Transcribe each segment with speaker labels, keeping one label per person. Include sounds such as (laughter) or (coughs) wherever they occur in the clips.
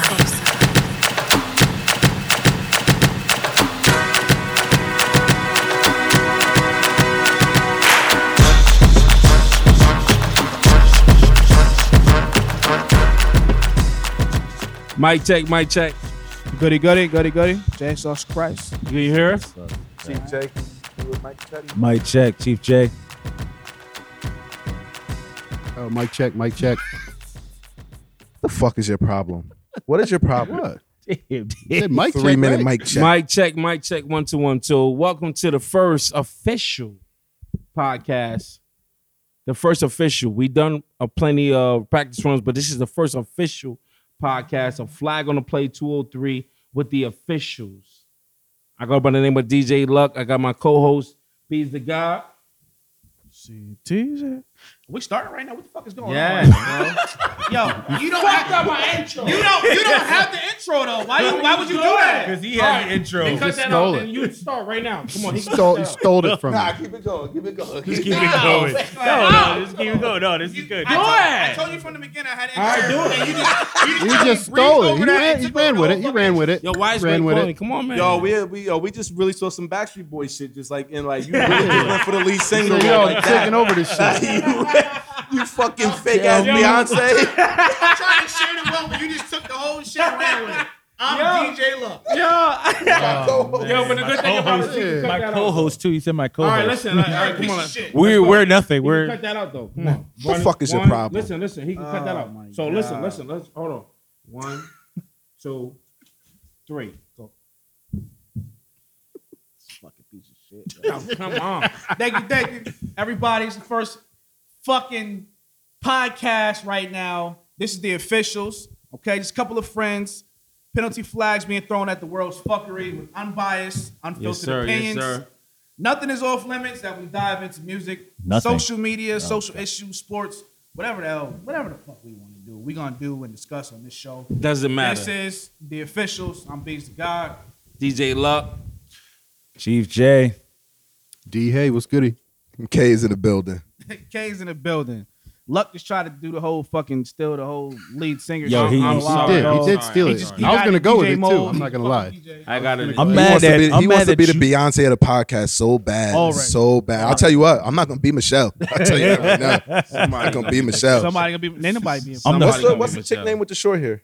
Speaker 1: Cosine.
Speaker 2: Mic check, mic check.
Speaker 3: Goody, goody, goody, goody. Jesus Christ.
Speaker 2: You hear us?
Speaker 4: Chief Jake, you with Mike Cuddy?
Speaker 5: Mike check, Chief J.
Speaker 4: Oh, Mike check, Mike check. the fuck is your problem? What is your problem?
Speaker 6: Mike
Speaker 4: Three minute Mike check.
Speaker 2: Mic check, mic check. One two one two. Welcome to the first official podcast. The first official. We done a plenty of practice runs, but this is the first official podcast of Flag on the Play two hundred three with the officials. I go by the name of DJ Luck. I got my co-host Bees the God.
Speaker 3: CTZ.
Speaker 7: We starting right now. What the fuck is going
Speaker 2: Yeah, bro.
Speaker 7: on? Yo, you don't have
Speaker 2: my intro.
Speaker 7: you don't you don't have the intro though. Why you, why would you do that?
Speaker 5: Because he had the intro.
Speaker 2: They cut
Speaker 4: just
Speaker 2: that out
Speaker 4: stole it.
Speaker 2: and you start right now. Come on,
Speaker 4: He
Speaker 2: he cut
Speaker 4: stole,
Speaker 2: that
Speaker 4: he
Speaker 2: out.
Speaker 4: stole it from me.
Speaker 6: keep it going. Keep it going.
Speaker 5: Just keep it going. No, no, just keep it going. No, this is good.
Speaker 7: I, told, I
Speaker 2: it.
Speaker 7: told you from the beginning I had
Speaker 2: All right,
Speaker 7: an
Speaker 2: do
Speaker 7: intro.
Speaker 2: it.
Speaker 7: and you just you
Speaker 4: You
Speaker 7: just,
Speaker 4: just stole it. He ran, he ran with it. He ran with it.
Speaker 2: Yo, why is Ray
Speaker 4: ran with
Speaker 2: calling?
Speaker 4: it.
Speaker 2: Come on, man.
Speaker 6: (laughs) Yo, we we yo, we just really saw some Backstreet Boy shit, just like
Speaker 5: (laughs)
Speaker 6: in like you really just went for the lead
Speaker 4: He
Speaker 6: singer
Speaker 4: said,
Speaker 6: role
Speaker 4: Yo,
Speaker 6: like
Speaker 4: taking
Speaker 6: that.
Speaker 4: over this shit.
Speaker 6: (laughs) you, you fucking fake ass
Speaker 2: Yo.
Speaker 6: Beyonce.
Speaker 7: I'm trying to share the wealth, but you just took the whole shit and ran with it. I'm DJ Love.
Speaker 5: Um,
Speaker 6: (laughs)
Speaker 2: Yo, but the good thing about it, is you can cut
Speaker 5: My
Speaker 2: that out.
Speaker 5: co-host too. You said my
Speaker 2: All
Speaker 5: co-host.
Speaker 2: right, listen. All right,
Speaker 7: Piece
Speaker 2: come on.
Speaker 7: of shit.
Speaker 5: We're we're nothing.
Speaker 2: He can
Speaker 5: We're
Speaker 2: cut that out though. Come on.
Speaker 4: What the fuck is your
Speaker 2: one-
Speaker 4: problem?
Speaker 2: Listen, listen. He can cut that out. So listen, listen. Let's hold on. One, two, three. Go. Fucking piece of shit. come on.
Speaker 7: Thank you, thank you. Everybody, it's the first fucking podcast right now. This is the officials, okay? Just a couple of friends. Penalty flags being thrown at the world's fuckery with unbiased, unfiltered opinions. Nothing is off limits that we dive into music,
Speaker 5: Nothing.
Speaker 7: social media, social issues, sports, whatever the hell, whatever the fuck we want to do, we're gonna do and discuss on this show.
Speaker 2: Doesn't
Speaker 7: This
Speaker 2: matter.
Speaker 7: is the officials. I'm Beats the God.
Speaker 2: DJ Luck.
Speaker 5: Chief J.
Speaker 4: D. Hey, what's goody?
Speaker 6: K is in the building.
Speaker 7: K's in the building. Luck just tried to do the whole fucking steal the whole lead singer.
Speaker 5: Yo,
Speaker 7: shit.
Speaker 5: he-
Speaker 7: I'm
Speaker 5: he
Speaker 4: He
Speaker 7: sorry.
Speaker 4: did.
Speaker 2: no.
Speaker 4: He did steal
Speaker 2: He
Speaker 4: it.
Speaker 2: just-
Speaker 7: he
Speaker 4: I was
Speaker 7: got
Speaker 4: gonna
Speaker 7: it,
Speaker 4: go with
Speaker 7: DJ
Speaker 4: it too.
Speaker 7: mode.
Speaker 4: I'm not gonna lie.
Speaker 2: I got it.
Speaker 5: I'm
Speaker 6: He
Speaker 5: mad
Speaker 6: wants
Speaker 5: at-
Speaker 6: to be,
Speaker 5: I'm
Speaker 6: he wants
Speaker 5: mad
Speaker 6: to be
Speaker 5: at
Speaker 6: the
Speaker 5: you.
Speaker 6: Beyonce of the podcast so bad,
Speaker 7: Already.
Speaker 6: so bad. I'll tell you what, I'm not gonna be Michelle. I'll tell you that
Speaker 5: (laughs)
Speaker 6: right now. I'm not gonna be Michelle.
Speaker 7: Somebody gonna be ain't nobody being.
Speaker 5: I'm the-
Speaker 6: what's the
Speaker 2: gonna
Speaker 6: what's
Speaker 2: be
Speaker 6: the chick
Speaker 2: Michelle.
Speaker 6: name with the short hair?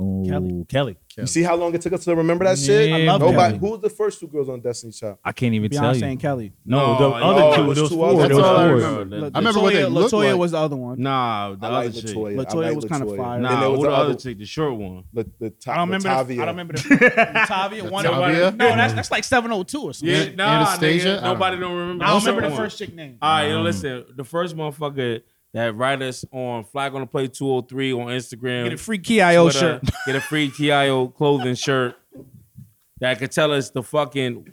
Speaker 5: Oh,
Speaker 3: Kelly.
Speaker 5: Kelly.
Speaker 6: You see how long it took us to remember that shit?
Speaker 5: Yeah, I love
Speaker 6: Nobody.
Speaker 5: Kelly.
Speaker 6: Who was the first two girls on Destiny Child?
Speaker 5: I can't even tell
Speaker 7: Beyonce
Speaker 5: you.
Speaker 7: and Kelly.
Speaker 5: No, the
Speaker 2: No,
Speaker 6: no,
Speaker 5: other
Speaker 6: it
Speaker 5: two.
Speaker 6: was
Speaker 5: Those
Speaker 6: two
Speaker 5: four.
Speaker 6: others.
Speaker 5: Those
Speaker 4: That's all I
Speaker 5: four.
Speaker 4: remember. I remember
Speaker 7: Latoya,
Speaker 4: what they looked
Speaker 7: Latoya
Speaker 4: like.
Speaker 7: was the other one.
Speaker 2: Nah, the other
Speaker 6: I like
Speaker 2: chick.
Speaker 6: Latoya. I
Speaker 7: Latoya
Speaker 6: like
Speaker 7: was kinda fire.
Speaker 6: And
Speaker 2: Nah,
Speaker 6: there
Speaker 2: who
Speaker 6: was
Speaker 2: the
Speaker 6: the
Speaker 2: other
Speaker 6: other,
Speaker 2: chick? The short one.
Speaker 6: the, the top,
Speaker 7: I don't remember. The,
Speaker 6: Latavia.
Speaker 7: I don't remember the Latavia. One
Speaker 4: Latavia?
Speaker 7: No, that's that's like seven oh two or something.
Speaker 2: Yeah, oh nah,
Speaker 4: Anastasia?
Speaker 2: nigga, nobody don't remember.
Speaker 7: I don't
Speaker 2: short
Speaker 7: remember Mm. the
Speaker 2: one.
Speaker 7: first chick name.
Speaker 2: All right, yo, listen. The first motherfucker that write us on Flag on the Play 203 on Instagram.
Speaker 7: Get a free Key IO
Speaker 2: Twitter,
Speaker 7: shirt.
Speaker 2: (laughs) Get a free KIO clothing shirt that could tell us the fucking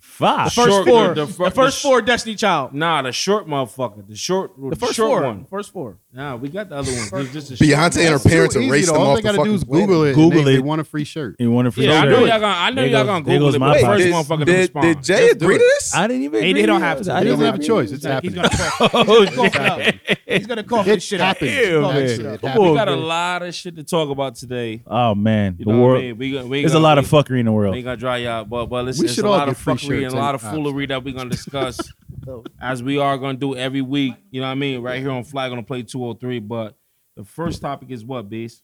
Speaker 5: Five.
Speaker 7: First
Speaker 2: short-
Speaker 7: four.
Speaker 2: the-
Speaker 7: The,
Speaker 2: the fir-
Speaker 7: first
Speaker 2: the sh-
Speaker 7: four Destiny Child.
Speaker 2: nah, the short motherfucker, the short,
Speaker 7: The first
Speaker 2: short
Speaker 7: four.
Speaker 2: one.
Speaker 7: First four.
Speaker 2: Nah, we got the other one. It's just a short
Speaker 6: Beyonce and her parents erased them
Speaker 4: All
Speaker 6: off
Speaker 4: they
Speaker 6: the
Speaker 4: gotta
Speaker 6: fucking
Speaker 4: do is
Speaker 6: planet.
Speaker 4: Google it. and
Speaker 5: Google
Speaker 4: they- They
Speaker 5: it.
Speaker 4: want a free shirt.
Speaker 5: You want a free
Speaker 2: Yeah, I
Speaker 5: shirt?
Speaker 2: know y'all gonna. I know
Speaker 5: There
Speaker 2: y'all
Speaker 5: goes-
Speaker 2: gonna
Speaker 5: there
Speaker 2: Google
Speaker 5: goes
Speaker 2: it,
Speaker 5: my
Speaker 2: but the
Speaker 5: pocket.
Speaker 2: first
Speaker 6: did,
Speaker 2: motherfucker to
Speaker 6: did,
Speaker 2: respond.
Speaker 6: did Jay agree to this?
Speaker 5: I didn't even.
Speaker 7: Hey, they
Speaker 5: agree
Speaker 7: don't
Speaker 5: to
Speaker 7: have
Speaker 5: that.
Speaker 7: to.
Speaker 5: I
Speaker 4: He
Speaker 5: didn't
Speaker 4: doesn't have
Speaker 5: even.
Speaker 4: a choice. It's
Speaker 7: He's
Speaker 5: (laughs)
Speaker 4: happening.
Speaker 7: gonna cough.
Speaker 5: Oh,
Speaker 7: He's gonna cough it up. He's gonna cough this
Speaker 4: It's
Speaker 7: shit up.
Speaker 4: happening.
Speaker 5: Damn,
Speaker 7: Fuck
Speaker 5: man.
Speaker 7: shit up.
Speaker 4: It happened.
Speaker 2: we
Speaker 5: Well,
Speaker 2: got a
Speaker 5: man.
Speaker 2: lot of shit to talk about today.
Speaker 5: Oh man,
Speaker 2: You
Speaker 5: the
Speaker 2: know what I
Speaker 5: world.
Speaker 2: mean? We, gon- we
Speaker 5: There's a
Speaker 2: gon-
Speaker 5: lot
Speaker 2: we-
Speaker 5: of fuckery in the
Speaker 2: We ain't
Speaker 5: world.
Speaker 2: gonna dry you out, but but listen,
Speaker 4: We
Speaker 2: it's
Speaker 4: should
Speaker 2: a
Speaker 4: all
Speaker 2: lot of
Speaker 4: get free
Speaker 2: fuckery and
Speaker 4: shirts
Speaker 2: a lot of
Speaker 4: and-
Speaker 2: foolery that we're gonna
Speaker 4: (laughs)
Speaker 2: discuss as we are gonna do every week. You know what I mean? Right here on Flag on the Play 203. But the first topic is what, Beast?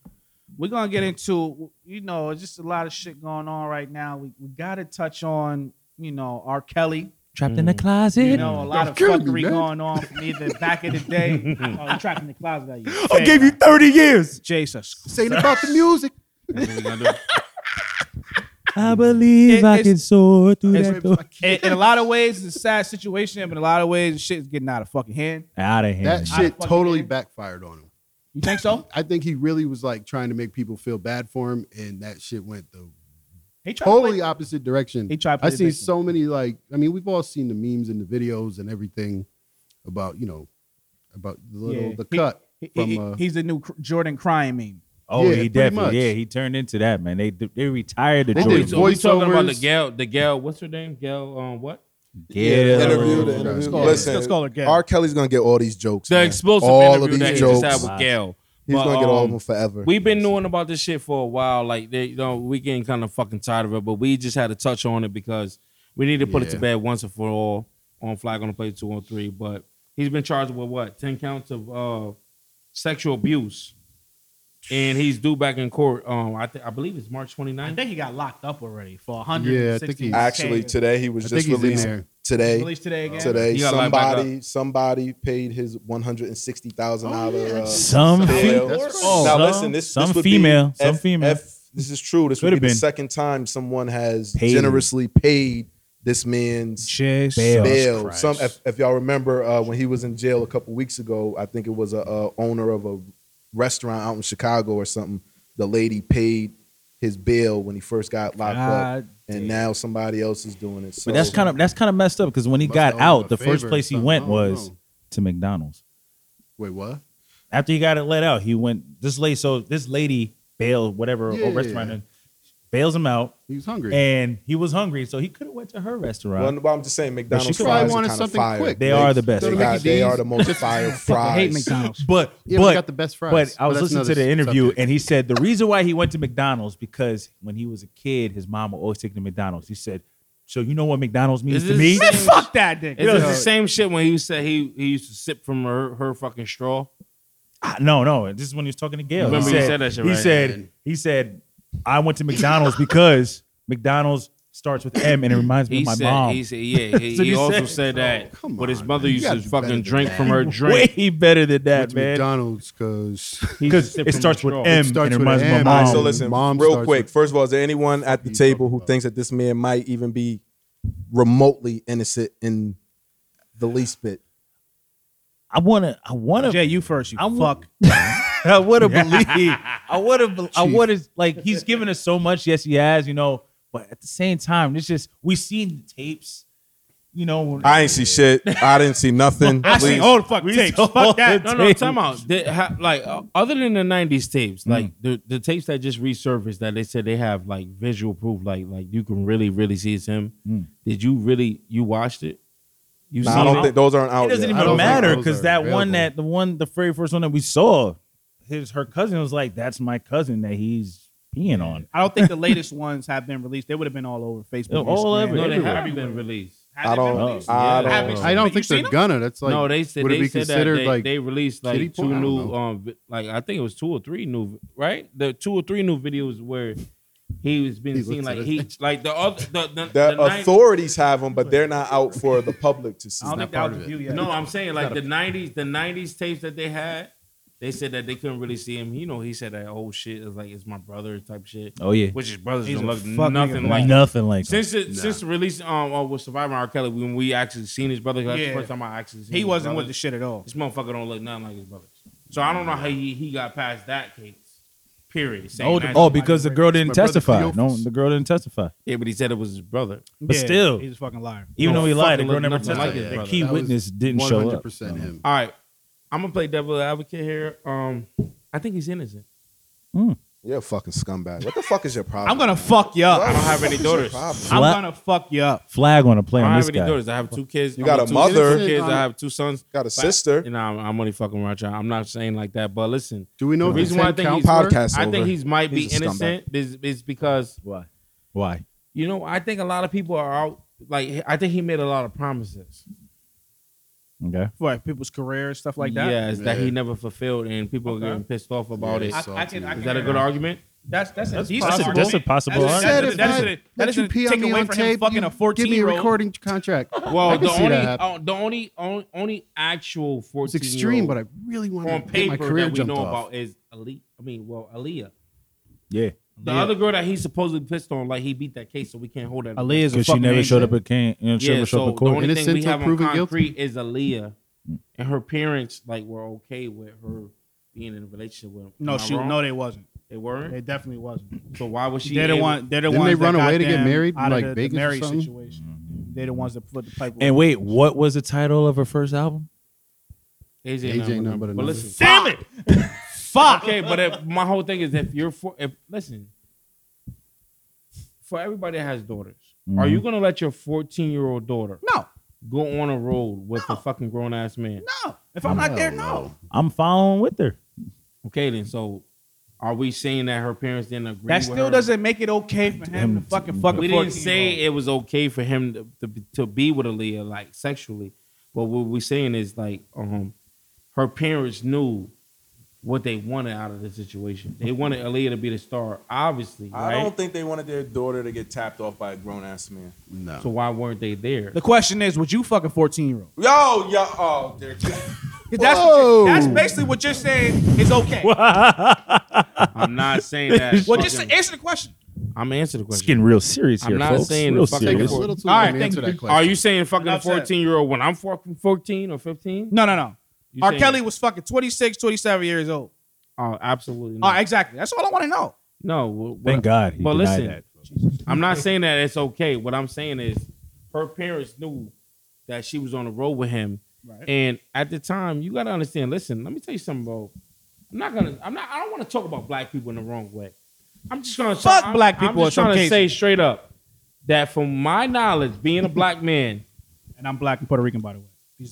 Speaker 7: we're gonna get into you know just a lot of shit going on right now. We we gotta touch on you know R. Kelly.
Speaker 5: Trapped in the closet.
Speaker 7: You know a lot of
Speaker 4: Kelly,
Speaker 7: fuckery
Speaker 4: man.
Speaker 7: going on from either back in
Speaker 4: (laughs)
Speaker 7: the day. oh, you trapped in the closet. are You
Speaker 5: I'll give you 30
Speaker 7: (laughs)
Speaker 5: years.
Speaker 7: Jesus.
Speaker 4: Saying about the music.
Speaker 2: That's what we gonna do.
Speaker 5: I believe
Speaker 7: It-
Speaker 5: I
Speaker 7: it's-
Speaker 5: can soar through
Speaker 7: it's-
Speaker 5: that door.
Speaker 7: In, in a lot of ways, it's a sad situation, but in a lot of ways, shit is getting out of fucking hand.
Speaker 5: Out of here.
Speaker 4: That shit
Speaker 7: fucking
Speaker 4: totally
Speaker 7: did.
Speaker 4: backfired on him.
Speaker 7: You think so?
Speaker 4: I think he really was like trying to make people feel bad for him, and that shit went the
Speaker 7: He tried
Speaker 4: totally
Speaker 7: To play,
Speaker 4: opposite direction.
Speaker 7: he tried. To play
Speaker 4: I
Speaker 7: the
Speaker 4: seen
Speaker 7: victim.
Speaker 4: so many like I mean we've all seen the memes and the videos and everything about you know about the little
Speaker 7: Yeah.
Speaker 4: the
Speaker 7: He-
Speaker 4: cut.
Speaker 7: He-
Speaker 4: from,
Speaker 7: he-
Speaker 4: uh,
Speaker 7: he's the new Cr- Jordan crying meme.
Speaker 5: oh,
Speaker 4: yeah,
Speaker 5: he
Speaker 4: pretty
Speaker 5: definitely.
Speaker 4: much.
Speaker 5: Yeah, he turned into that man. They they retired the
Speaker 4: (laughs) They
Speaker 2: Are we,
Speaker 4: did
Speaker 5: Jordan.
Speaker 2: are we talking about the
Speaker 4: voiceovers.
Speaker 2: gal, the gal, what's her name? Gal, um, what?
Speaker 5: Yeah,
Speaker 6: Interview, the
Speaker 4: Let's
Speaker 6: interview.
Speaker 4: call her-
Speaker 6: Listen,
Speaker 7: let's call her Gail.
Speaker 6: R. Kelly's gonna get all these jokes.
Speaker 2: The
Speaker 6: man.
Speaker 2: explosive
Speaker 6: all
Speaker 2: interview
Speaker 6: of
Speaker 2: that
Speaker 6: these
Speaker 2: he just
Speaker 6: jokes.
Speaker 2: had with
Speaker 5: Wow.
Speaker 2: Gail.
Speaker 6: He's
Speaker 2: But,
Speaker 6: gonna get all
Speaker 2: um,
Speaker 6: of them forever.
Speaker 2: We've been knowing about this shit for a while. Like they, you know, we getting kind of fucking tired of it, but we just had to touch on it because we need to put it to
Speaker 6: Yeah.
Speaker 2: bed once and for all on flag on the play two one three. But he's been charged with what ten counts of uh, sexual abuse, and he's due back in court. Um, I th- I believe it's March 29th.
Speaker 7: I think he got locked up already for
Speaker 4: Yeah, I
Speaker 7: 160.
Speaker 4: think he-
Speaker 6: Actually, today he
Speaker 4: I
Speaker 6: was
Speaker 4: think
Speaker 6: just
Speaker 4: he's in
Speaker 6: released.
Speaker 4: there.
Speaker 6: Today,
Speaker 7: released today again.
Speaker 6: today,
Speaker 2: He got locked back
Speaker 6: somebody, somebody paid his one hundred and sixty thousand
Speaker 7: Oh,
Speaker 6: dollars.
Speaker 1: Some
Speaker 6: That's
Speaker 1: fe-
Speaker 6: crazy.
Speaker 1: Oh,
Speaker 6: now
Speaker 1: some-
Speaker 6: listen, this
Speaker 1: some
Speaker 6: this would be
Speaker 1: female, some
Speaker 6: F-
Speaker 1: female.
Speaker 6: F- this is true. This would
Speaker 1: Could've
Speaker 6: be the
Speaker 1: been.
Speaker 6: second time someone has
Speaker 1: Paid.
Speaker 6: generously paid this man's
Speaker 8: Chase.
Speaker 1: Bail. Jesus
Speaker 6: bail.
Speaker 1: Christ.
Speaker 6: Some, if, if y'all remember, uh, when he was in jail a couple weeks ago, I think it was a, uh owner of a restaurant out in Chicago or something. The lady paid his bail when he first got locked up,
Speaker 1: God
Speaker 6: and
Speaker 1: damn.
Speaker 6: now somebody else is doing it. So
Speaker 1: But that's kind of that's kind of messed up because when he
Speaker 4: Must
Speaker 1: got
Speaker 4: owe him
Speaker 1: out,
Speaker 4: a
Speaker 1: the
Speaker 4: favor
Speaker 1: first
Speaker 4: or
Speaker 1: place he
Speaker 4: something.
Speaker 1: went
Speaker 4: I don't
Speaker 1: was
Speaker 4: know.
Speaker 1: to McDonald's.
Speaker 4: Wait, what?
Speaker 1: After he got it let out, he went. This lady, so this lady bailed whatever
Speaker 4: Yeah.
Speaker 1: or restaurant bails him out,
Speaker 4: He was hungry.
Speaker 1: and he was hungry, so he could have went to her restaurant.
Speaker 6: Well, but I'm just saying, McDonald's
Speaker 1: she
Speaker 6: fries
Speaker 4: probably
Speaker 6: are
Speaker 4: wanted
Speaker 6: kinda
Speaker 4: something
Speaker 6: fire.
Speaker 4: quick.
Speaker 1: They are the best.
Speaker 6: They,
Speaker 4: Go to
Speaker 6: got-
Speaker 4: Mickey
Speaker 6: they
Speaker 4: D's.
Speaker 6: are the most (laughs) fire
Speaker 9: I hate
Speaker 6: fries.
Speaker 9: McDonald's.
Speaker 1: (laughs) but
Speaker 4: yeah, but,
Speaker 1: but
Speaker 4: he got the best fries.
Speaker 1: But I was
Speaker 4: that's
Speaker 1: listening to the
Speaker 4: another
Speaker 1: interview,
Speaker 4: subject.
Speaker 1: and he said the reason why he went to McDonald's because when he was a kid, his mom would always take him to McDonald's. He said, "So you know what McDonald's
Speaker 2: Is
Speaker 1: means to
Speaker 2: this-
Speaker 1: me?
Speaker 7: Man, fuck that nigga.
Speaker 2: It was the same shit when he said he, he used to sip from her, her fucking straw.
Speaker 1: Ah, no, no. This is when he was talking to Gail.
Speaker 2: Remember
Speaker 1: he
Speaker 2: you
Speaker 1: said,
Speaker 2: said that shit,
Speaker 1: He
Speaker 2: right?
Speaker 1: said, he said, I went to McDonald's because McDonald's starts with M and it reminds me
Speaker 2: He
Speaker 1: of my
Speaker 2: said,
Speaker 1: mom.
Speaker 2: he said,
Speaker 4: (laughs)
Speaker 2: yeah, he,
Speaker 1: So
Speaker 2: he
Speaker 1: you
Speaker 2: also
Speaker 1: said-
Speaker 2: said that.
Speaker 4: "Oh, come
Speaker 2: but his
Speaker 4: on,
Speaker 2: mother
Speaker 4: man. You
Speaker 2: used
Speaker 4: gotta
Speaker 2: to
Speaker 4: do better
Speaker 2: fucking
Speaker 4: than
Speaker 2: drink
Speaker 4: that.
Speaker 2: from
Speaker 4: (laughs)
Speaker 2: her drink.
Speaker 1: Way better than
Speaker 4: Went
Speaker 1: that,
Speaker 4: to
Speaker 1: man.
Speaker 4: McDonald's because
Speaker 2: He used to
Speaker 1: Because
Speaker 2: sip
Speaker 1: it
Speaker 2: from
Speaker 1: starts
Speaker 2: her
Speaker 1: with
Speaker 2: straw.
Speaker 1: M and
Speaker 4: starts with
Speaker 1: it reminds me
Speaker 4: an
Speaker 1: of
Speaker 4: M.
Speaker 1: my
Speaker 6: All
Speaker 1: mom.
Speaker 6: right, so listen,
Speaker 4: Mom
Speaker 6: real
Speaker 4: starts
Speaker 6: quick.
Speaker 4: with-
Speaker 6: First of all, is there anyone at the
Speaker 4: You
Speaker 6: table
Speaker 4: talking
Speaker 6: who
Speaker 4: about?
Speaker 6: thinks that this man might even be remotely innocent in the least bit?
Speaker 1: I wanna, I wanna,
Speaker 7: Jay, you first. You
Speaker 1: I wa-
Speaker 7: fuck.
Speaker 1: (laughs) I would have believed. I would have. I would have. Like he's given us so much. Yes, he has. You know, but at the same time, it's just we seen the tapes. You know,
Speaker 6: I ain't see shit. I didn't see nothing.
Speaker 7: (laughs) I seen all the fuck tapes. Fuck that.
Speaker 2: No, no, time out. They ha- like uh, other than the '90s tapes, like
Speaker 4: Mm.
Speaker 2: the, the tapes that just resurfaced that they said they have like visual proof, like like you can really really see it's him.
Speaker 1: Mm.
Speaker 2: Did you really you watched it? You
Speaker 6: Nah, I
Speaker 2: seen
Speaker 6: don't think those aren't out.
Speaker 1: it doesn't
Speaker 6: yet. I
Speaker 1: even
Speaker 6: don't think
Speaker 1: matter
Speaker 4: those
Speaker 1: because
Speaker 4: are
Speaker 1: that one
Speaker 4: available.
Speaker 1: that the one the very first one that we saw, his her cousin was like, "That's my cousin that he's peeing on."
Speaker 7: I don't think the latest (laughs) ones have been released. They would have been all over Facebook.
Speaker 1: All
Speaker 7: Instagram.
Speaker 2: No,
Speaker 1: over.
Speaker 2: they
Speaker 1: Everywhere.
Speaker 2: haven't been released.
Speaker 7: Have
Speaker 6: I
Speaker 7: they been
Speaker 6: don't-
Speaker 7: released?
Speaker 6: I
Speaker 7: Have
Speaker 6: don't-
Speaker 7: they-
Speaker 4: I don't
Speaker 7: you
Speaker 4: think
Speaker 7: seen
Speaker 4: they're
Speaker 7: them?
Speaker 4: gonna. That's like
Speaker 2: no, they said
Speaker 4: would it
Speaker 2: they
Speaker 4: be
Speaker 2: said that
Speaker 4: considered
Speaker 2: they,
Speaker 4: like
Speaker 2: they released
Speaker 4: kitty
Speaker 2: like two
Speaker 4: porn? I don't
Speaker 2: new
Speaker 4: know.
Speaker 2: um vi- like I think it was two or three new right the two or three new videos where he was being
Speaker 4: He
Speaker 2: seen
Speaker 4: looks
Speaker 2: like
Speaker 4: at
Speaker 2: he like the other the the,
Speaker 6: The
Speaker 2: the nine-
Speaker 6: authorities have them, but they're not out for the public to see.
Speaker 7: I don't think that
Speaker 4: part
Speaker 7: was
Speaker 4: of it.
Speaker 7: reviewed yet.
Speaker 2: No, I'm saying like the '90s, the '90s tapes that they had. They said that they couldn't really see him. You know, he said that old shit is like it's my brother type shit,
Speaker 1: Oh yeah,
Speaker 2: which his brothers
Speaker 7: He's
Speaker 2: don't
Speaker 7: a
Speaker 2: look
Speaker 7: fucking
Speaker 2: nothing
Speaker 7: nigga,
Speaker 2: like.
Speaker 1: nothing like him.
Speaker 2: Since the, since the release um uh, with Survivor R. Kelly, when we actually seen his brother, 'cause that's
Speaker 7: Yeah.
Speaker 2: the first time I actually seen
Speaker 7: He
Speaker 2: his
Speaker 7: wasn't with
Speaker 2: brothers.
Speaker 7: the shit at all.
Speaker 2: This motherfucker don't look nothing like his brothers. So I don't know how he, he got past that case. Period. Saying
Speaker 1: Oh,
Speaker 2: that-
Speaker 1: oh, because the girl didn't
Speaker 4: my brother
Speaker 1: testify. No,
Speaker 4: Cleophas.
Speaker 1: the girl didn't testify.
Speaker 2: yeah, but he said it was his brother.
Speaker 1: But still,
Speaker 7: he's a fucking liar.
Speaker 1: even
Speaker 2: don't
Speaker 1: though he lied, the
Speaker 2: fucking
Speaker 1: girl
Speaker 2: look
Speaker 1: never
Speaker 2: nothing
Speaker 1: testified.
Speaker 2: like his
Speaker 1: the
Speaker 2: brother.
Speaker 1: key
Speaker 4: That was
Speaker 1: witness didn't
Speaker 4: one
Speaker 1: show
Speaker 4: hundred
Speaker 1: up.
Speaker 4: percent him.
Speaker 2: All right, I'm gonna play devil advocate here. Um, I think he's innocent.
Speaker 6: You're a fucking scumbag. What the fuck is your problem?
Speaker 7: I'm gonna fuck you
Speaker 6: What
Speaker 7: up.
Speaker 6: the
Speaker 2: don't have
Speaker 6: fuck
Speaker 2: any
Speaker 6: is your
Speaker 2: daughters.
Speaker 6: problem?
Speaker 7: I'm
Speaker 1: Fla-
Speaker 7: gonna fuck you up.
Speaker 1: Flag on a play
Speaker 2: I don't
Speaker 1: on
Speaker 2: have
Speaker 1: this
Speaker 2: any
Speaker 1: guy.
Speaker 2: daughters. I have two kids.
Speaker 6: You
Speaker 2: I'm
Speaker 6: got
Speaker 2: with
Speaker 6: a
Speaker 2: two
Speaker 6: mother.
Speaker 2: kids. I have two sons.
Speaker 6: Got a
Speaker 2: But-
Speaker 6: sister.
Speaker 2: And I'm, I'm only fucking around y'all. I'm not saying like that, but listen.
Speaker 4: Do we know
Speaker 2: the
Speaker 4: if the
Speaker 2: reason why I
Speaker 4: 10
Speaker 2: think
Speaker 4: count
Speaker 2: he's
Speaker 6: podcast
Speaker 2: I think
Speaker 6: over.
Speaker 2: he's might be
Speaker 6: He's a scumbag.
Speaker 2: innocent is, is because
Speaker 1: Why? Why?
Speaker 2: you know I think a lot of people are out. Like I think he made a lot of promises.
Speaker 1: Okay.
Speaker 7: For people's careers, stuff like that.
Speaker 2: Yes, that
Speaker 4: Yeah.
Speaker 2: he never fulfuled, and people
Speaker 7: Okay.
Speaker 2: are getting pissed off about
Speaker 4: Yeah.
Speaker 2: it. Is
Speaker 7: I, I can, I can
Speaker 2: that a good argument?
Speaker 7: argument? That's that's a decent
Speaker 1: That's a, that's a
Speaker 7: argument.
Speaker 1: possible
Speaker 7: That's-
Speaker 1: argument.
Speaker 7: that's- that is- that is a take away from him
Speaker 4: you give
Speaker 7: fucking a
Speaker 4: me a
Speaker 7: 14-year-old.
Speaker 4: recording
Speaker 2: (laughs)
Speaker 4: contract. I
Speaker 2: Well,
Speaker 4: can
Speaker 2: the
Speaker 4: see that
Speaker 2: only,
Speaker 4: happening.
Speaker 2: uh, the only only only actual
Speaker 4: It's
Speaker 2: fourteen
Speaker 4: extreme, but I really want
Speaker 2: on
Speaker 4: to get my
Speaker 2: paper
Speaker 4: career
Speaker 2: that we
Speaker 4: jumped
Speaker 2: know
Speaker 4: off.
Speaker 2: about is Ali. I mean, well, Aaliyah.
Speaker 1: yeah.
Speaker 2: The other girl that he supposedly pissed on, like he beat that case, so we can't hold that.
Speaker 7: Ali is a
Speaker 1: Because she
Speaker 7: fucking
Speaker 1: never showed up
Speaker 7: angel.
Speaker 1: at camp. You know, she
Speaker 2: yeah,
Speaker 1: never showed
Speaker 2: so
Speaker 1: up at
Speaker 2: the only
Speaker 1: court.
Speaker 2: thing we
Speaker 4: Innocent
Speaker 2: have
Speaker 4: till
Speaker 2: on
Speaker 4: proven guilty.
Speaker 2: concrete is Aaliyah, and her parents like were okay with her being in a relationship with him.
Speaker 7: No,
Speaker 2: Am I
Speaker 7: she
Speaker 2: wrong?
Speaker 7: no, they wasn't.
Speaker 2: they weren't.
Speaker 7: They definitely wasn't.
Speaker 2: so why was she?
Speaker 7: They're the
Speaker 2: able-
Speaker 7: one. They're the
Speaker 4: Didn't
Speaker 7: ones.
Speaker 4: they
Speaker 7: that
Speaker 4: run
Speaker 7: got
Speaker 4: away to get
Speaker 7: them
Speaker 4: married,
Speaker 7: Out
Speaker 4: like
Speaker 7: of the,
Speaker 4: Vegas
Speaker 7: the
Speaker 4: or
Speaker 7: marriage
Speaker 4: something?
Speaker 7: situation. They're the ones that put the pipe.
Speaker 1: Mm-hmm. And wait, what was the title of her first album?
Speaker 2: AJ, ain't
Speaker 4: AJ number
Speaker 2: number.
Speaker 4: to
Speaker 2: But
Speaker 4: number.
Speaker 2: listen,
Speaker 7: damn it, fuck.
Speaker 2: okay, but if, my whole thing is if you're for if listen, for everybody that has daughters, are
Speaker 1: Mhm.
Speaker 2: you gonna let your 14 year old daughter
Speaker 7: No,
Speaker 2: go on a road with a
Speaker 7: No.
Speaker 2: fucking grown ass man?
Speaker 7: no. If I'm not there, no.
Speaker 2: (laughs)
Speaker 1: I'm following with her.
Speaker 2: Okay, then. So, are we saying that her parents didn't agree?
Speaker 7: That
Speaker 2: with
Speaker 7: still
Speaker 2: her?
Speaker 7: doesn't make it okay for him to fucking fuck a
Speaker 2: We didn't
Speaker 7: 14-year-old.
Speaker 2: say it was okay for him to, to, to be with Aaliyah like sexually, but what we're saying is like um, her parents knew what they wanted out of the situation. They wanted Aaliyah to be the star, obviously,
Speaker 6: I
Speaker 2: right?
Speaker 6: don't think they wanted their daughter to get tapped off by a grown ass man.
Speaker 2: So why weren't they there?
Speaker 7: The question is, would you fuck a 14-year-old?
Speaker 6: Yo, yo, oh, there.
Speaker 7: (laughs) 'Cause That's, what you're- that's basically what you're saying is okay.
Speaker 2: I'm
Speaker 7: (laughs)
Speaker 2: not saying that.
Speaker 7: Well, just to answer the question.
Speaker 2: I'm answering the
Speaker 1: It's
Speaker 2: question.
Speaker 1: getting real serious
Speaker 2: I'm
Speaker 1: here,
Speaker 2: not
Speaker 1: folks.
Speaker 2: saying
Speaker 1: real
Speaker 2: the fucking-
Speaker 4: Take
Speaker 1: serious.
Speaker 4: us a little too
Speaker 7: All right,
Speaker 4: long to
Speaker 7: thank
Speaker 4: answer
Speaker 7: you.
Speaker 4: that question.
Speaker 2: Are you saying fucking a
Speaker 7: Enough said.
Speaker 2: 14 year old when I'm fucking 14 or 15?
Speaker 7: No, no, no.
Speaker 2: You
Speaker 7: R.
Speaker 2: saying-
Speaker 7: Kelly was fucking 26, 27 years old.
Speaker 2: Oh, absolutely
Speaker 7: All
Speaker 2: not.
Speaker 7: right, exactly. That's all I want to know.
Speaker 2: no. well,
Speaker 1: Thank God. He
Speaker 2: But
Speaker 1: denied
Speaker 2: listen,
Speaker 1: that.
Speaker 2: I'm
Speaker 7: (laughs)
Speaker 2: not saying that it's okay. What I'm saying is her parents knew that she was on the road with him.
Speaker 7: Right.
Speaker 2: And at the time, you gotta understand, listen, let me tell you something, bro. I'm not gonna I'm not I don't wanna talk about black people in the wrong way. I'm just gonna
Speaker 7: Fuck
Speaker 2: I'm-
Speaker 7: black
Speaker 2: I'm
Speaker 7: people
Speaker 2: just
Speaker 7: in some
Speaker 2: trying to
Speaker 7: cases.
Speaker 2: say straight up that from my knowledge,
Speaker 7: (laughs)
Speaker 2: being a black man,
Speaker 7: And I'm black and Puerto Rican, by the way.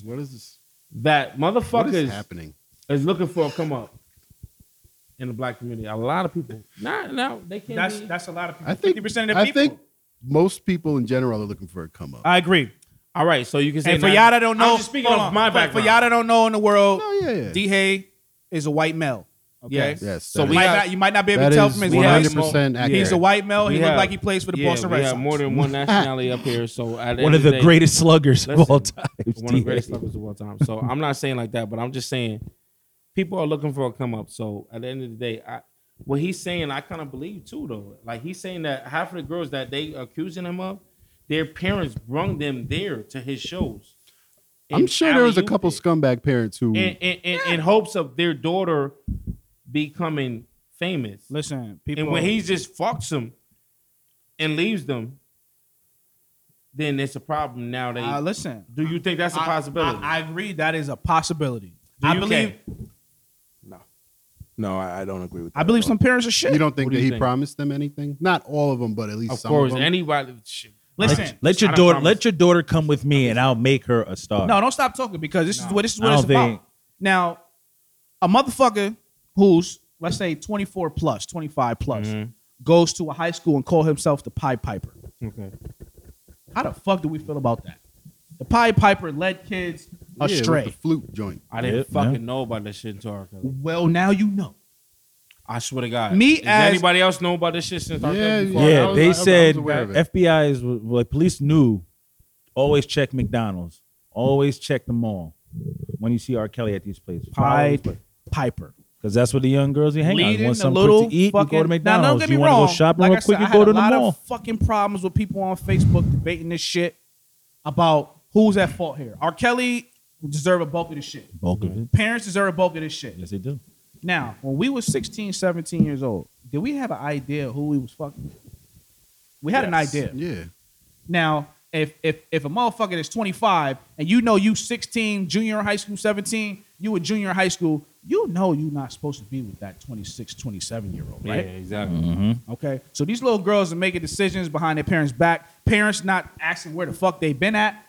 Speaker 4: What is this?
Speaker 2: that
Speaker 4: What is
Speaker 2: motherfuckers
Speaker 4: happening?
Speaker 2: is looking for a come up in the black community. A lot of people. Not now they can't
Speaker 7: That's
Speaker 2: be-
Speaker 7: that's a lot of people.
Speaker 4: I think.
Speaker 7: 50% of the people. Uh,
Speaker 4: I think most people in general are looking for a come up.
Speaker 7: I agree.
Speaker 2: all right. So you can say
Speaker 7: And for
Speaker 2: now-
Speaker 7: y'all that don't know,
Speaker 2: I'm just speaking
Speaker 7: hold
Speaker 2: of
Speaker 7: on.
Speaker 2: my
Speaker 7: For-
Speaker 2: background.
Speaker 7: For y'all that don't know in the world,
Speaker 4: oh yeah, yeah.
Speaker 7: D. Hay is a white male. Okay.
Speaker 2: Yes.
Speaker 4: yes.
Speaker 2: So
Speaker 4: that
Speaker 2: we
Speaker 7: might
Speaker 2: have-
Speaker 7: not, you might not be
Speaker 4: is-
Speaker 7: able to
Speaker 4: that
Speaker 7: tell
Speaker 4: is
Speaker 7: from his
Speaker 4: 100
Speaker 7: voice.
Speaker 4: percent accurate.
Speaker 7: He's a white male. He
Speaker 2: We
Speaker 7: looked
Speaker 2: have-
Speaker 7: like he plays for the
Speaker 2: yeah,
Speaker 7: Boston
Speaker 2: we
Speaker 7: Red
Speaker 2: have
Speaker 7: Sox.
Speaker 2: more than
Speaker 7: (laughs)
Speaker 2: one nationality up here. So at
Speaker 1: One of the
Speaker 2: day,
Speaker 1: greatest sluggers of all time.
Speaker 2: one of the greatest
Speaker 1: DA.
Speaker 2: sluggers of all time. So I'm not saying like that, but I'm just saying people are looking for a come up. So at the end of the day, I what he's saying, I kind of believe too, though. Like he's saying that half of the girls that they accusing him of, their parents brung them there to his shows.
Speaker 4: I'm
Speaker 2: And
Speaker 4: sure there was a
Speaker 2: alley-ooped
Speaker 4: couple
Speaker 2: it.
Speaker 4: scumbag parents who.
Speaker 2: in, in, in, in hopes of their daughter becoming famous.
Speaker 7: Listen, people.
Speaker 2: And when he just fucks them and leaves them, then it's a problem now. They
Speaker 7: uh, listen,
Speaker 2: do you think that's a possibility?
Speaker 7: I, I agree. That is a possibility.
Speaker 2: Do
Speaker 7: I
Speaker 2: you
Speaker 7: believe.
Speaker 2: care?
Speaker 6: No, I, I don't agree with that.
Speaker 7: I believe
Speaker 6: at
Speaker 7: some parents are shit.
Speaker 4: You don't think
Speaker 2: What do
Speaker 4: that
Speaker 2: you
Speaker 4: he
Speaker 2: think?
Speaker 4: promised them anything? Not all of them, but at least
Speaker 2: of
Speaker 4: some
Speaker 2: course,
Speaker 4: of them.
Speaker 2: anybody. shit.
Speaker 1: (laughs)
Speaker 7: Listen,
Speaker 1: Let your
Speaker 2: I don't
Speaker 1: daughter.
Speaker 2: promise.
Speaker 1: Let your daughter come with me, and I'll make her a star.
Speaker 7: no, don't stop talking because this is what this is what
Speaker 1: I
Speaker 7: it's
Speaker 1: don't think-
Speaker 7: about. Now, a motherfucker who's let's say 24 plus, 25 plus,
Speaker 2: Mhm.
Speaker 7: goes to a high school and call himself the Pie Piper.
Speaker 2: Okay.
Speaker 7: How the fuck do we feel about that? The Pie Piper led kids
Speaker 4: Yeah, with
Speaker 7: astray.
Speaker 4: the flute joint.
Speaker 2: I didn't
Speaker 1: Yep,
Speaker 2: fucking
Speaker 1: yeah.
Speaker 2: know about this shit until R. Kelly.
Speaker 7: well, now you know.
Speaker 2: I swear to God.
Speaker 7: Me
Speaker 2: Does
Speaker 7: as-
Speaker 2: anybody else know about this shit since R.
Speaker 4: Yeah,
Speaker 2: Kelly? before?
Speaker 1: Yeah,
Speaker 4: I was- I
Speaker 1: they
Speaker 4: was- I was
Speaker 1: said
Speaker 4: aware of it.
Speaker 1: FBI is like police knew. Always check McDonald's. Always check the mall when you see R. Kelly at these places.
Speaker 7: Pie Piper.
Speaker 1: because that's where the young girls you hang out. You
Speaker 7: Leading
Speaker 1: want
Speaker 7: the
Speaker 1: something quick
Speaker 7: little
Speaker 1: to eat? You
Speaker 7: fucking.
Speaker 1: go to McDonald's.
Speaker 7: Now, don't get me
Speaker 1: you
Speaker 7: wrong.
Speaker 1: want to go shopping
Speaker 7: like
Speaker 1: real
Speaker 7: I
Speaker 1: quick?
Speaker 7: said,
Speaker 1: you
Speaker 7: I
Speaker 1: go
Speaker 7: had
Speaker 1: to
Speaker 7: a
Speaker 1: the
Speaker 7: lot
Speaker 1: mall.
Speaker 7: Of fucking problems with people on Facebook debating this shit about who's at fault here. R. Kelly deserve a bulk of this shit.
Speaker 1: Bulk of it.
Speaker 7: Parents deserve a bulk of this shit.
Speaker 1: Yes, they do.
Speaker 7: Now, when we were 16, 17 years old, did we have an idea who we was fucking? We had an idea.
Speaker 4: Yeah.
Speaker 7: Now, if if if a motherfucker is 25 and you know you 16, junior in high school, 17, you a junior in high school, you know you're not supposed to be with that 26, 27 year old,
Speaker 2: Yeah,
Speaker 7: right?
Speaker 2: exactly.
Speaker 1: Mm-hmm.
Speaker 7: Okay. So these little girls are making decisions behind their parents' back. Parents not asking where the fuck they been at.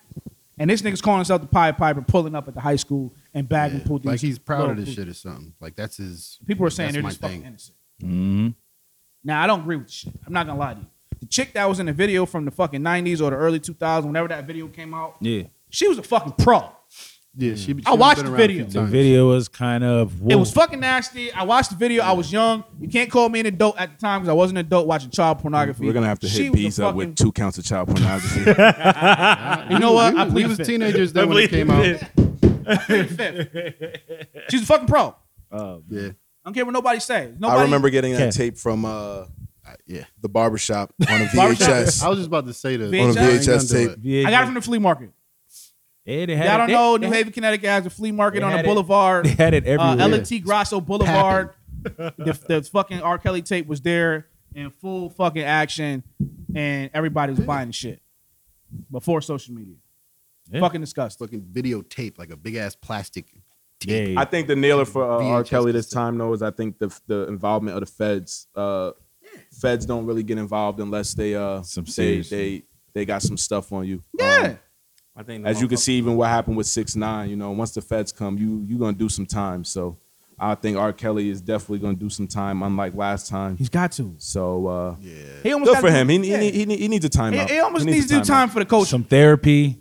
Speaker 7: And this nigga's calling himself the Pied Piper, pulling up at the high school and bagging
Speaker 4: yeah.
Speaker 7: and pull
Speaker 4: Like
Speaker 7: these
Speaker 4: he's proud of
Speaker 7: little
Speaker 4: this
Speaker 7: dudes.
Speaker 4: shit or something. Like that's his.
Speaker 7: People are saying
Speaker 4: that's
Speaker 7: they're
Speaker 4: my
Speaker 7: just fucking
Speaker 4: thing.
Speaker 7: innocent.
Speaker 1: Mm-hmm.
Speaker 7: Now I don't agree with the shit. I'm not gonna lie to you. The chick that was in the video from the fucking 90s or the early 2000s, whenever that video came out,
Speaker 1: Yeah,
Speaker 7: she was a fucking pro.
Speaker 4: Yeah, she. she
Speaker 7: I watched
Speaker 4: been
Speaker 7: the
Speaker 4: around a
Speaker 7: video.
Speaker 4: few
Speaker 1: the
Speaker 4: times.
Speaker 1: video was kind of.
Speaker 7: It was fucking nasty. I watched the video. I was young. You can't call me an adult at the time because I wasn't an adult watching child pornography.
Speaker 6: We're gonna have to
Speaker 7: She
Speaker 6: hit
Speaker 7: was a
Speaker 6: bees up
Speaker 7: fucking-
Speaker 6: with two counts of child pornography. (laughs)
Speaker 7: You know what?
Speaker 4: We,
Speaker 7: I
Speaker 4: was- we
Speaker 7: plead
Speaker 4: was
Speaker 7: fifth.
Speaker 4: teenagers then when it came out.
Speaker 7: She's a fucking pro. I
Speaker 1: Oh,
Speaker 4: Yeah,
Speaker 7: don't care what nobody says. Nobody,
Speaker 6: I remember getting that
Speaker 1: Okay.
Speaker 6: tape from uh,
Speaker 4: I- yeah.
Speaker 6: the barbershop (laughs) on a
Speaker 7: Barbershop.
Speaker 6: VHS.
Speaker 4: I was just about to say that.
Speaker 7: On a
Speaker 6: VHS tape.
Speaker 1: yeah,
Speaker 7: I got it from the flea market.
Speaker 1: Yeah, they had
Speaker 7: Y'all
Speaker 1: it.
Speaker 7: don't
Speaker 1: They-
Speaker 7: know
Speaker 1: they
Speaker 7: New
Speaker 1: had-
Speaker 7: Haven, Connecticut has a flea market
Speaker 1: They
Speaker 7: on a
Speaker 1: had it- (laughs)
Speaker 7: boulevard.
Speaker 1: They had it
Speaker 7: uh,
Speaker 1: everywhere.
Speaker 7: Ellen T. Grasso Boulevard. the, the fucking R. Kelly tape was there in full fucking action, and everybody was buying the shit before social media.
Speaker 1: Yeah.
Speaker 7: Fucking disgusting.
Speaker 4: Fucking videotape, like a big ass plastic.
Speaker 1: Yeah,
Speaker 6: I think the nailer for uh, R.
Speaker 4: VHS
Speaker 6: Kelly this time though is I think the the involvement of the feds. Uh, feds don't really get involved unless they uh
Speaker 1: Some
Speaker 6: they
Speaker 1: serious
Speaker 6: they, they got some stuff on you.
Speaker 7: Yeah.
Speaker 6: Um,
Speaker 2: I think
Speaker 6: as you can see, even what happened with six nine, you know, once the feds come, you you gonna do some time. So I think R. Kelly is definitely going to do some time, unlike last time.
Speaker 5: He's got to.
Speaker 6: So uh,
Speaker 7: He almost
Speaker 6: good
Speaker 7: got-
Speaker 6: for him. He, he,
Speaker 7: yeah.
Speaker 6: need- he, need- he needs a timeout.
Speaker 7: He, he almost needs
Speaker 6: a
Speaker 7: to do time for the coach.
Speaker 1: Some therapy.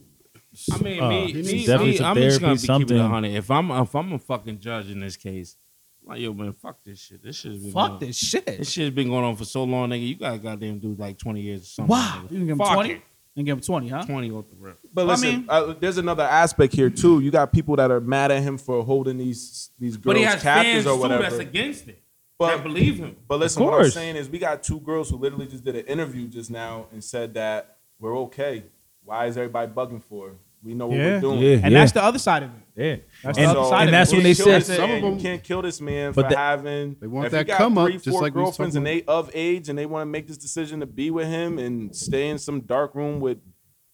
Speaker 2: I mean,
Speaker 1: Uh,
Speaker 2: me,
Speaker 1: he
Speaker 2: me,
Speaker 1: needs
Speaker 2: me,
Speaker 1: definitely some
Speaker 2: I'm just gonna be
Speaker 1: therapy,
Speaker 2: keeping
Speaker 1: something.
Speaker 2: it hundred. If I'm, if I'm a fucking judge in this case, I'm like yo, man, fuck this shit. This shit's been
Speaker 7: Fuck
Speaker 2: going,
Speaker 7: this shit.
Speaker 2: This shit's been going on for so long, nigga. You got to goddamn do like twenty years or something.
Speaker 7: Wow. You
Speaker 2: nigga.
Speaker 7: can give him
Speaker 2: Fuck
Speaker 7: 20?
Speaker 2: it.
Speaker 7: And give him 20, huh?
Speaker 2: twenty off the rip.
Speaker 6: But
Speaker 7: I
Speaker 6: listen,
Speaker 7: mean-
Speaker 6: uh, there's another aspect here too. You got people that are mad at him for holding these these girls
Speaker 2: But he has
Speaker 6: captives
Speaker 2: fans
Speaker 6: or
Speaker 2: too
Speaker 6: whatever.
Speaker 2: that's against it.
Speaker 6: But-
Speaker 2: that believe him.
Speaker 6: But listen, what I'm
Speaker 1: course.
Speaker 6: saying is, we got two girls who literally just did an interview just now and said that we're okay. Why is everybody bugging for? it? We know what
Speaker 3: Yeah.
Speaker 6: we're doing.
Speaker 1: Yeah,
Speaker 7: And
Speaker 1: yeah,
Speaker 7: that's the other side of it.
Speaker 1: yeah.
Speaker 7: That's
Speaker 1: And-
Speaker 7: the other side
Speaker 1: and
Speaker 7: of
Speaker 1: that's
Speaker 7: it.
Speaker 1: when
Speaker 6: Can't
Speaker 1: they
Speaker 6: kill
Speaker 1: said-
Speaker 6: this
Speaker 4: Some of
Speaker 6: man.
Speaker 4: them-
Speaker 6: you can't kill this man
Speaker 1: But
Speaker 6: for
Speaker 1: that-
Speaker 6: having.
Speaker 4: They want
Speaker 6: if
Speaker 4: that
Speaker 6: you got
Speaker 4: come up,
Speaker 6: three,
Speaker 4: just
Speaker 6: four
Speaker 4: like we was
Speaker 6: girlfriends, and
Speaker 4: talking
Speaker 6: they of age, and they want to make this decision to be with him and stay in some dark room with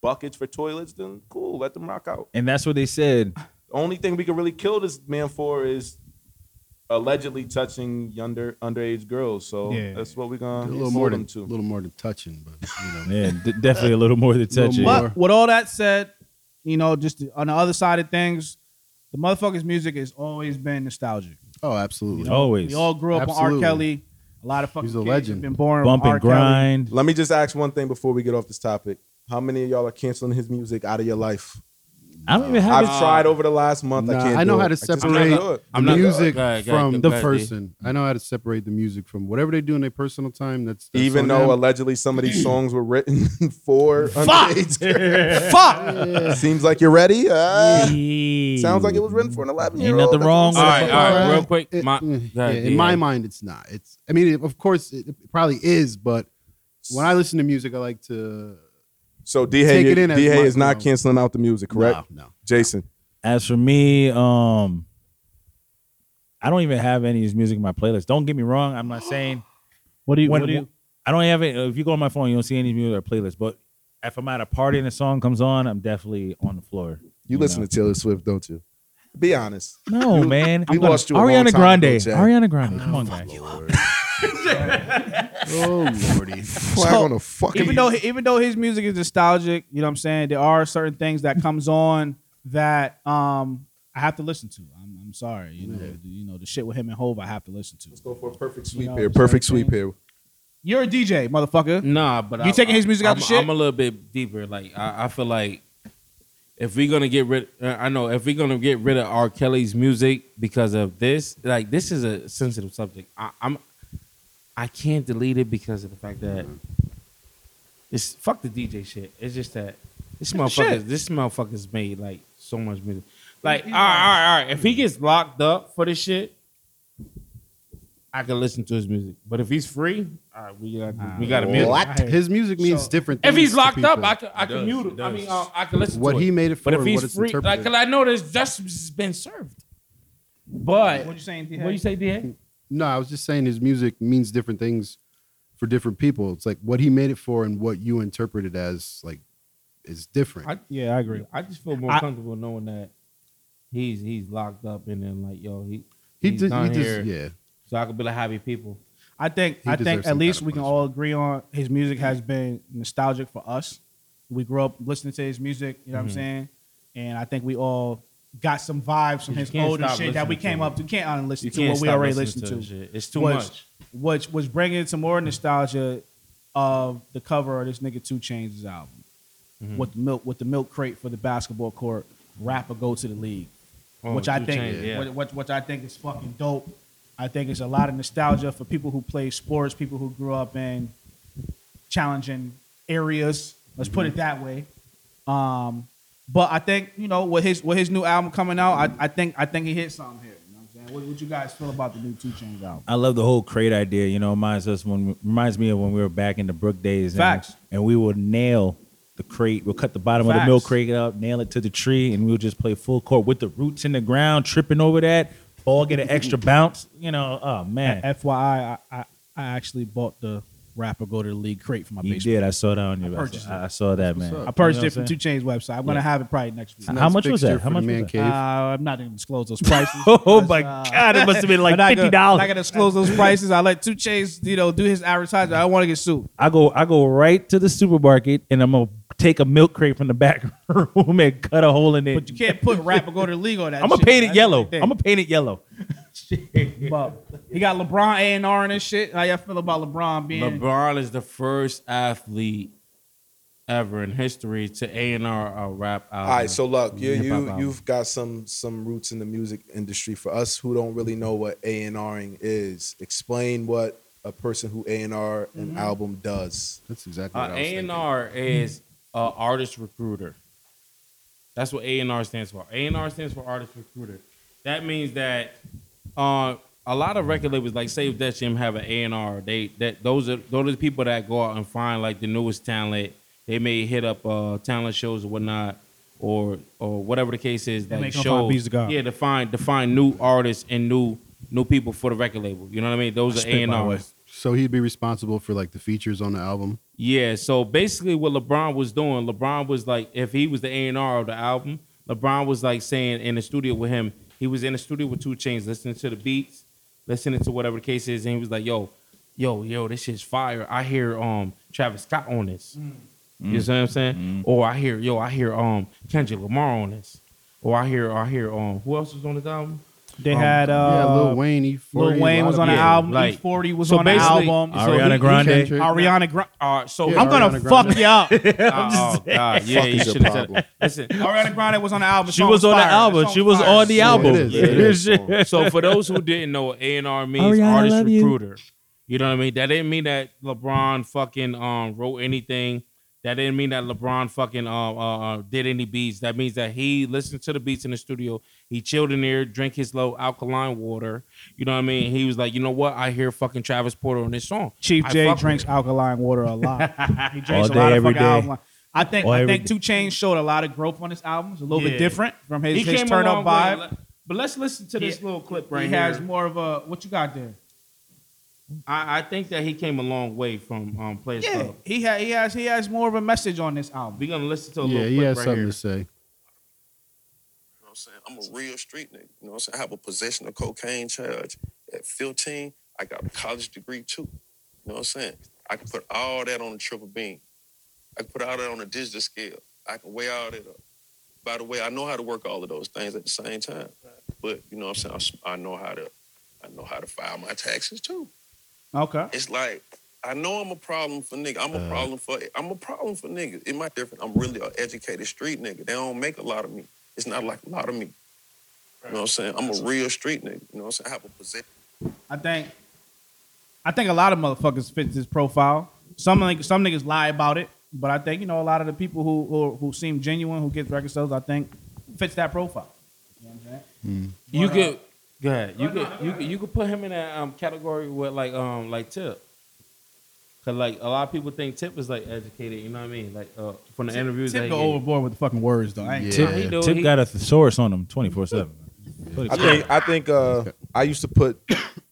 Speaker 6: buckets for toilets. Then cool, let them rock out.
Speaker 1: And that's what they said.
Speaker 6: The only thing we can really kill this man for is allegedly touching younger underage girls. So
Speaker 3: Yeah.
Speaker 6: that's what we're
Speaker 4: A
Speaker 6: gonna
Speaker 4: little more
Speaker 6: than
Speaker 4: than
Speaker 6: to.
Speaker 4: a little more than touching, but you know.
Speaker 1: Yeah, d- definitely a little more to touch it.
Speaker 4: more.
Speaker 7: But with all that said, you know, just on the other side of things, the motherfuckers' music has always been nostalgic.
Speaker 4: Oh, absolutely.
Speaker 1: Always.
Speaker 7: We all grew up on R.
Speaker 4: Absolutely.
Speaker 7: Kelly. A lot of fucking
Speaker 4: He's a
Speaker 7: kids
Speaker 4: legend.
Speaker 7: have been born with
Speaker 1: Bump
Speaker 7: R.
Speaker 1: and
Speaker 7: Kelly.
Speaker 1: grind.
Speaker 6: Let me just ask one thing before we get off this topic. How many of y'all are canceling his music out of your life?
Speaker 1: I Uh, don't even have
Speaker 6: I've
Speaker 1: his-
Speaker 6: tried over the last month. I
Speaker 4: Nah,
Speaker 6: can't.
Speaker 4: I know
Speaker 6: do
Speaker 4: how
Speaker 6: it.
Speaker 4: to
Speaker 6: just can't
Speaker 4: separate
Speaker 6: do it.
Speaker 2: I'm
Speaker 4: the
Speaker 2: not-
Speaker 4: music
Speaker 2: go ahead, go ahead,
Speaker 4: from
Speaker 2: go
Speaker 4: the
Speaker 2: ahead, D.
Speaker 4: person. I know how to separate the music from whatever they do in their personal time. That's, that's
Speaker 6: Even
Speaker 4: on
Speaker 6: though
Speaker 4: them.
Speaker 6: allegedly some of these songs were written (laughs) for underage
Speaker 1: (laughs)
Speaker 6: girls.
Speaker 7: Fuck!
Speaker 6: Seems like you're ready. Uh,
Speaker 1: Ew.
Speaker 6: Sounds like it was written for an 11 year
Speaker 1: Ain't
Speaker 6: old.
Speaker 1: nothing wrong
Speaker 2: All
Speaker 1: with
Speaker 2: right, all right, real quick.
Speaker 4: It-
Speaker 2: My,
Speaker 4: mm,
Speaker 2: go
Speaker 4: yeah,
Speaker 2: ahead,
Speaker 4: in
Speaker 2: D.
Speaker 4: my mind, it's not. It's. I mean, it, of course, it, it probably is, but when I listen to music, I like to
Speaker 6: So D
Speaker 4: Take it
Speaker 6: Hay
Speaker 4: in as
Speaker 6: D Hay
Speaker 4: much,
Speaker 6: is not
Speaker 4: though.
Speaker 6: canceling out the music, correct?
Speaker 4: No, no.
Speaker 6: Jason.
Speaker 1: As for me, um, I don't even have any of his music in my playlist. Don't get me wrong. I'm not (gasps) saying
Speaker 5: What do you?
Speaker 1: when-
Speaker 5: what do you?
Speaker 1: I don't have it. If you go on my phone, you don't see any music or playlist. But if I'm at a party and a song comes on, I'm definitely on the floor.
Speaker 6: You listen to Taylor Swift, don't you? Be honest.
Speaker 1: No, man.
Speaker 6: we
Speaker 1: I'm gonna-
Speaker 6: lost you a long
Speaker 1: Ariana
Speaker 6: time
Speaker 1: Grande.
Speaker 6: ago, Jack.
Speaker 1: Ariana Grande. Come on, guys.
Speaker 6: (laughs)
Speaker 4: Oh lordy!
Speaker 6: Flag on the fucking.
Speaker 7: even though even though his music is nostalgic, you know what I'm saying? There are certain things that comes on that um I have to listen to. I'm, I'm sorry, you know, the, you know the shit with him and Hove I have to listen to.
Speaker 6: Let's go for a perfect sweep
Speaker 7: know
Speaker 6: here.
Speaker 7: what I'm
Speaker 6: Perfect
Speaker 7: saying?
Speaker 6: sweep here.
Speaker 7: You're a DJ, motherfucker.
Speaker 2: Nah, but
Speaker 7: You
Speaker 2: I,
Speaker 7: taking
Speaker 2: I-
Speaker 7: his music out
Speaker 2: I'm,
Speaker 7: the shit?
Speaker 2: I'm a little bit deeper. Like I, I feel like if we're gonna get rid, uh, I know if we're gonna get rid of R. Kelly's music because of this, like this is a sensitive subject. I, I'm, I can't delete it because of the fact that it's fuck the DJ shit. It's just that this motherfucker,
Speaker 7: shit.
Speaker 2: this motherfucker's made like so much music. Like all right, all right, all right. If he gets locked up for this shit. I can listen to his music, but if he's free, all right, we got we got a music.
Speaker 4: His music means different.
Speaker 2: If
Speaker 4: things
Speaker 2: he's
Speaker 4: to
Speaker 2: locked up,
Speaker 4: people.
Speaker 2: I can, I can mute him. I mean, uh, I can listen
Speaker 4: What
Speaker 2: to
Speaker 4: he
Speaker 2: it.
Speaker 4: made it for
Speaker 2: But if
Speaker 4: and
Speaker 2: he's
Speaker 4: what it's
Speaker 2: free, like,
Speaker 4: interpreted.
Speaker 2: cause I know there's justice has been served. But
Speaker 7: What you saying, D.
Speaker 2: what do you say, Da?
Speaker 4: No, I was just saying his music means different things for different people. It's like what he made it for and what you interpret it as like is different.
Speaker 2: I-
Speaker 7: Yeah, I agree.
Speaker 2: I just feel more
Speaker 7: I-
Speaker 2: comfortable knowing that he's he's locked up and then like yo he
Speaker 4: he
Speaker 2: he's
Speaker 4: did,
Speaker 2: not
Speaker 4: he
Speaker 2: here,
Speaker 4: just yeah.
Speaker 2: so I could be like happy people.
Speaker 7: I think
Speaker 4: He
Speaker 7: I
Speaker 4: deserves
Speaker 7: think
Speaker 4: some
Speaker 7: at least
Speaker 4: kind of
Speaker 7: we can all agree on his music has
Speaker 2: Mm-hmm.
Speaker 7: been nostalgic for us. We grew up listening to his music, you know
Speaker 2: Mm-hmm.
Speaker 7: what I'm saying? And I think we all got some vibes from
Speaker 2: You
Speaker 7: his
Speaker 2: can't
Speaker 7: older
Speaker 2: stop
Speaker 7: shit that we
Speaker 2: listening to
Speaker 7: came
Speaker 2: it.
Speaker 7: up to. We can't unlisten
Speaker 2: You
Speaker 7: to
Speaker 2: can't
Speaker 7: what we
Speaker 2: stop
Speaker 7: already
Speaker 2: listening
Speaker 7: listened
Speaker 2: to
Speaker 7: to.
Speaker 2: this shit. It's too
Speaker 7: which,
Speaker 2: much.
Speaker 7: Which was bringing some more nostalgia of the cover of this nigga Two Chainz album
Speaker 2: Mm-hmm.
Speaker 7: with the milk with the milk crate for the basketball court. Rapper go to the league
Speaker 2: Oh,
Speaker 7: which I
Speaker 2: Two
Speaker 7: think,
Speaker 2: Chainz, yeah.
Speaker 7: which, which, which I think is fucking dope. I think it's a lot of nostalgia for people who play sports, people who grew up in challenging areas. Let's put
Speaker 2: Mm-hmm.
Speaker 7: it that way. Um, but I think you know with his with his new album coming out, I, I think I think he hit something here. You know what I'm saying? What, what you guys feel about the new Two Chainz album?
Speaker 1: I love the whole crate idea. You know, reminds us when reminds me of when we were back in the Brook days. And,
Speaker 7: Facts.
Speaker 1: And we would nail the crate. We'll cut the bottom of the
Speaker 7: Facts.
Speaker 1: milk crate up, nail it to the tree, and we'll just play full court with the roots in the ground, tripping over that. Ball get
Speaker 7: (laughs)
Speaker 1: an extra bounce. You know, oh man,
Speaker 7: FYI, I, I I actually bought the rapper go to the league crate for my
Speaker 1: you
Speaker 7: basement.
Speaker 1: did. I saw that on you. I,
Speaker 7: purchased
Speaker 1: saw, I saw that man.
Speaker 7: I purchased
Speaker 1: You know
Speaker 7: it from
Speaker 1: what
Speaker 7: Two Chainz website. I'm gonna have it probably next week.
Speaker 1: I'm saying? How much was
Speaker 4: Picture
Speaker 1: that? How
Speaker 4: for the
Speaker 1: much?
Speaker 4: man
Speaker 1: Was that?
Speaker 4: cave?
Speaker 7: Uh, I'm not gonna disclose
Speaker 1: (laughs)
Speaker 7: those prices.
Speaker 1: Oh my
Speaker 7: Uh,
Speaker 1: god, it must have
Speaker 7: (laughs)
Speaker 1: been like
Speaker 7: I'm not
Speaker 1: fifty
Speaker 7: gonna- I'm not
Speaker 1: dollars.
Speaker 7: gonna disclose those prices. I let Two Chains, you know, do his advertising. I don't want to get sued.
Speaker 1: I go, I go right to the supermarket, and I'm gonna take a milk crate from the back (laughs) room and cut a hole in it.
Speaker 7: But you can't put rap or go to the league on that.
Speaker 1: I'm gonna
Speaker 7: shit.
Speaker 1: paint it
Speaker 7: That's
Speaker 1: yellow.
Speaker 7: what they
Speaker 1: I'm
Speaker 7: think.
Speaker 1: gonna paint it yellow.
Speaker 7: But he got LeBron A and R and this shit. How y'all feel about LeBron being?
Speaker 2: LeBron is the first athlete ever in history to A and R a rap album.
Speaker 6: All right, so look, you
Speaker 2: Hip-hop
Speaker 6: you
Speaker 2: album.
Speaker 6: you've got some some roots in the music industry. For us who don't really know what A and Ring is, explain what a person who A and R
Speaker 7: Mm-hmm.
Speaker 6: an album does.
Speaker 4: That's exactly what I was
Speaker 2: Uh, A and
Speaker 4: thinking.
Speaker 2: R is uh, artist recruiter. That's what A and R stands for. A and R stands for artist recruiter. That means that uh, a lot of record labels like Save Def Jam have an A and R. They that those are those are the people that go out and find like the newest talent. They may hit up uh, talent shows or whatnot, or or whatever the case is. Like
Speaker 5: make 'em find
Speaker 2: shows,
Speaker 5: peace of God.
Speaker 2: yeah, to find to find new artists and new new people for the record label. You know what I mean? Those are A
Speaker 5: Spit,
Speaker 2: and
Speaker 5: by the way.
Speaker 2: R's.
Speaker 4: So he'd be responsible for like the features on the album.
Speaker 2: Yeah, so basically what LeBron was doing, LeBron was like, if he was the A&R of the album, LeBron was like saying in the studio with him, he was in the studio with Two Chains, listening to the beats, listening to whatever the case is, and he was like, yo, yo, yo, this shit's fire. I hear um Travis Scott on this. You know what I'm saying?
Speaker 6: Mm.
Speaker 2: Or I hear, yo, I hear um Kendrick Lamar on this. Or I hear, I hear um who else was on this album?
Speaker 7: They had
Speaker 4: yeah,
Speaker 7: uh,
Speaker 4: Lil Wayne, E40,
Speaker 7: Lil Wayne was on an
Speaker 2: people.
Speaker 7: album.
Speaker 2: Like-
Speaker 7: E40 was
Speaker 2: So
Speaker 7: on an
Speaker 2: basically- So
Speaker 7: album.
Speaker 2: he-
Speaker 1: Ariana
Speaker 2: he
Speaker 1: Grande.
Speaker 7: Ariana Grande.
Speaker 2: Uh, so
Speaker 4: Yeah,
Speaker 7: I'm gonna
Speaker 4: Ariana
Speaker 7: fuck you
Speaker 2: (laughs)
Speaker 7: up.
Speaker 2: oh, God, yeah,
Speaker 6: Fuck
Speaker 2: you
Speaker 6: is your
Speaker 2: should have said
Speaker 6: problem.
Speaker 2: that. Listen,
Speaker 7: Ariana Grande was on the album.
Speaker 1: She was on the album. She was on the album.
Speaker 4: is, it is.
Speaker 2: (laughs)
Speaker 1: Yeah.
Speaker 2: So for those who didn't know what A&R means,
Speaker 1: Ariana, Oh, I
Speaker 2: artist
Speaker 1: love you.
Speaker 2: recruiter. You know what I mean? That didn't mean that LeBron fucking um wrote anything. That didn't mean that LeBron fucking uh, uh uh, did any beats. That means that he listened to the beats in the studio. He chilled in there, drank his low alkaline water. You know what I mean? He was like, you know what? I hear fucking Travis Porter on this song.
Speaker 7: Chief
Speaker 2: I
Speaker 7: J
Speaker 2: fuck with
Speaker 7: drinks alkaline water a lot. (laughs)
Speaker 2: (laughs)
Speaker 7: He drinks
Speaker 1: All
Speaker 7: a lot
Speaker 1: day,
Speaker 7: of fucking
Speaker 1: every day.
Speaker 7: alkaline. I think
Speaker 1: All
Speaker 7: I
Speaker 1: every
Speaker 7: think
Speaker 1: day.
Speaker 7: Two Chains showed a lot of growth on this album. It's a little
Speaker 2: Yeah.
Speaker 7: bit different from his,
Speaker 2: He
Speaker 7: his
Speaker 2: came a
Speaker 7: turn
Speaker 2: long
Speaker 7: up
Speaker 2: way.
Speaker 7: vibe.
Speaker 2: Let-
Speaker 7: But let's listen to this
Speaker 2: Yeah.
Speaker 7: little clip
Speaker 2: Right
Speaker 7: right he has
Speaker 2: here.
Speaker 7: more of a what you got there.
Speaker 2: I, I think that he came a long way from um Players
Speaker 7: Yeah,
Speaker 2: Club.
Speaker 7: he has he has he has more of a message on this album.
Speaker 2: We're gonna listen to a
Speaker 4: Yeah,
Speaker 2: little
Speaker 4: he
Speaker 2: clip
Speaker 4: has
Speaker 2: right
Speaker 4: something
Speaker 2: here.
Speaker 4: to say.
Speaker 10: know what I'm saying? I'm a real street nigga. You know what I'm saying? I have a possession of cocaine charge at 15. I got a college degree too. You know what I'm saying? I can put all that on a triple beam. I can put all that on a digital scale. I can weigh all that up. By the way, I know how to work all of those things at the same time. But you know what I'm saying? I'm s- I know how to I know how to file my taxes too.
Speaker 7: Okay.
Speaker 10: It's like I know I'm a problem for nigga. I'm a problem for I'm a problem for niggas. It might different. I'm really an educated street nigga. They don't make a lot of me. It's not like a lot of me. You know what I'm saying? I'm a real street nigga. You know what I'm saying? I have a position.
Speaker 7: I think I think a lot of motherfuckers fit this profile. Some like some niggas lie about it, but I think you know a lot of the people who who, who seem genuine, who get record sales, I think fits that profile. You know what I'm saying?
Speaker 2: You could go ahead. You could you could, you could put him in that um, category with like um like Tip. Cause like a lot of people think Tip is like educated. You know what I mean? Like uh, from the interviews that
Speaker 7: Tip
Speaker 2: he
Speaker 7: go
Speaker 2: gave.
Speaker 7: overboard with the fucking words though. I ain't
Speaker 4: Yeah.
Speaker 2: Nah, he do-
Speaker 1: Tip
Speaker 2: he-
Speaker 1: got a thesaurus on him 24 7.
Speaker 6: I think I think uh, I used to put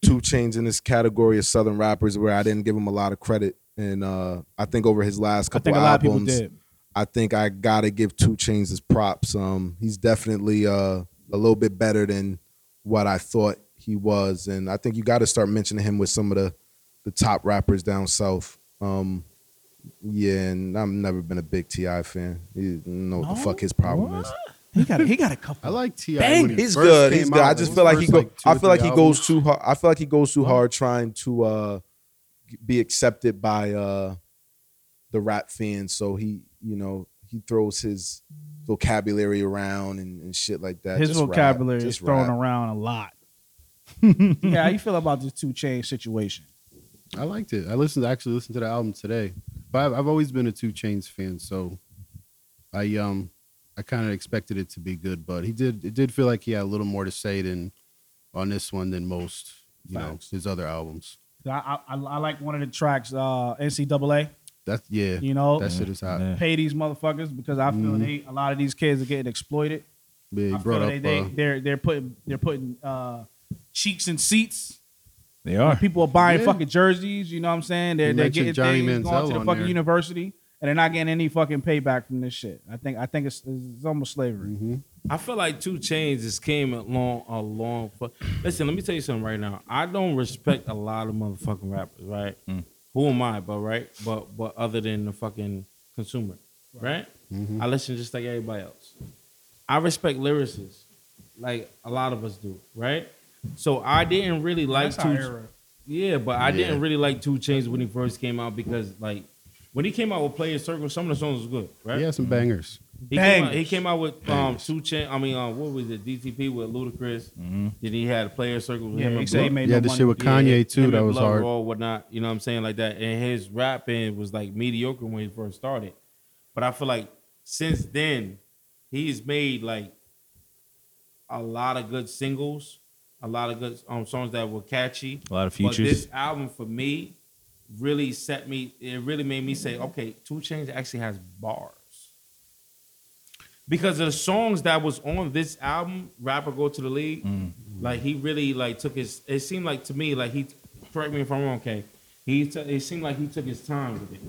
Speaker 6: Two Chains in this category of Southern rappers where I didn't give him a lot of credit, and uh, I think over his last
Speaker 7: I
Speaker 6: couple
Speaker 7: think a lot of people
Speaker 6: albums,
Speaker 7: did.
Speaker 6: I think I gotta give Two Chains his props. Um, he's definitely uh, a little bit better than what I thought he was, and I think you got to start mentioning him with some of the the top rappers down south. Um, yeah, and I've never been a big Ti fan. You know what the fuck his problem is.
Speaker 7: He got a, he got a couple.
Speaker 4: I like Ti.
Speaker 6: Dang,
Speaker 4: when he
Speaker 6: he's
Speaker 4: first
Speaker 6: good.
Speaker 4: came
Speaker 6: He's good.
Speaker 4: out,
Speaker 6: I
Speaker 4: his
Speaker 6: just feel like he
Speaker 4: first,
Speaker 6: go.
Speaker 4: two
Speaker 6: I
Speaker 4: or
Speaker 6: feel like
Speaker 4: three
Speaker 6: he
Speaker 4: albums.
Speaker 6: goes too hard. I feel like he goes too hard trying to uh, be accepted by uh, the rap fans. So he, you know, he throws his vocabulary around and, and shit like that.
Speaker 7: His
Speaker 6: Just rap.
Speaker 7: vocabulary is
Speaker 6: Just
Speaker 7: thrown
Speaker 6: rap.
Speaker 7: around a lot. (laughs) yeah, how you feel about this two chain situation?
Speaker 4: I liked it. I listened. I actually listened to the album today. But I've, I've always been a Two Chains fan, so I um I kind of expected it to be good, but he did. It did feel like he had a little more to say than on this one than most. You
Speaker 7: Facts.
Speaker 4: know his other albums.
Speaker 7: I, I, I like one of the tracks, uh, NCAA.
Speaker 4: That's yeah.
Speaker 7: You know,
Speaker 4: that shit is hot.
Speaker 1: Yeah.
Speaker 7: pay these motherfuckers because I feel
Speaker 4: Mhm.
Speaker 7: they a lot of these kids are getting exploited.
Speaker 4: Yeah, he
Speaker 7: I
Speaker 4: brought
Speaker 7: feel
Speaker 4: up.
Speaker 7: they, they
Speaker 4: uh,
Speaker 7: they're they're putting they're putting uh, cheeks in seats.
Speaker 1: They are.
Speaker 7: People are buying
Speaker 4: Yeah.
Speaker 7: fucking jerseys. You know what I'm saying? They're
Speaker 4: You
Speaker 7: they're
Speaker 4: mentioned
Speaker 7: getting
Speaker 4: Johnny
Speaker 7: things,
Speaker 4: Manziel
Speaker 7: going to the
Speaker 4: on
Speaker 7: fucking
Speaker 4: there.
Speaker 7: university, and they're not getting any fucking payback from this shit. I think I think it's, it's almost slavery.
Speaker 4: mhm.
Speaker 2: I feel like Two Chains just came along a long. Fu- Listen, let me tell you something right now. I don't respect a lot of motherfucking rappers, right? Who am I, but right, but but other than the fucking consumer, right? I listen just like everybody else. I respect lyricists, like a lot of us do, right? So I didn't really like
Speaker 7: That's our
Speaker 2: two.
Speaker 7: era.
Speaker 2: Yeah, but I didn't really like Two Chains when he first came out because like when he came out with Players Circle, some of the songs was good, right? Mm-hmm.
Speaker 4: He had some bangers.
Speaker 2: He came, out,
Speaker 7: Bangers.
Speaker 2: he came out with um Two Chain. I mean, uh, what was it? DTP with Ludacris. Then he had Player Circle with
Speaker 3: Yeah,
Speaker 2: him.
Speaker 3: he
Speaker 2: and
Speaker 3: said he
Speaker 2: Blood.
Speaker 3: made
Speaker 4: Yeah,
Speaker 3: no
Speaker 4: the
Speaker 3: money.
Speaker 4: shit with Kanye
Speaker 2: Yeah,
Speaker 4: too.
Speaker 2: him
Speaker 4: That
Speaker 2: and
Speaker 4: was
Speaker 2: Blood
Speaker 4: hard.
Speaker 2: Raw, whatnot. You know what I'm saying, like that. And his rapping was like mediocre when he first started, but I feel like since then he's made like a lot of good singles, a lot of good um songs that were catchy.
Speaker 1: A lot of
Speaker 2: But
Speaker 1: features.
Speaker 2: this album for me really set me. It really made me say, okay, Two Chains actually has bars. Because of the songs that was on this album, rapper go to the league, like he really like took his. It seemed like to me like he. Correct me if I'm wrong, okay. He t- it seemed like he took his time with it.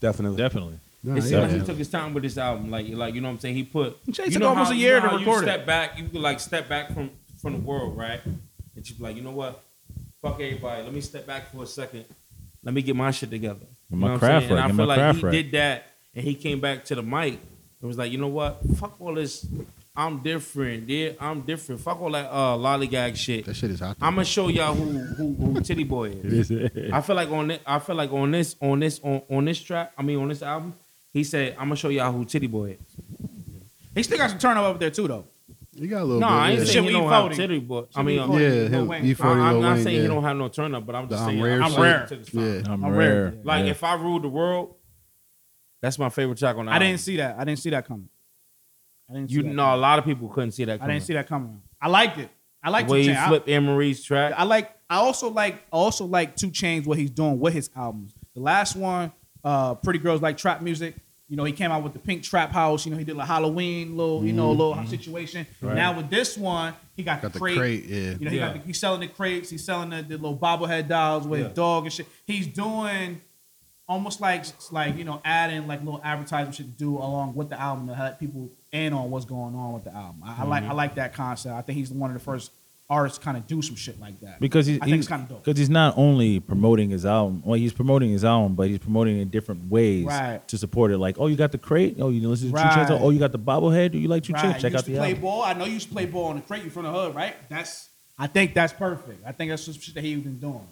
Speaker 6: Definitely.
Speaker 1: Definitely.
Speaker 4: Nah,
Speaker 2: It seemed
Speaker 4: yeah.
Speaker 2: like he took his time with this album, like like you know what I'm saying. He put
Speaker 7: Jay
Speaker 2: you
Speaker 7: took
Speaker 2: know
Speaker 7: almost
Speaker 2: how-
Speaker 7: a
Speaker 2: you
Speaker 7: year
Speaker 2: know
Speaker 7: to
Speaker 2: how
Speaker 7: record it.
Speaker 2: you Step back, you could like step back from from the world, right? And you be like, you know what? Fuck everybody. Let me step back for a second. Let me get my shit together. You
Speaker 1: my
Speaker 2: know what I'm
Speaker 1: craft
Speaker 2: saying?
Speaker 1: right,
Speaker 2: And I
Speaker 1: get
Speaker 2: feel
Speaker 1: my
Speaker 2: like
Speaker 1: craft
Speaker 2: he
Speaker 1: right.
Speaker 2: did that, and he came back to the mic and was like, you know what? Fuck all this. I'm different. Yeah, I'm different. Fuck all that uh, lollygag shit.
Speaker 4: That shit is hot.
Speaker 2: I'm gonna show y'all who who, who
Speaker 4: (laughs)
Speaker 2: Titty Boy is. I feel like on it, I feel like on this on this on, on this track. I mean on this album, he said I'm gonna show y'all who Titty Boy is.
Speaker 7: He still got some turn up over there too, though.
Speaker 4: You got a little
Speaker 2: No, I ain't
Speaker 4: bit.
Speaker 2: saying
Speaker 7: Shit,
Speaker 2: he
Speaker 7: we
Speaker 2: don't have
Speaker 7: voting.
Speaker 2: Titty Boy. I mean,
Speaker 4: yeah.
Speaker 2: uh,
Speaker 4: Yeah,
Speaker 7: Lil
Speaker 4: him,
Speaker 7: Wayne.
Speaker 4: E40
Speaker 2: I, am
Speaker 4: Lil
Speaker 2: not
Speaker 4: Wayne,
Speaker 2: saying
Speaker 4: yeah.
Speaker 2: he don't have no turn up, but I'm
Speaker 4: The
Speaker 2: just
Speaker 4: I'm
Speaker 2: saying
Speaker 4: rare
Speaker 2: I'm
Speaker 4: shit.
Speaker 2: rare. to this time.
Speaker 4: Yeah.
Speaker 1: I'm,
Speaker 7: I'm
Speaker 1: rare.
Speaker 7: rare.
Speaker 2: Like
Speaker 1: Yeah.
Speaker 2: if I ruled the world, that's my favorite track on the
Speaker 7: I
Speaker 2: album.
Speaker 7: didn't see that. I didn't see that coming. I didn't. See
Speaker 2: You
Speaker 7: that
Speaker 2: know, a lot of people couldn't see that.
Speaker 7: coming. I
Speaker 2: Coming.
Speaker 7: didn't see that coming. I liked it. I liked
Speaker 2: the way
Speaker 7: Two
Speaker 2: he
Speaker 7: Chainz. I-
Speaker 2: flipped Anne Marie's track.
Speaker 7: I like. I also like. I also like Two Chains what he's doing with his albums. The last one, uh, Pretty Girls Like Trap Music. You know, he came out with the Pink Trap House. You know, he did a Halloween little, you know, little situation. Now with this one, he got,
Speaker 4: Got
Speaker 7: the
Speaker 4: the
Speaker 7: crate.
Speaker 4: crate, yeah.
Speaker 7: You know, he
Speaker 2: Yeah.
Speaker 7: got the, he's selling the crepes. He's selling the, the little bobblehead dolls with his dog and shit. He's doing almost like like you know adding like little advertisement shit to do along with the album to let people in on what's going on with the album. I, I like
Speaker 1: Mm-hmm.
Speaker 7: I like that concept. I think he's one of the first artists to kind of do some shit like that.
Speaker 1: because he's,
Speaker 7: I think
Speaker 1: he's
Speaker 7: it's kind of dope.
Speaker 1: Because he's not only promoting his album, well, he's promoting his album, but he's promoting it in different ways
Speaker 7: Right.
Speaker 1: to support it. Like, oh, you got the crate. Oh, you listen to Two Chainz.
Speaker 7: Right.
Speaker 1: Oh, you got the bobblehead. Do you like Two
Speaker 7: Right.
Speaker 1: Chainz?
Speaker 7: you
Speaker 1: Check
Speaker 7: used
Speaker 1: out
Speaker 7: to
Speaker 1: the
Speaker 7: play
Speaker 1: album. (laughs)
Speaker 7: ball. I know you used to play ball on the crate in front of the hood, right? That's I think that's perfect. I think that's some shit that he's been
Speaker 1: (coughs)
Speaker 7: doing.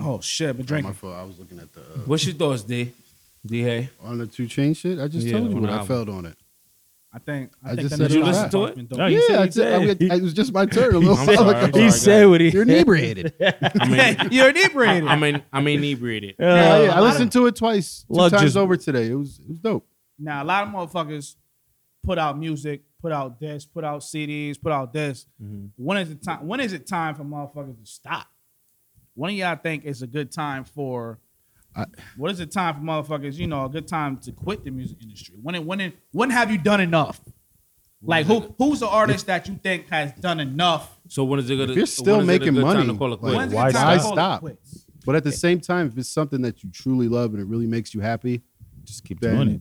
Speaker 7: oh shit, been
Speaker 4: My
Speaker 7: drinking.
Speaker 4: fault. I was looking at the uh,
Speaker 2: What's your thoughts, D? D Hey,
Speaker 4: on the two chain shit. I just
Speaker 2: Yeah,
Speaker 4: told you
Speaker 2: on
Speaker 4: what
Speaker 2: the
Speaker 4: I
Speaker 2: album.
Speaker 4: felt on it.
Speaker 7: I think I,
Speaker 4: I
Speaker 7: think
Speaker 4: just
Speaker 7: that
Speaker 4: said
Speaker 7: new
Speaker 4: it was
Speaker 7: album's
Speaker 2: that.
Speaker 7: been dope. (laughs)
Speaker 1: Oh,
Speaker 4: yeah,
Speaker 1: he said-
Speaker 4: I
Speaker 1: he
Speaker 4: said- I
Speaker 1: said-
Speaker 4: would- it was just my turn a little
Speaker 2: I'm
Speaker 4: while
Speaker 2: sorry,
Speaker 4: ago.
Speaker 2: I'm sorry.
Speaker 1: what he.
Speaker 4: You're inebriated. yeah,
Speaker 2: I mean,
Speaker 7: You're inebriated.
Speaker 2: I'm in, I'm inebriated.
Speaker 4: yeah, I listened to it twice, two
Speaker 1: Lug
Speaker 4: times
Speaker 1: just-
Speaker 4: over today. It was it was dope.
Speaker 7: Now a lot of motherfuckers put out music, put out this, put out CDs, put out this.
Speaker 4: Mm-hmm.
Speaker 7: When is it time? When is it time for motherfuckers to stop? When do y'all think it's a good time for?
Speaker 4: I-
Speaker 7: what is the time for motherfuckers? You know, a good time to quit the music industry. When it, when it, when have you done enough? Like who who's the artist that you think has done enough?
Speaker 2: So when is it gonna?
Speaker 4: If you're still
Speaker 2: when is it a
Speaker 4: making
Speaker 2: good time
Speaker 4: money,
Speaker 2: to call it
Speaker 4: like,
Speaker 2: quits?
Speaker 7: When's
Speaker 4: why
Speaker 7: the time to
Speaker 4: stop?
Speaker 7: call it quits?
Speaker 4: But at the same time, if it's something that you truly love and it really makes you happy,
Speaker 1: Just keep
Speaker 4: Then-
Speaker 1: doing it.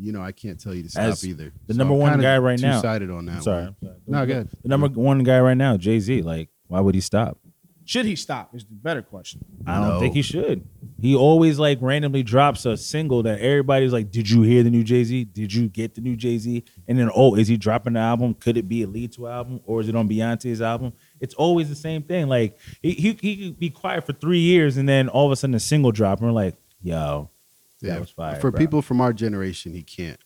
Speaker 4: you know, I can't tell you to stop
Speaker 1: As
Speaker 4: either.
Speaker 1: the number one guy right now.
Speaker 4: Two-sided on that.
Speaker 1: I'm sorry.
Speaker 4: one.
Speaker 1: I'm sorry.
Speaker 4: No, good.
Speaker 1: The number one guy right now, Jay Z. Like, why would he stop?
Speaker 7: Should he stop? Is the better question.
Speaker 1: I don't
Speaker 4: No.
Speaker 1: think he should. He always like randomly drops a single that everybody's like, "Did you hear the new Jay Z? Did you get the new Jay Z?" And then, oh, is he dropping the album? Could it be a lead to album, or is it on Beyonce's album? It's always the same thing. Like he he, he could be quiet for three years, and then all of a sudden a single drop, and we're like, "Yo, that
Speaker 4: Yeah.
Speaker 1: was fire."
Speaker 4: For
Speaker 1: bro.
Speaker 4: people from our generation, he can't.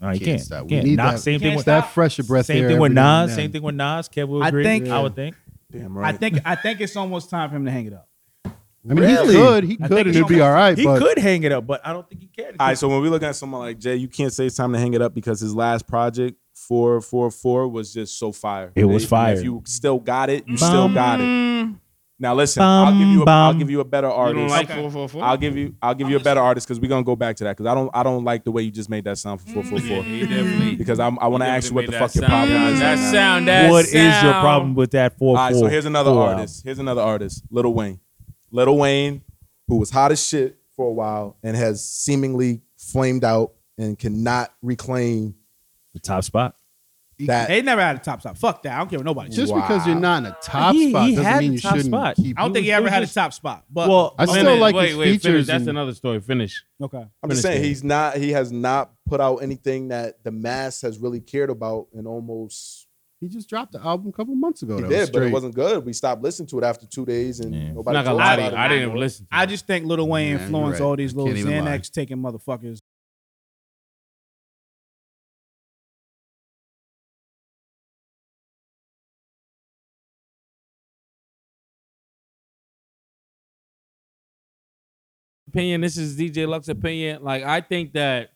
Speaker 1: no, you
Speaker 4: can't
Speaker 1: can't.
Speaker 4: stop.
Speaker 1: You
Speaker 4: We
Speaker 1: can't.
Speaker 4: need
Speaker 1: Nas-
Speaker 4: that-
Speaker 1: Same thing
Speaker 7: Can't
Speaker 1: with
Speaker 7: stop.
Speaker 4: That fresh of breath
Speaker 1: same
Speaker 4: air
Speaker 1: thing with
Speaker 4: every now and
Speaker 1: Nas.
Speaker 4: then.
Speaker 1: Same thing with Nas. Kev will
Speaker 7: I
Speaker 1: agree.
Speaker 7: think-
Speaker 1: I would think.
Speaker 6: Damn
Speaker 7: I think I think it's almost time for him to hang it up.
Speaker 4: I mean,
Speaker 6: Really?
Speaker 4: he could, he
Speaker 7: I
Speaker 4: could,
Speaker 7: think
Speaker 4: and
Speaker 7: he
Speaker 4: it'd be
Speaker 7: almost-
Speaker 4: all right.
Speaker 1: He
Speaker 4: but
Speaker 1: could hang it up, but I don't think he can.
Speaker 6: All right, so when we look at someone like Jay, you can't say it's time to hang it up because his last project, 444, was just so fire.
Speaker 1: It was
Speaker 6: And
Speaker 1: fire.
Speaker 6: If you still got it, you still got it. Now listen, I'll
Speaker 1: Bum,
Speaker 6: give you a, I'll
Speaker 1: bum.
Speaker 6: give you a better
Speaker 2: You
Speaker 6: artist.
Speaker 2: don't like four four four?
Speaker 6: I'll give you I'll give you a better artist because we're gonna go back to that because I don't I don't like the way you just made that sound for 444.
Speaker 2: Mm-hmm. He definitely.
Speaker 6: Because I'm, I want to
Speaker 2: Yeah,
Speaker 6: ask
Speaker 2: they
Speaker 6: you what
Speaker 2: made
Speaker 6: the
Speaker 2: that
Speaker 6: fuck your
Speaker 2: sound.
Speaker 6: problem is.
Speaker 2: That
Speaker 6: right now.
Speaker 2: sound. That
Speaker 1: What is your
Speaker 2: sound.
Speaker 1: problem with that four
Speaker 6: All right, so
Speaker 1: four-
Speaker 6: here's another
Speaker 1: four
Speaker 6: artist. Here's another artist, Little Wayne. Little Wayne, who was hot as shit for a while and has seemingly flamed out and cannot reclaim
Speaker 1: album? The top spot.
Speaker 6: that.
Speaker 7: They never had a top top. Fuck that. I don't care what nobody. says.
Speaker 4: just because you're not in a top
Speaker 1: He-
Speaker 4: spot
Speaker 1: he
Speaker 4: doesn't
Speaker 1: had
Speaker 4: mean
Speaker 1: the
Speaker 4: you
Speaker 1: top
Speaker 4: shouldn't
Speaker 1: spot.
Speaker 4: keep.
Speaker 7: I don't think he
Speaker 1: It
Speaker 7: ever
Speaker 1: was
Speaker 7: had
Speaker 1: just-
Speaker 7: a top spot. But
Speaker 1: Well,
Speaker 4: I
Speaker 2: Wait a
Speaker 4: still
Speaker 2: minute,
Speaker 4: like
Speaker 2: wait,
Speaker 4: his
Speaker 2: wait,
Speaker 4: features.
Speaker 2: Finish. That's
Speaker 4: and-
Speaker 2: another story. Finish.
Speaker 7: okay.
Speaker 6: I'm
Speaker 2: Finish
Speaker 6: just saying
Speaker 2: it.
Speaker 6: he's not. He has not put out anything that the mass has really cared about in almost
Speaker 4: He just dropped the album a couple months ago.
Speaker 6: He
Speaker 4: Oh, that
Speaker 6: did,
Speaker 4: was
Speaker 6: but it
Speaker 4: straight.
Speaker 6: wasn't good. We stopped listening to it after two days, and
Speaker 1: Yeah.
Speaker 2: I'm
Speaker 6: nobody.
Speaker 2: not gonna
Speaker 6: told
Speaker 2: lie
Speaker 6: us
Speaker 2: to you.
Speaker 6: about
Speaker 2: I
Speaker 6: it.
Speaker 2: didn't even listen. To
Speaker 7: I just think Lil Wayne
Speaker 4: Yeah, you're
Speaker 7: influenced
Speaker 4: right.
Speaker 7: all these
Speaker 4: I
Speaker 7: little
Speaker 4: can't even lie.
Speaker 7: Xanax taking motherfuckers.
Speaker 2: opinion. This is DJ Luck's opinion. Like I think that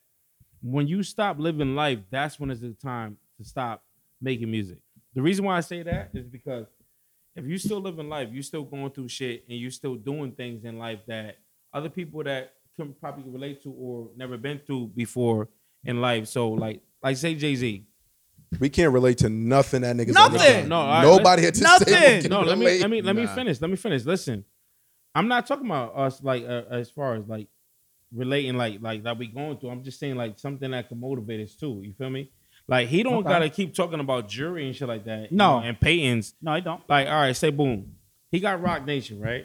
Speaker 2: when you stop living life, that's when it's the time to stop making music. The reason why I say that is because if you still living life, you still going through shit and you still doing things in life that other people that can probably relate to or never been through before in life. So like like say Jay Z.
Speaker 6: We can't relate to nothing that niggas.
Speaker 7: Nothing.
Speaker 6: understand.
Speaker 2: No, all right,
Speaker 6: nobody at this
Speaker 7: nothing. (laughs)
Speaker 6: table can
Speaker 2: no, let me
Speaker 6: relate.
Speaker 2: let me let me
Speaker 4: Nah.
Speaker 2: finish. Let me finish. Listen, I'm not talking about us like uh, as far as like relating like like that we going through. I'm just saying like something that can motivate us too. You feel me? Like he don't
Speaker 7: Okay.
Speaker 2: gotta keep talking about jury and shit like that. you
Speaker 7: No.
Speaker 2: know, and Peyton's
Speaker 7: No, I don't.
Speaker 2: like all right, say boom. He got Rock Nation right.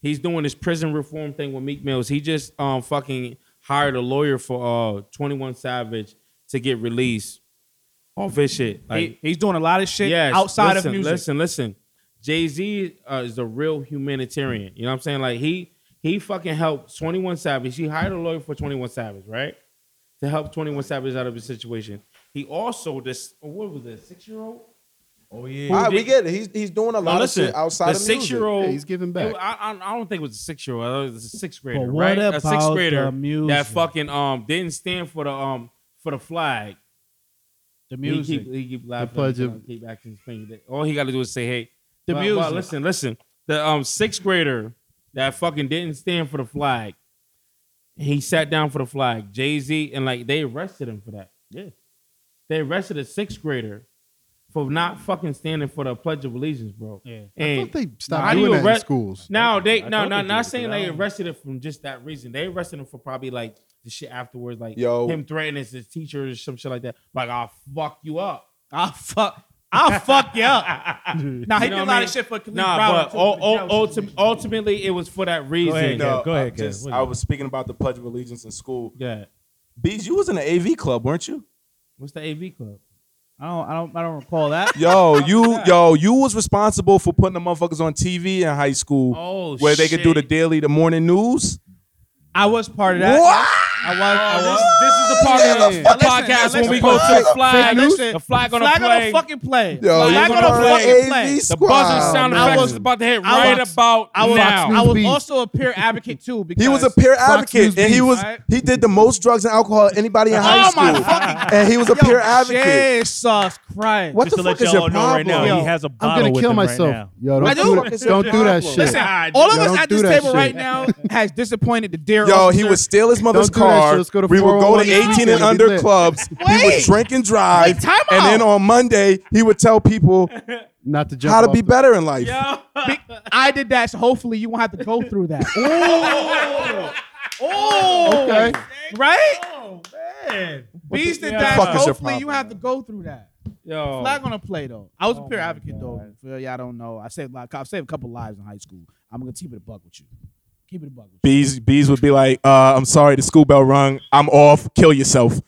Speaker 2: He's doing this prison reform thing with Meek Mills. He just um fucking hired a lawyer for uh 21 Savage to get released off his shit. Like
Speaker 7: he, he's doing a lot of shit
Speaker 2: Yes,
Speaker 7: outside
Speaker 2: listen,
Speaker 7: of music.
Speaker 2: Listen, listen. Jay Z uh, is a real humanitarian. You know what I'm saying? Like he he fucking helped 21 Savage. He hired a lawyer for 21 Savage, right? To help 21 Savage out of his situation. He also this oh, what was it, six year old?
Speaker 1: Oh yeah.
Speaker 6: All right,
Speaker 2: did-
Speaker 6: we get it. He's he's doing a lot of shit outside
Speaker 2: the
Speaker 6: of music.
Speaker 2: six year old.
Speaker 4: Yeah, he's giving back.
Speaker 2: I, I, I don't think it was a six year old. It was a sixth grader,
Speaker 5: But what
Speaker 2: right? a sixth
Speaker 5: about
Speaker 2: grader
Speaker 5: the music?
Speaker 2: that fucking um didn't stand for the um for the flag.
Speaker 7: the
Speaker 2: He
Speaker 7: music.
Speaker 2: keep, he keep laughing.
Speaker 4: pledge of-
Speaker 2: he keep acting his finger. All he got to do is say, "Hey,
Speaker 7: the
Speaker 2: Well,
Speaker 7: music.
Speaker 2: well, listen, listen. The um sixth grader that fucking didn't stand for the flag. He sat down for the flag. Jay Z and like they arrested him for that. Yeah, they arrested a sixth grader for not fucking standing for the Pledge of Allegiance, bro.
Speaker 7: Yeah.
Speaker 4: I
Speaker 2: And
Speaker 4: thought they
Speaker 2: how
Speaker 4: stopped
Speaker 2: do
Speaker 4: doing
Speaker 2: you
Speaker 4: that in
Speaker 2: arrest-
Speaker 4: schools.
Speaker 2: now they
Speaker 1: I
Speaker 2: no
Speaker 1: thought
Speaker 2: no
Speaker 1: they did,
Speaker 2: not saying
Speaker 1: but
Speaker 2: they
Speaker 1: I don't-
Speaker 2: arrested him from just that reason. They arrested him for probably like the shit afterwards, like
Speaker 6: Yo.
Speaker 2: him threatening his teacher or some shit like that. Like I'll fuck you up.
Speaker 7: I'll fuck. I'll fuck
Speaker 2: (laughs)
Speaker 7: you up. Nah, he
Speaker 2: You know
Speaker 7: did a
Speaker 2: what
Speaker 7: lot
Speaker 2: I mean?
Speaker 7: of shit for Khalid
Speaker 2: Nah,
Speaker 7: Browder,
Speaker 2: but
Speaker 7: too,
Speaker 2: ul-
Speaker 7: for
Speaker 2: ul-
Speaker 7: jail
Speaker 2: ulti-
Speaker 7: situation.
Speaker 2: ultimately it was for that reason.
Speaker 1: ahead,
Speaker 2: Yeah.
Speaker 1: Kev. Go ahead,
Speaker 11: I'm
Speaker 1: Kev.
Speaker 11: just-
Speaker 1: What do
Speaker 11: I
Speaker 1: you-
Speaker 11: was speaking about the Pledge of Allegiance in school.
Speaker 2: Yeah.
Speaker 11: Bees, you was in the AV club, weren't you?
Speaker 2: What's the AV club?
Speaker 7: I don't. I don't. I don't recall that.
Speaker 11: Yo, you, yo, you was responsible for putting the motherfuckers on TV in high school,
Speaker 2: Oh,
Speaker 11: where they could do the daily, the morning news.
Speaker 7: I was part of that.
Speaker 11: What?
Speaker 7: I was. I was.
Speaker 2: Oh, this, this is the part
Speaker 6: Yeah,
Speaker 2: of the,
Speaker 6: the
Speaker 7: fuck-
Speaker 2: podcast
Speaker 7: listen,
Speaker 2: when we
Speaker 7: listen,
Speaker 2: go to the
Speaker 7: listen,
Speaker 2: flag.
Speaker 7: listen.
Speaker 2: The flag on
Speaker 7: Flag
Speaker 2: the
Speaker 7: on the
Speaker 2: play.
Speaker 7: fucking play.
Speaker 6: Yo,
Speaker 2: Flag
Speaker 6: you
Speaker 2: on the
Speaker 6: part of
Speaker 2: flag.
Speaker 6: the
Speaker 7: Play.
Speaker 6: AV
Speaker 7: The
Speaker 2: the buzzer
Speaker 6: squad.
Speaker 2: sound
Speaker 7: I
Speaker 2: effects
Speaker 7: was-
Speaker 2: is about to hit
Speaker 7: I
Speaker 2: right
Speaker 7: was-
Speaker 2: about
Speaker 7: I was.
Speaker 2: now.
Speaker 7: I was
Speaker 4: Beast.
Speaker 7: also a peer advocate too. Because
Speaker 6: (laughs) He was a peer
Speaker 7: News
Speaker 6: advocate, and he
Speaker 7: Beast.
Speaker 6: was
Speaker 7: Alright.
Speaker 6: he did the most drugs and alcohol of anybody in high
Speaker 7: Oh
Speaker 6: school,
Speaker 7: my fucking-
Speaker 6: and he was a peer advocate.
Speaker 7: Jesus Christ!
Speaker 6: What
Speaker 1: Just
Speaker 6: the
Speaker 1: to let
Speaker 6: fuck is
Speaker 1: y'all
Speaker 6: your
Speaker 1: know right
Speaker 6: problem?
Speaker 1: now,
Speaker 7: Yo,
Speaker 1: he has a
Speaker 4: I'm
Speaker 1: bottle
Speaker 4: gonna
Speaker 1: with
Speaker 4: kill
Speaker 1: him right
Speaker 4: myself.
Speaker 1: now.
Speaker 4: Yo,
Speaker 7: I
Speaker 4: don't
Speaker 7: do.
Speaker 4: do, that, don't do that shit.
Speaker 7: Listen, all of
Speaker 4: Y'all
Speaker 7: us
Speaker 4: don't
Speaker 7: at
Speaker 4: do
Speaker 7: this
Speaker 4: that
Speaker 7: table
Speaker 4: shit. (laughs)
Speaker 7: right now has disappointed the
Speaker 6: Yo,
Speaker 7: dear.
Speaker 6: he
Speaker 7: officer.
Speaker 6: would steal his mother's
Speaker 4: Don't do that shit.
Speaker 6: car.
Speaker 4: Let's go to
Speaker 6: we would go to
Speaker 4: 401
Speaker 6: 18 and
Speaker 4: and get
Speaker 6: under
Speaker 4: lit.
Speaker 6: clubs. He would
Speaker 7: Wait.
Speaker 6: drink and drive,
Speaker 7: Wait, time
Speaker 6: and then
Speaker 7: out.
Speaker 6: on Monday he would tell people
Speaker 4: Not to jump.
Speaker 6: how to
Speaker 4: off
Speaker 6: be
Speaker 4: the-
Speaker 6: better in life.
Speaker 7: Be- I did that, so hopefully you won't have to go through
Speaker 6: (laughs)
Speaker 7: that. oh,
Speaker 4: Okay.
Speaker 7: right? Oh man, Beast did that.
Speaker 6: fuck is your
Speaker 7: hopefully you
Speaker 6: problem,
Speaker 7: have to go through that.
Speaker 2: Yo.
Speaker 7: Flag on a play though. I was a
Speaker 2: Oh
Speaker 7: peer
Speaker 2: my
Speaker 7: advocate
Speaker 2: God.
Speaker 7: though. For y'all don't know, I saved a lot. I saved a couple lives in high school. I'm gonna keep it a buck with you. Keep it a buck with you.
Speaker 11: Bees, bees would be like, uh, "I'm sorry, the school bell rung. I'm off. Kill yourself."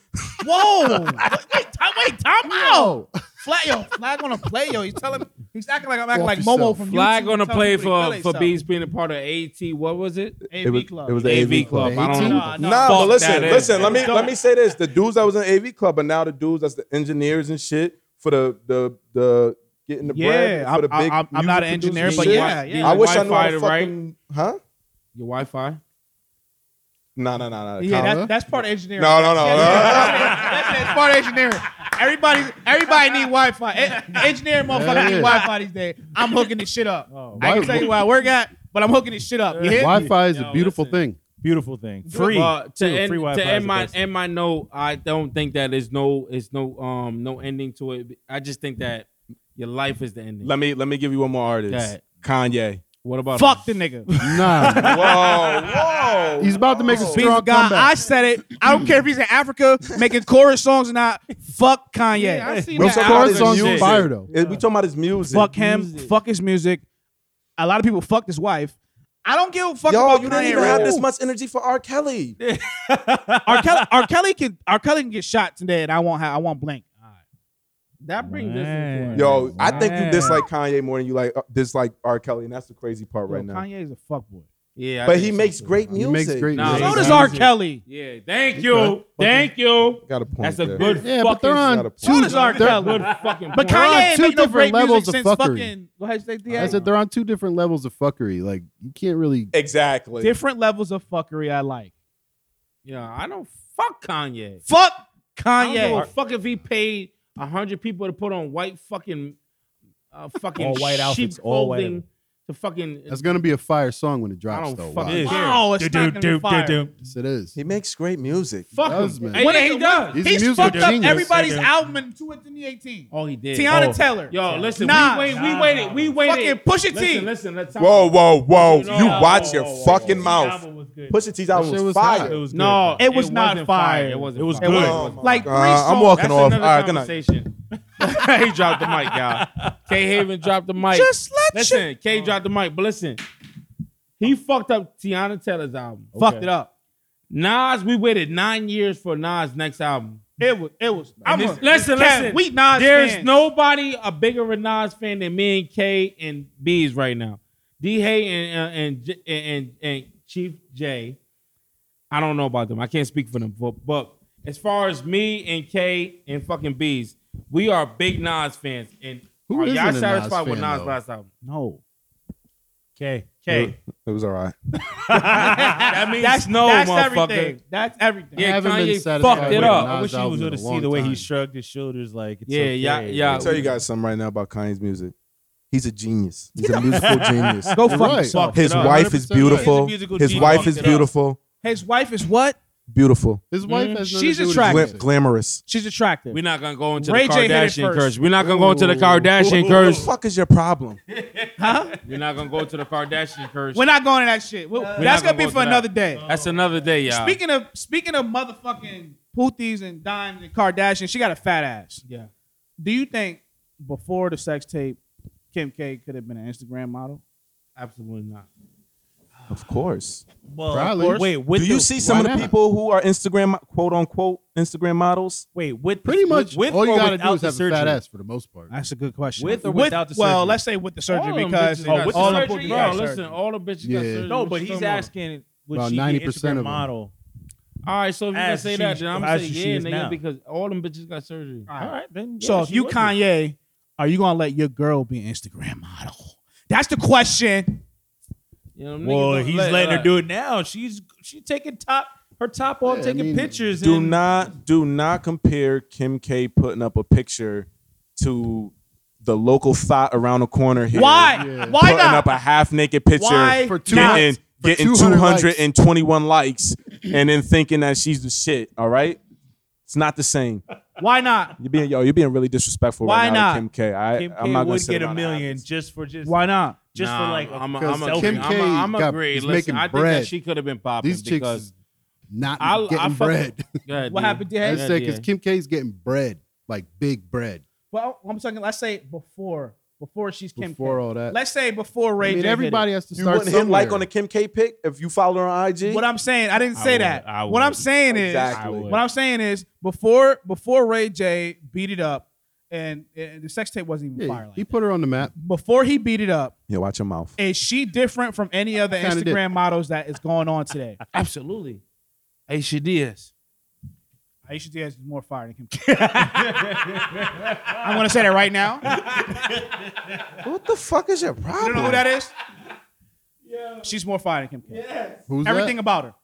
Speaker 7: Whoa! (laughs) wait, wait, time, wait, time out.
Speaker 4: Yo,
Speaker 7: Flag, yo, flag on a play, yo. He's telling, he's acting like I'm acting
Speaker 4: Walk
Speaker 7: like
Speaker 4: yourself.
Speaker 7: Momo from
Speaker 2: Flag
Speaker 7: YouTube
Speaker 2: on the
Speaker 7: telling
Speaker 2: play
Speaker 7: people to
Speaker 2: for, for
Speaker 7: kill themselves.
Speaker 2: Bees being a part of AT. What was it?
Speaker 7: AV club.
Speaker 6: the
Speaker 2: AV Club. I don't know.
Speaker 7: Nah, nah.
Speaker 6: Nah,
Speaker 2: Fuck
Speaker 6: but listen,
Speaker 2: that is.
Speaker 6: listen. Let me let me say this: the dudes that was in AV club are now the dudes that's the engineers and shit for the the the getting the bread.
Speaker 7: Yeah,
Speaker 6: for the
Speaker 7: I'm-
Speaker 6: big
Speaker 7: I'm- I'm
Speaker 6: music
Speaker 7: not an
Speaker 6: producers
Speaker 7: engineer,
Speaker 6: and
Speaker 7: but
Speaker 6: shit.
Speaker 7: yeah, yeah.
Speaker 6: I wish I knew how to
Speaker 2: Wi-Fi, right?
Speaker 6: fucking huh?
Speaker 2: Your Wi Fi?
Speaker 6: No, no, no, no.
Speaker 7: Yeah,
Speaker 4: Huh?
Speaker 7: that's, that's part of engineering.
Speaker 6: No, no, no,
Speaker 7: Yeah,
Speaker 6: no.
Speaker 7: That's, that's part of engineering. Everybody, everybody need Wi-Fi. E- engineering motherfuckers
Speaker 4: Yeah,
Speaker 7: need
Speaker 4: yeah.
Speaker 7: Wi-Fi these days. I'm hooking this shit up.
Speaker 1: Oh,
Speaker 7: I can tell you where I work at, but I'm hooking this shit up. You hear?
Speaker 4: Wi-Fi is
Speaker 2: Yo,
Speaker 4: a beautiful
Speaker 2: listen.
Speaker 4: thing.
Speaker 1: Beautiful thing. Free.
Speaker 2: Uh, to
Speaker 1: too.
Speaker 2: end,
Speaker 1: Free Wi-Fi
Speaker 2: to
Speaker 1: is
Speaker 2: end
Speaker 1: the
Speaker 2: my
Speaker 1: best.
Speaker 2: end my note, I don't think that is no is no um no ending to it. I just think that your life is the ending.
Speaker 11: Let me let me give you one more
Speaker 2: Go
Speaker 11: artist.
Speaker 2: ahead.
Speaker 11: Kanye.
Speaker 2: What about
Speaker 7: Fuck the nigga.
Speaker 4: Nah,
Speaker 11: Whoa, whoa.
Speaker 4: he's about to make a
Speaker 7: He's a
Speaker 4: strong
Speaker 7: guy. I
Speaker 4: comeback.
Speaker 7: said it. I don't care if he's in Africa making chorus songs or not. Fuck Kanye.
Speaker 2: Yeah, I seen
Speaker 6: We're
Speaker 2: that.
Speaker 6: talking
Speaker 2: album
Speaker 6: about
Speaker 4: Chorus
Speaker 6: his
Speaker 2: and
Speaker 4: songs
Speaker 2: shit.
Speaker 6: music.
Speaker 4: fire though.
Speaker 6: It- we talking about his music.
Speaker 7: fuck him,
Speaker 2: music.
Speaker 7: fuck his music. A lot of people fucked his wife. I don't give a fuck
Speaker 6: Yo,
Speaker 7: about
Speaker 6: you
Speaker 7: Kanye
Speaker 6: didn't even
Speaker 7: right
Speaker 6: have
Speaker 7: now.
Speaker 6: this much energy for R. Kelly.
Speaker 7: R. Kelly, R. Kelly can R. Kelly can get shot today, and I won't have I won't blink.
Speaker 2: That brings this
Speaker 1: Man.
Speaker 2: into
Speaker 6: Yo, I think you
Speaker 1: Man.
Speaker 6: dislike Kanye more than you like uh, dislike R. Kelly, and that's the crazy part Oh, right
Speaker 12: Yo,
Speaker 6: now.
Speaker 12: Kanye is a fuckboy.
Speaker 2: Yeah, I
Speaker 6: But
Speaker 2: think
Speaker 6: he
Speaker 2: so,
Speaker 6: makes
Speaker 2: too.
Speaker 6: great
Speaker 4: He
Speaker 6: music.
Speaker 4: makes great
Speaker 2: Nah,
Speaker 4: music.
Speaker 2: so
Speaker 12: So
Speaker 2: does
Speaker 12: does
Speaker 2: Yeah.
Speaker 12: R.
Speaker 2: R.
Speaker 12: Kelly.
Speaker 2: Yeah, thank you, thank you.
Speaker 13: Got a point.
Speaker 2: That's a
Speaker 13: there.
Speaker 2: good
Speaker 4: Yeah, but
Speaker 2: fucking.
Speaker 4: they're on
Speaker 6: Shut
Speaker 4: two.
Speaker 12: So does R.
Speaker 4: they're-
Speaker 12: Kelly.
Speaker 2: Good fucking.
Speaker 12: But
Speaker 2: point.
Speaker 4: They're on
Speaker 12: Kanye ain't
Speaker 4: two
Speaker 12: making no
Speaker 4: different
Speaker 12: great music
Speaker 4: levels of
Speaker 12: since
Speaker 4: fuckery.
Speaker 12: fucking. Go ahead, say
Speaker 4: I
Speaker 12: DA.
Speaker 4: said they're on two different levels of fuckery. Like you can't really.
Speaker 6: Exactly.
Speaker 12: Different levels of fuckery I like.
Speaker 2: Yeah, I don't fuck Kanye.
Speaker 12: Fuck
Speaker 2: I don't give a
Speaker 12: Kanye.
Speaker 2: fuck if he paid a hundred people to put on white fucking, uh, fucking
Speaker 1: All white
Speaker 2: sheep
Speaker 1: outfits, all white
Speaker 2: clothing to fucking.
Speaker 4: That's gonna be a fire song when it
Speaker 2: I
Speaker 4: drops.
Speaker 2: don't
Speaker 4: Though.
Speaker 2: fucking
Speaker 4: Wow.
Speaker 2: care.
Speaker 12: Wow, it's not gonna be fire.
Speaker 4: Yes, it is.
Speaker 6: He makes great music.
Speaker 2: Fuck
Speaker 4: does,
Speaker 2: him.
Speaker 4: man.
Speaker 2: What he does?
Speaker 4: He's,
Speaker 7: He's
Speaker 4: a musical
Speaker 7: fucked up
Speaker 4: genius.
Speaker 7: everybody's
Speaker 1: Second.
Speaker 7: album in 2018.
Speaker 2: Oh, he did.
Speaker 7: Tiana Taylor.
Speaker 2: Yo, listen,
Speaker 7: Nah.
Speaker 2: we, wait, we
Speaker 1: Nah,
Speaker 2: waited,
Speaker 1: nah,
Speaker 2: we
Speaker 1: nah.
Speaker 2: waited.
Speaker 7: Fucking Pusha T.
Speaker 2: Oh. Listen, listen, let's talk-
Speaker 6: Whoa, whoa, whoa!
Speaker 2: No,
Speaker 6: you
Speaker 2: no,
Speaker 6: watch
Speaker 2: whoa,
Speaker 6: your
Speaker 2: whoa, whoa,
Speaker 6: fucking
Speaker 2: whoa.
Speaker 6: mouth. Pusha T's album
Speaker 4: shit
Speaker 6: was,
Speaker 4: was
Speaker 6: fire.
Speaker 4: hot.
Speaker 1: It was good.
Speaker 2: No,
Speaker 12: It was not
Speaker 2: wasn't
Speaker 12: fire.
Speaker 2: It wasn't.
Speaker 1: It was
Speaker 2: fire.
Speaker 1: good.
Speaker 2: It
Speaker 6: Oh
Speaker 2: wasn't
Speaker 6: my
Speaker 2: fire.
Speaker 12: Like
Speaker 6: God.
Speaker 12: three
Speaker 6: Uh, I'm
Speaker 12: songs.
Speaker 6: walking off. All
Speaker 2: another
Speaker 6: right, good night.
Speaker 2: conversation. he dropped the mic, y'all. (laughs) K Haven dropped the mic.
Speaker 12: Just let
Speaker 2: listen, K dropped the mic, but listen, he fucked up Tiana Taylor's album.
Speaker 12: Fucked it up.
Speaker 2: Nas, we waited nine years for Nas' next album.
Speaker 12: It was. It was. I'm
Speaker 2: this-
Speaker 12: a-
Speaker 2: listen,
Speaker 12: Ken,
Speaker 2: listen.
Speaker 12: We Nas
Speaker 2: There's
Speaker 12: fans.
Speaker 2: nobody a bigger of a Nas fan than me and K and B's right now. D Hay and, uh, and J- and and and Chief J. I don't know about them. I can't speak for them. But, but as far as me and K and fucking B's, we are big Nas fans. And
Speaker 4: Who
Speaker 2: are y'all
Speaker 4: isn't a Nas
Speaker 2: satisfied with
Speaker 4: fan,
Speaker 2: Nas'
Speaker 4: though?
Speaker 2: last album?
Speaker 4: (laughs)
Speaker 12: No.
Speaker 1: Okay.
Speaker 2: K.
Speaker 13: It was all right.
Speaker 2: that means that's no
Speaker 12: That's
Speaker 2: motherfucker.
Speaker 12: everything. That's everything.
Speaker 2: Yeah,
Speaker 4: haven't been
Speaker 2: Kanye
Speaker 4: satisfied
Speaker 2: fucked it
Speaker 4: with
Speaker 2: up.
Speaker 4: Nas'
Speaker 1: I wish he
Speaker 4: album
Speaker 1: was
Speaker 4: in
Speaker 1: able to
Speaker 4: a
Speaker 1: see
Speaker 4: long
Speaker 1: the way he
Speaker 4: time.
Speaker 1: shrugged his shoulders. Like, it's
Speaker 2: Yeah,
Speaker 1: okay.
Speaker 2: yeah, yeah.
Speaker 1: It's
Speaker 6: I'll tell you guys something right now about Kanye's music. He's a genius. He's a musical genius.
Speaker 12: Go fuck
Speaker 4: Right.
Speaker 12: yourself.
Speaker 6: His
Speaker 4: up.
Speaker 6: wife is
Speaker 4: 100% right.
Speaker 6: beautiful.
Speaker 1: He's a musical
Speaker 6: His
Speaker 1: genius.
Speaker 6: wife
Speaker 1: Fucked
Speaker 6: is
Speaker 1: it up.
Speaker 6: beautiful.
Speaker 12: His wife is what?
Speaker 6: Beautiful.
Speaker 4: His wife has. nothing
Speaker 12: She's
Speaker 4: to do with
Speaker 12: attractive.
Speaker 6: Glam-
Speaker 4: music.
Speaker 6: Glamorous.
Speaker 12: She's attractive.
Speaker 2: We're not gonna go into
Speaker 12: Ray
Speaker 2: the
Speaker 12: J hit it
Speaker 2: Kardashian
Speaker 12: first.
Speaker 2: curse. We're not gonna go into the Kardashian
Speaker 6: What the
Speaker 4: (laughs)
Speaker 2: curse.
Speaker 6: fuck is your problem?
Speaker 2: We're not gonna go to the Kardashian curse.
Speaker 12: We're not going to that shit. We- that's
Speaker 2: not
Speaker 12: gonna,
Speaker 2: gonna
Speaker 12: be
Speaker 2: go
Speaker 12: for
Speaker 2: to that. Uh,
Speaker 12: another day.
Speaker 2: That's another day, y'all.
Speaker 7: Speaking of speaking of motherfucking Houthis and Dimes and Kardashian, she got a fat ass.
Speaker 2: Yeah.
Speaker 7: Do you think before the sex tape, Kim K could have been an Instagram model?
Speaker 2: absolutely not.
Speaker 6: Of course.
Speaker 1: Well,
Speaker 4: Probably.
Speaker 1: of course. Wait, with
Speaker 6: Do you
Speaker 1: the-
Speaker 6: see some of the
Speaker 4: not?
Speaker 6: people who are Instagram mo- quote unquote Instagram models?
Speaker 1: Wait, with
Speaker 4: Pretty much.
Speaker 1: with
Speaker 4: all you
Speaker 1: or
Speaker 4: gotta do
Speaker 1: without
Speaker 4: is
Speaker 1: the
Speaker 4: have a
Speaker 1: surgery.
Speaker 4: fat ass for the most part.
Speaker 12: That's a good question.
Speaker 1: With or
Speaker 7: With-
Speaker 1: without the surgery.
Speaker 7: well, let's say with the surgery
Speaker 2: All them
Speaker 7: because
Speaker 2: bitches
Speaker 1: Oh,
Speaker 2: got
Speaker 1: with the
Speaker 2: all them
Speaker 1: surgery,
Speaker 2: bitches-
Speaker 1: yeah,
Speaker 2: Bro,
Speaker 1: surgery.
Speaker 2: listen, all the bitches got
Speaker 4: Yeah.
Speaker 2: surgery.
Speaker 1: no,
Speaker 2: What
Speaker 1: but
Speaker 2: you
Speaker 1: he's
Speaker 2: talking about?
Speaker 1: asking would
Speaker 4: About
Speaker 1: she be an
Speaker 4: 90% of
Speaker 1: Instagram
Speaker 4: them.
Speaker 1: model?
Speaker 2: All right, so if you can
Speaker 1: As
Speaker 2: say
Speaker 1: she-
Speaker 2: that, then I'm
Speaker 1: as
Speaker 2: saying
Speaker 1: she
Speaker 2: yeah,
Speaker 1: is
Speaker 2: nigga,
Speaker 1: now.
Speaker 2: because all them bitches got surgery.
Speaker 1: All right, then. yeah,
Speaker 12: so if
Speaker 1: she
Speaker 12: you
Speaker 1: would be.
Speaker 12: Kanye,
Speaker 7: are you gonna let your girl be an Instagram model? That's the question.
Speaker 2: You know, them
Speaker 1: Well,
Speaker 2: niggas
Speaker 1: he's
Speaker 2: let- uh,
Speaker 1: letting her
Speaker 2: like,
Speaker 1: do it now. She's she taking top her top off,
Speaker 4: Yeah, I
Speaker 1: taking
Speaker 4: mean,
Speaker 1: pictures.
Speaker 6: Do
Speaker 1: and
Speaker 6: not do not compare Kim K putting up a picture to the local thought around the corner here.
Speaker 7: Why?
Speaker 4: Yeah.
Speaker 7: Why
Speaker 6: Putting
Speaker 7: not?
Speaker 6: up a half naked picture
Speaker 7: Why
Speaker 4: For two
Speaker 6: getting,
Speaker 4: months. For
Speaker 6: getting
Speaker 4: 200 likes.
Speaker 6: 221 likes and then thinking that she's the shit, all right? It's not the same.
Speaker 7: Why not?
Speaker 6: You're being yo, you're being really disrespectful
Speaker 7: Why
Speaker 6: right now
Speaker 7: not?
Speaker 6: to Kim K. I,
Speaker 1: Kim
Speaker 6: I'm
Speaker 1: K
Speaker 6: not gonna
Speaker 1: would
Speaker 6: sit
Speaker 1: get a
Speaker 6: around and have
Speaker 1: million
Speaker 6: this.
Speaker 1: just for just
Speaker 12: why not?
Speaker 1: just
Speaker 2: nah,
Speaker 1: for like a,
Speaker 2: I'm a,
Speaker 4: because
Speaker 2: I'm a,
Speaker 4: Kim
Speaker 2: Kim
Speaker 4: K
Speaker 2: I'm a, I'm
Speaker 4: got-
Speaker 2: agree.
Speaker 4: is
Speaker 2: Listen,
Speaker 4: making
Speaker 2: I think that
Speaker 4: bread.
Speaker 2: she could have been popping
Speaker 4: These chicks
Speaker 2: because
Speaker 4: is not
Speaker 2: I- I
Speaker 4: getting
Speaker 2: fuck-
Speaker 4: bread.
Speaker 2: Go ahead,
Speaker 7: What
Speaker 2: dude.
Speaker 7: happened to
Speaker 2: Go
Speaker 7: her?
Speaker 4: I
Speaker 2: ahead,
Speaker 4: said
Speaker 2: yeah.
Speaker 4: because Kim K's getting bread, like big bread.
Speaker 7: Well, I'm talking. Let's say before before she's Kim
Speaker 4: Before
Speaker 7: K.
Speaker 4: all that,
Speaker 7: Let's say before Ray
Speaker 4: I mean,
Speaker 7: J. hit it.
Speaker 4: everybody has to
Speaker 6: You
Speaker 4: start
Speaker 6: wouldn't hit
Speaker 4: somewhere.
Speaker 6: like on a Kim K pic if you follow her on IG.
Speaker 7: What I'm saying, I didn't
Speaker 2: I
Speaker 7: say
Speaker 2: would,
Speaker 7: that.
Speaker 2: I would.
Speaker 7: What I'm saying is,
Speaker 6: Exactly.
Speaker 7: what I'm saying is, before before Ray J beat it up, and, and the sex tape wasn't even
Speaker 4: Yeah,
Speaker 7: fire like
Speaker 4: he
Speaker 7: that.
Speaker 4: put her on the map.
Speaker 7: before he beat it up,
Speaker 6: Yeah, watch your mouth.
Speaker 7: is she different from any other
Speaker 4: Kinda
Speaker 7: Instagram
Speaker 4: did.
Speaker 7: models that is going on today? (laughs)
Speaker 2: Absolutely. Aisha Diaz.
Speaker 7: Aisha Diaz is more fire than Kim.
Speaker 4: (laughs)
Speaker 7: K. I'm gonna say that right now. You
Speaker 6: What the fuck is your problem?
Speaker 7: know who that is? Yeah. She's more fire than Kim. K.
Speaker 4: Who's
Speaker 7: Everything
Speaker 4: that?
Speaker 7: about her.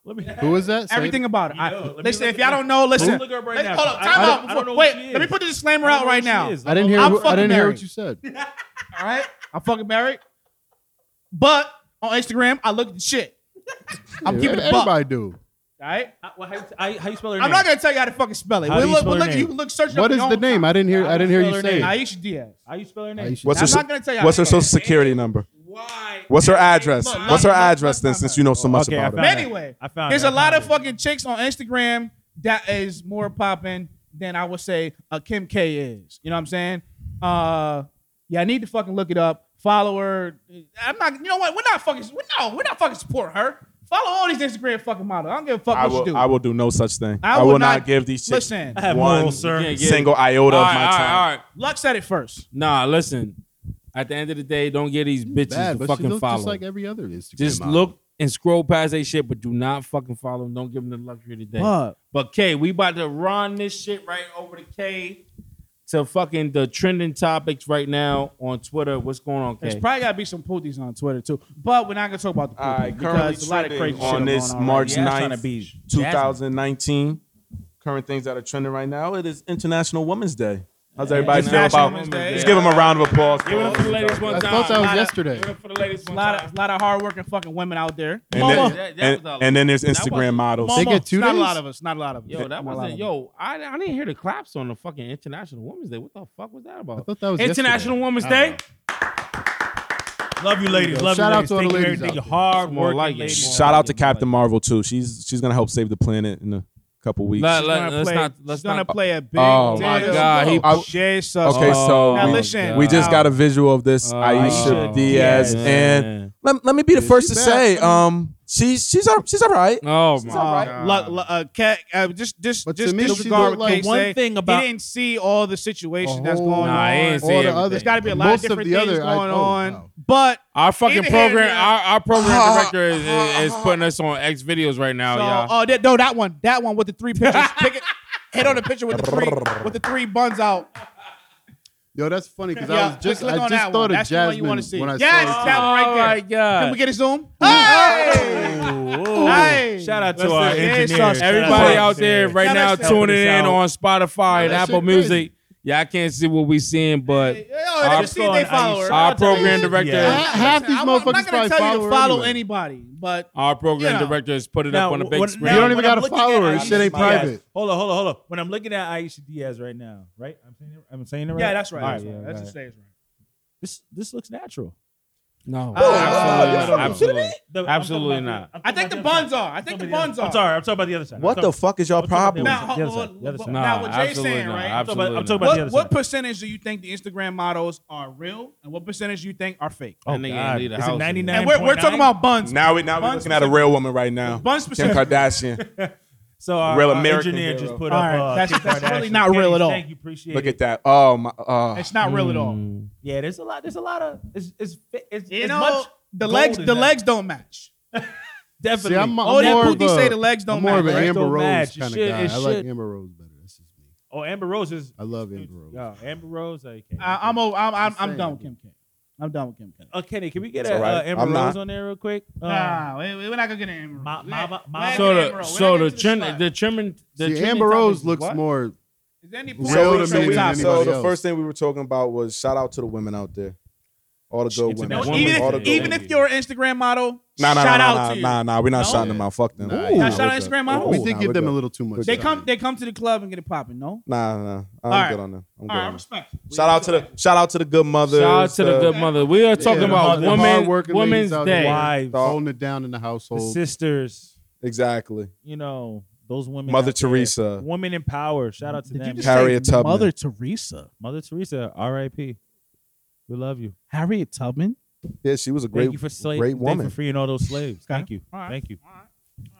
Speaker 4: Who is that? Say it.
Speaker 7: Everything about her. I-
Speaker 1: know, let me
Speaker 7: listen,
Speaker 1: look
Speaker 7: if y'all
Speaker 1: her
Speaker 7: don't know, listen.
Speaker 1: look her up right
Speaker 7: Let's-
Speaker 1: now.
Speaker 7: Hold on,
Speaker 1: I-
Speaker 7: time
Speaker 1: I don't-
Speaker 7: out.
Speaker 1: I don't know
Speaker 7: before-
Speaker 1: who
Speaker 7: Wait,
Speaker 1: she
Speaker 7: let me
Speaker 1: is.
Speaker 7: put the disclaimer
Speaker 1: I
Speaker 7: out
Speaker 1: don't know
Speaker 7: right
Speaker 1: who she
Speaker 7: now.
Speaker 1: is.
Speaker 4: I didn't hear.
Speaker 7: I'm
Speaker 4: What, I
Speaker 7: fucking
Speaker 4: didn't hear
Speaker 7: married.
Speaker 4: what you said.
Speaker 7: All right, I'm fucking married. But on Instagram, I look at the shit. I'm
Speaker 4: Yeah,
Speaker 7: keeping it a buck. All
Speaker 4: Everybody do.
Speaker 7: right,
Speaker 1: I- well, how, I- how you spell her
Speaker 7: I'm
Speaker 1: name?
Speaker 7: not gonna tell you how to fucking spell it.
Speaker 1: How do
Speaker 7: We'll
Speaker 1: you
Speaker 7: look,
Speaker 1: spell
Speaker 7: we'll
Speaker 1: her
Speaker 7: look, you
Speaker 1: name?
Speaker 7: can look, search it
Speaker 4: What
Speaker 7: up
Speaker 4: is
Speaker 7: on
Speaker 4: the
Speaker 7: your own
Speaker 4: name?
Speaker 7: time.
Speaker 4: I didn't hear. I didn't hear
Speaker 1: Spell
Speaker 4: you
Speaker 1: her
Speaker 4: say.
Speaker 1: name.
Speaker 4: it.
Speaker 7: Aisha Diaz.
Speaker 1: How you spell her name?
Speaker 4: Aisha.
Speaker 6: What's her
Speaker 7: I'm
Speaker 6: so-
Speaker 7: not gonna tell you. how
Speaker 6: What's
Speaker 7: to
Speaker 6: her
Speaker 7: spell
Speaker 6: social security number?
Speaker 2: Why?
Speaker 6: What's her address?
Speaker 7: Look,
Speaker 6: What's her
Speaker 7: look, look,
Speaker 6: address
Speaker 7: look,
Speaker 6: then?
Speaker 7: look,
Speaker 6: Since you know so much
Speaker 1: Okay, I
Speaker 6: about
Speaker 1: found
Speaker 6: her.
Speaker 1: it.
Speaker 7: Anyway,
Speaker 1: I found.
Speaker 7: There's
Speaker 1: it,
Speaker 7: a
Speaker 1: I
Speaker 7: lot
Speaker 1: found
Speaker 7: of
Speaker 1: it.
Speaker 7: fucking chicks on Instagram that is more popping than I would say a Kim K is. You know what I'm saying? Uh, yeah, I need to fucking look it up. Follow her. I'm not. You know what? We're not fucking. We're, no, we're not fucking supporting her. Follow all these Instagram fucking models. I don't give a fuck
Speaker 6: I
Speaker 7: what you
Speaker 6: will,
Speaker 7: do.
Speaker 6: I will do no such thing.
Speaker 7: I
Speaker 6: I,
Speaker 7: will
Speaker 6: will not,
Speaker 7: not-
Speaker 6: give these chicks
Speaker 7: Listen,
Speaker 1: I have
Speaker 6: one
Speaker 1: morals, sir.
Speaker 2: Yeah, yeah.
Speaker 6: single iota
Speaker 2: All
Speaker 6: of
Speaker 2: right,
Speaker 6: my
Speaker 2: all right,
Speaker 6: time.
Speaker 2: all right.
Speaker 7: Luck said it first.
Speaker 2: Nah, listen. At the end of the day, don't get these bitches
Speaker 4: Bad,
Speaker 2: to
Speaker 4: but she
Speaker 2: fucking
Speaker 4: looks
Speaker 2: follow.
Speaker 4: just like every other Instagram.
Speaker 2: Just
Speaker 4: model.
Speaker 2: look and scroll past they shit, but do not fucking follow them. Don't give them the luxury today.
Speaker 7: What?
Speaker 2: But K, we about to run this shit right over to K to fucking the trending topics right now on Twitter. What's going on,
Speaker 7: There's
Speaker 2: K?
Speaker 7: probably gotta be some pooties on Twitter too. But we're not gonna talk about the
Speaker 6: All
Speaker 7: pooties
Speaker 6: right, currently
Speaker 7: because a lot of
Speaker 6: trending
Speaker 7: crazy shit
Speaker 6: on
Speaker 7: are
Speaker 6: this
Speaker 7: going on
Speaker 6: March
Speaker 7: right now.
Speaker 1: Yeah, I was trying to
Speaker 6: 9th,
Speaker 1: be
Speaker 6: 2019. Current things that are trending right now. It is International Women's Day. How's everybody feel
Speaker 7: International
Speaker 6: about?
Speaker 7: Women's Day.
Speaker 6: Let's give them a round of applause.
Speaker 2: Give it up for the ladies one
Speaker 4: I
Speaker 2: time.
Speaker 4: thought that was
Speaker 2: Lot of-
Speaker 4: yesterday.
Speaker 2: Give it up for the ladies
Speaker 7: A
Speaker 2: one
Speaker 7: lot
Speaker 2: time.
Speaker 7: of, lot of hardworking fucking women out there.
Speaker 6: And
Speaker 7: Mama.
Speaker 6: then, and, and then there's Instagram models.
Speaker 4: They get two
Speaker 7: not
Speaker 4: days?
Speaker 7: a lot of us. Not a lot of us.
Speaker 2: Yo, that wasn't. Yo, I, I didn't hear the claps on the fucking International Women's Day. What the fuck was that
Speaker 4: I
Speaker 2: about?
Speaker 4: thought that was
Speaker 2: International
Speaker 4: yesterday.
Speaker 2: Women's
Speaker 4: I don't
Speaker 2: Day.
Speaker 4: know.
Speaker 1: Love you, ladies. Love
Speaker 4: Shout
Speaker 1: you,
Speaker 4: out
Speaker 1: ladies.
Speaker 4: to all
Speaker 1: Thank
Speaker 4: the
Speaker 1: you,
Speaker 4: ladies
Speaker 1: everything.
Speaker 4: out
Speaker 1: You
Speaker 4: there.
Speaker 1: hard
Speaker 2: More
Speaker 1: working
Speaker 2: like it.
Speaker 1: ladies.
Speaker 6: Shout out to Captain Marvel too. She's she's gonna help save the planet in a couple weeks.
Speaker 2: Let- let-
Speaker 7: Gonna
Speaker 2: let's
Speaker 7: play,
Speaker 2: not. Let's
Speaker 7: she's gonna
Speaker 2: not.
Speaker 7: play a big
Speaker 2: Oh
Speaker 7: deal.
Speaker 2: my God, he-
Speaker 6: I-
Speaker 7: Jesus. Oh,
Speaker 6: okay, so
Speaker 7: now
Speaker 6: we,
Speaker 7: listen.
Speaker 6: we just
Speaker 7: now-
Speaker 6: got a visual of this
Speaker 2: Oh,
Speaker 6: Aisha
Speaker 2: Aisha
Speaker 6: Diaz,
Speaker 2: Diaz.
Speaker 6: and let, let me be the first to
Speaker 4: back.
Speaker 6: say, um, she's she's all, she's all right.
Speaker 2: Oh
Speaker 6: She's
Speaker 2: my.
Speaker 6: all right.
Speaker 7: Lu- lu- uh, Cat, uh, just just
Speaker 4: But to
Speaker 7: just
Speaker 4: me, she
Speaker 7: disregard
Speaker 4: looked
Speaker 7: what
Speaker 4: like-
Speaker 7: Kate
Speaker 4: one
Speaker 7: say.
Speaker 14: thing about-
Speaker 7: he didn't see all the situations
Speaker 4: A
Speaker 7: that's
Speaker 4: whole
Speaker 7: going
Speaker 4: lot.
Speaker 2: Nah, I
Speaker 7: on.
Speaker 2: ain't
Speaker 4: All
Speaker 2: see
Speaker 4: the
Speaker 2: everything.
Speaker 4: other-
Speaker 7: There's got to be a lot of
Speaker 4: Most of
Speaker 7: different
Speaker 4: the
Speaker 7: things
Speaker 4: other, I-
Speaker 7: going
Speaker 4: oh,
Speaker 7: on.
Speaker 4: wow.
Speaker 7: But
Speaker 2: Our fucking
Speaker 7: Either
Speaker 2: program,
Speaker 7: hand, yeah.
Speaker 2: our, our program
Speaker 7: (laughs)
Speaker 2: director is, is, is putting us on X videos right now,
Speaker 7: so,
Speaker 2: y'all.
Speaker 7: oh, that, no, that one, that one with the
Speaker 4: (laughs)
Speaker 7: three pictures. Pick it, hit on the picture with the three with the three buns out.
Speaker 4: Yo, that's funny because
Speaker 7: Yeah,
Speaker 4: I was just,
Speaker 7: click
Speaker 4: I
Speaker 7: on
Speaker 4: just
Speaker 7: that
Speaker 4: thought
Speaker 7: one.
Speaker 4: of
Speaker 7: That's the one you
Speaker 4: Jasmine
Speaker 7: wanna see.
Speaker 4: when I
Speaker 7: Yes,
Speaker 4: saw
Speaker 7: that-
Speaker 4: it.
Speaker 7: right
Speaker 2: oh
Speaker 7: there.
Speaker 2: my god!
Speaker 7: Can we get a zoom? Hey! Hey!
Speaker 1: Shout out to
Speaker 2: Listen,
Speaker 1: our
Speaker 2: yeah,
Speaker 1: engineers.
Speaker 7: shout-
Speaker 2: Everybody
Speaker 1: Shout
Speaker 2: out there
Speaker 1: to
Speaker 2: right
Speaker 7: Shout
Speaker 2: now
Speaker 7: out to-
Speaker 2: tuning in
Speaker 1: Helping us
Speaker 2: on Spotify and
Speaker 4: That
Speaker 2: Apple
Speaker 4: shit crazy.
Speaker 2: Music. Yeah, I can't see what we seeing, but
Speaker 7: Yo, they
Speaker 2: Our-
Speaker 7: can see they follower.
Speaker 1: Shout
Speaker 2: our
Speaker 1: out to Aisha
Speaker 2: program director,
Speaker 1: Diaz.
Speaker 4: Ha- Half these
Speaker 7: I'm not
Speaker 4: motherfuckers
Speaker 7: gonna
Speaker 4: probably
Speaker 7: tell you
Speaker 4: follow
Speaker 7: to
Speaker 4: her
Speaker 7: follow
Speaker 4: anyway.
Speaker 7: anybody, but
Speaker 2: our program
Speaker 7: You know.
Speaker 2: director has put it
Speaker 1: Now,
Speaker 2: up on a big
Speaker 1: what-
Speaker 2: screen.
Speaker 1: now
Speaker 4: You don't even
Speaker 1: when
Speaker 4: got
Speaker 1: I'm
Speaker 4: a
Speaker 1: looking at
Speaker 4: follower. This shit
Speaker 1: Aisha
Speaker 4: ain't
Speaker 1: Diaz-
Speaker 4: private.
Speaker 1: Hold on, hold on, hold on. When I'm looking at Aisha Diaz right now, right? I'm saying it, I'm saying it right.
Speaker 7: yeah, that's right.
Speaker 1: All
Speaker 7: That's
Speaker 1: right.
Speaker 7: right. That's the stage right.
Speaker 1: This this looks natural.
Speaker 2: no,
Speaker 7: absolutely
Speaker 4: not.
Speaker 2: absolutely,
Speaker 1: The- I'm
Speaker 2: Absolutely
Speaker 1: talking about
Speaker 2: not.
Speaker 1: the- I'm
Speaker 7: I
Speaker 1: talking
Speaker 7: think the
Speaker 1: about other
Speaker 7: buns
Speaker 1: side.
Speaker 7: are. I think the
Speaker 1: I'm talking about
Speaker 7: buns are.
Speaker 1: other- I'm sorry. I'm talking about the other side.
Speaker 6: What
Speaker 1: I'm
Speaker 6: the
Speaker 1: talking-
Speaker 6: fuck is y'all
Speaker 1: What's up with
Speaker 6: problem?
Speaker 1: them?
Speaker 7: Now,
Speaker 1: The other
Speaker 7: hold
Speaker 1: side,
Speaker 7: on.
Speaker 1: the other side.
Speaker 2: Nah,
Speaker 7: Now, what Jay's
Speaker 2: absolutely
Speaker 7: saying,
Speaker 2: not,
Speaker 7: right?
Speaker 1: I'm talking about- I'm
Speaker 2: absolutely
Speaker 1: talking
Speaker 2: not.
Speaker 1: about the
Speaker 7: What,
Speaker 1: other
Speaker 7: what
Speaker 1: side.
Speaker 7: percentage do you think the Instagram models are real, and what percentage do you think are fake?
Speaker 1: Oh,
Speaker 2: That nigga
Speaker 1: God.
Speaker 2: leave the
Speaker 1: Is
Speaker 2: house.
Speaker 1: it 99?
Speaker 7: And we're, we're talking about buns.
Speaker 6: Now we now we're looking at a real woman right now,
Speaker 7: buns
Speaker 6: Kim
Speaker 7: specifically.
Speaker 6: Kardashian.
Speaker 1: So our,
Speaker 6: Real
Speaker 1: our
Speaker 6: American
Speaker 1: engineer just
Speaker 6: hero.
Speaker 1: put
Speaker 7: All
Speaker 1: up.
Speaker 7: right,
Speaker 1: uh,
Speaker 7: that's-
Speaker 1: Kim
Speaker 7: that's really
Speaker 1: Kardashian.
Speaker 7: not real
Speaker 1: Kenny,
Speaker 7: at all.
Speaker 1: Thank you, appreciate
Speaker 6: Look
Speaker 1: it.
Speaker 6: at that. Oh my. Uh,
Speaker 7: It's not real at all.
Speaker 2: Mm.
Speaker 1: Yeah, there's a lot. There's a lot of. It's it's, it's
Speaker 7: You
Speaker 1: it's
Speaker 7: know,
Speaker 1: much
Speaker 7: the
Speaker 1: gold
Speaker 7: legs
Speaker 1: in
Speaker 7: the
Speaker 1: that.
Speaker 7: legs don't match.
Speaker 1: definitely.
Speaker 4: See, I'm, I'm
Speaker 7: Oh, that
Speaker 4: more of
Speaker 7: booty say
Speaker 4: a,
Speaker 7: the legs
Speaker 4: I'm
Speaker 7: don't
Speaker 4: more
Speaker 7: match.
Speaker 4: of an
Speaker 1: right?
Speaker 4: Amber
Speaker 1: Don't
Speaker 4: Rose
Speaker 1: match.
Speaker 4: kind of
Speaker 1: Shit
Speaker 4: guy.
Speaker 1: is
Speaker 4: I like
Speaker 1: shit.
Speaker 4: Amber Rose better. That's just me.
Speaker 1: oh, Amber Rose is.
Speaker 4: I love Amber Rose.
Speaker 1: Yeah, Amber Rose. Okay.
Speaker 7: I- I'm over, I'm I'm, I'm
Speaker 4: saying.
Speaker 7: done with Kim K. I'm done with Kim K.
Speaker 1: Uh, Kenny, can we get
Speaker 6: It's
Speaker 1: a,
Speaker 6: all right.
Speaker 1: uh, Amber
Speaker 6: I'm
Speaker 1: Rose
Speaker 6: not.
Speaker 1: on there real quick? Uh,
Speaker 7: Nah, we, we- we're not gonna get an Amber.
Speaker 1: Ma-
Speaker 7: Rose.
Speaker 1: ma-
Speaker 7: We're not-
Speaker 1: ma-
Speaker 7: we're not
Speaker 2: So
Speaker 7: getting
Speaker 2: the
Speaker 7: Amber Rose. We're
Speaker 2: so
Speaker 7: not
Speaker 2: the
Speaker 7: getting to
Speaker 2: trend
Speaker 7: spot.
Speaker 2: the trimming the
Speaker 4: See,
Speaker 2: trending
Speaker 4: Amber Rose
Speaker 2: topics-
Speaker 4: looks
Speaker 2: what?
Speaker 4: more.
Speaker 7: Is there any
Speaker 4: Real
Speaker 7: porn
Speaker 4: to
Speaker 7: from
Speaker 4: me than
Speaker 7: top?
Speaker 4: anybody
Speaker 6: so the
Speaker 4: else.
Speaker 6: first thing we were talking about was shout out to the women out there, all the good
Speaker 1: It's
Speaker 6: women,
Speaker 1: a
Speaker 6: all
Speaker 1: woman.
Speaker 6: the
Speaker 7: Even
Speaker 6: good
Speaker 7: if,
Speaker 2: Autograph.
Speaker 7: even
Speaker 6: women.
Speaker 7: if you're an Instagram model,
Speaker 6: Nah, nah,
Speaker 7: shout
Speaker 6: nah,
Speaker 7: out
Speaker 6: nah,
Speaker 7: to you.
Speaker 6: nah, nah. We're not
Speaker 7: No?
Speaker 6: shouting them out. Fuck them.
Speaker 4: Nah,
Speaker 6: Nah,
Speaker 4: you
Speaker 7: Not
Speaker 4: Ooh.
Speaker 7: shout out
Speaker 6: we're good.
Speaker 7: Instagram model.
Speaker 4: We
Speaker 6: Nah,
Speaker 4: did
Speaker 6: we're
Speaker 4: give them
Speaker 6: good.
Speaker 4: a little too much.
Speaker 7: They
Speaker 4: shine.
Speaker 7: come they come to the club and get it popping. No,
Speaker 6: Nah, nah. I'm
Speaker 7: right.
Speaker 6: good on them. I'm good
Speaker 7: all right,
Speaker 6: on
Speaker 7: I'm
Speaker 6: them.
Speaker 7: respectful.
Speaker 6: Shout out to the shout out to the good uh, mother.
Speaker 2: Shout out to the good mother. We are talking
Speaker 4: the
Speaker 2: about
Speaker 4: hard- the
Speaker 2: women,
Speaker 4: hardworking ladies
Speaker 2: Women's
Speaker 4: out
Speaker 2: Day.
Speaker 4: there.
Speaker 1: wives,
Speaker 4: holding it down in the
Speaker 1: the
Speaker 4: household.
Speaker 1: sisters.
Speaker 6: Exactly.
Speaker 1: You know those women.
Speaker 6: Mother
Speaker 1: out there.
Speaker 6: Teresa.
Speaker 1: Women in power. Shout out to
Speaker 7: Did you
Speaker 1: them.
Speaker 7: just
Speaker 6: Harriet
Speaker 7: say
Speaker 6: Tubman.
Speaker 7: Mother Teresa,
Speaker 1: Mother Teresa, R.I.P. We love you.
Speaker 7: Harriet Tubman?
Speaker 6: Yeah, she was a
Speaker 1: Thank
Speaker 6: great
Speaker 1: you for sla-
Speaker 6: great
Speaker 1: thank you
Speaker 6: woman.
Speaker 1: for freeing all those slaves.
Speaker 7: Okay.
Speaker 1: Thank you.
Speaker 7: All right.
Speaker 1: Thank you.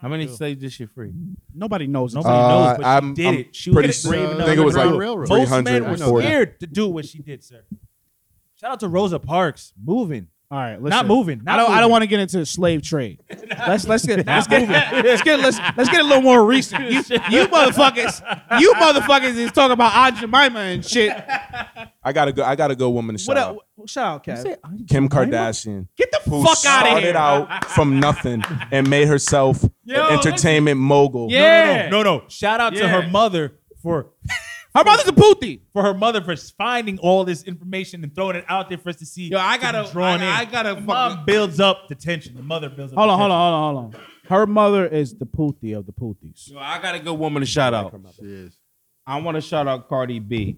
Speaker 2: How many slaves did she free?
Speaker 7: Nobody knows.
Speaker 1: Nobody
Speaker 6: Uh,
Speaker 1: knows, but she
Speaker 6: I'm-
Speaker 1: did
Speaker 6: I'm
Speaker 1: it. She was
Speaker 6: pretty
Speaker 1: just brave
Speaker 4: sure-
Speaker 1: enough.
Speaker 6: I think it was like
Speaker 4: Railroad.
Speaker 1: most men
Speaker 6: 300.
Speaker 1: were
Speaker 4: I know that.
Speaker 1: scared to do what she did, sir. Shout out to Rosa Parks, moving,
Speaker 7: All right, listen.
Speaker 1: not moving.
Speaker 7: I
Speaker 1: Not
Speaker 7: don't. I don't
Speaker 1: moving.
Speaker 7: want to get into the slave trade. Let's let's get let's get let's get let's, let's get a little more recent. You, you motherfuckers, you motherfuckers is talking about Aunt Jemima and shit.
Speaker 6: I got a good I got a good woman to shout
Speaker 7: What
Speaker 6: out.
Speaker 7: up? Shout out, Kev.
Speaker 6: Kim Kardashian.
Speaker 7: Get the
Speaker 6: Who
Speaker 7: fuck out of
Speaker 6: started
Speaker 7: here.
Speaker 6: out from nothing and made herself
Speaker 2: Yo,
Speaker 6: an entertainment mogul.
Speaker 2: Yeah.
Speaker 1: No, no. Shout out to
Speaker 2: Yeah.
Speaker 1: her mother for
Speaker 7: Her mother's a pootie.
Speaker 1: for her mother for finding all this information and throwing it out there for us to see.
Speaker 2: Yo, I
Speaker 1: to be
Speaker 2: gotta-
Speaker 1: drawn
Speaker 2: I- I
Speaker 1: in.
Speaker 2: gotta
Speaker 1: The Mom
Speaker 2: fucking-
Speaker 1: builds up the tension. The mother builds up.
Speaker 7: Hold
Speaker 1: the
Speaker 7: on, hold
Speaker 1: tension.
Speaker 7: on, hold on, hold on. Her mother is the pootie of the pooties.
Speaker 2: Yo, I got a good woman to shout out.
Speaker 4: Yes.
Speaker 2: I want to shout out Cardi B.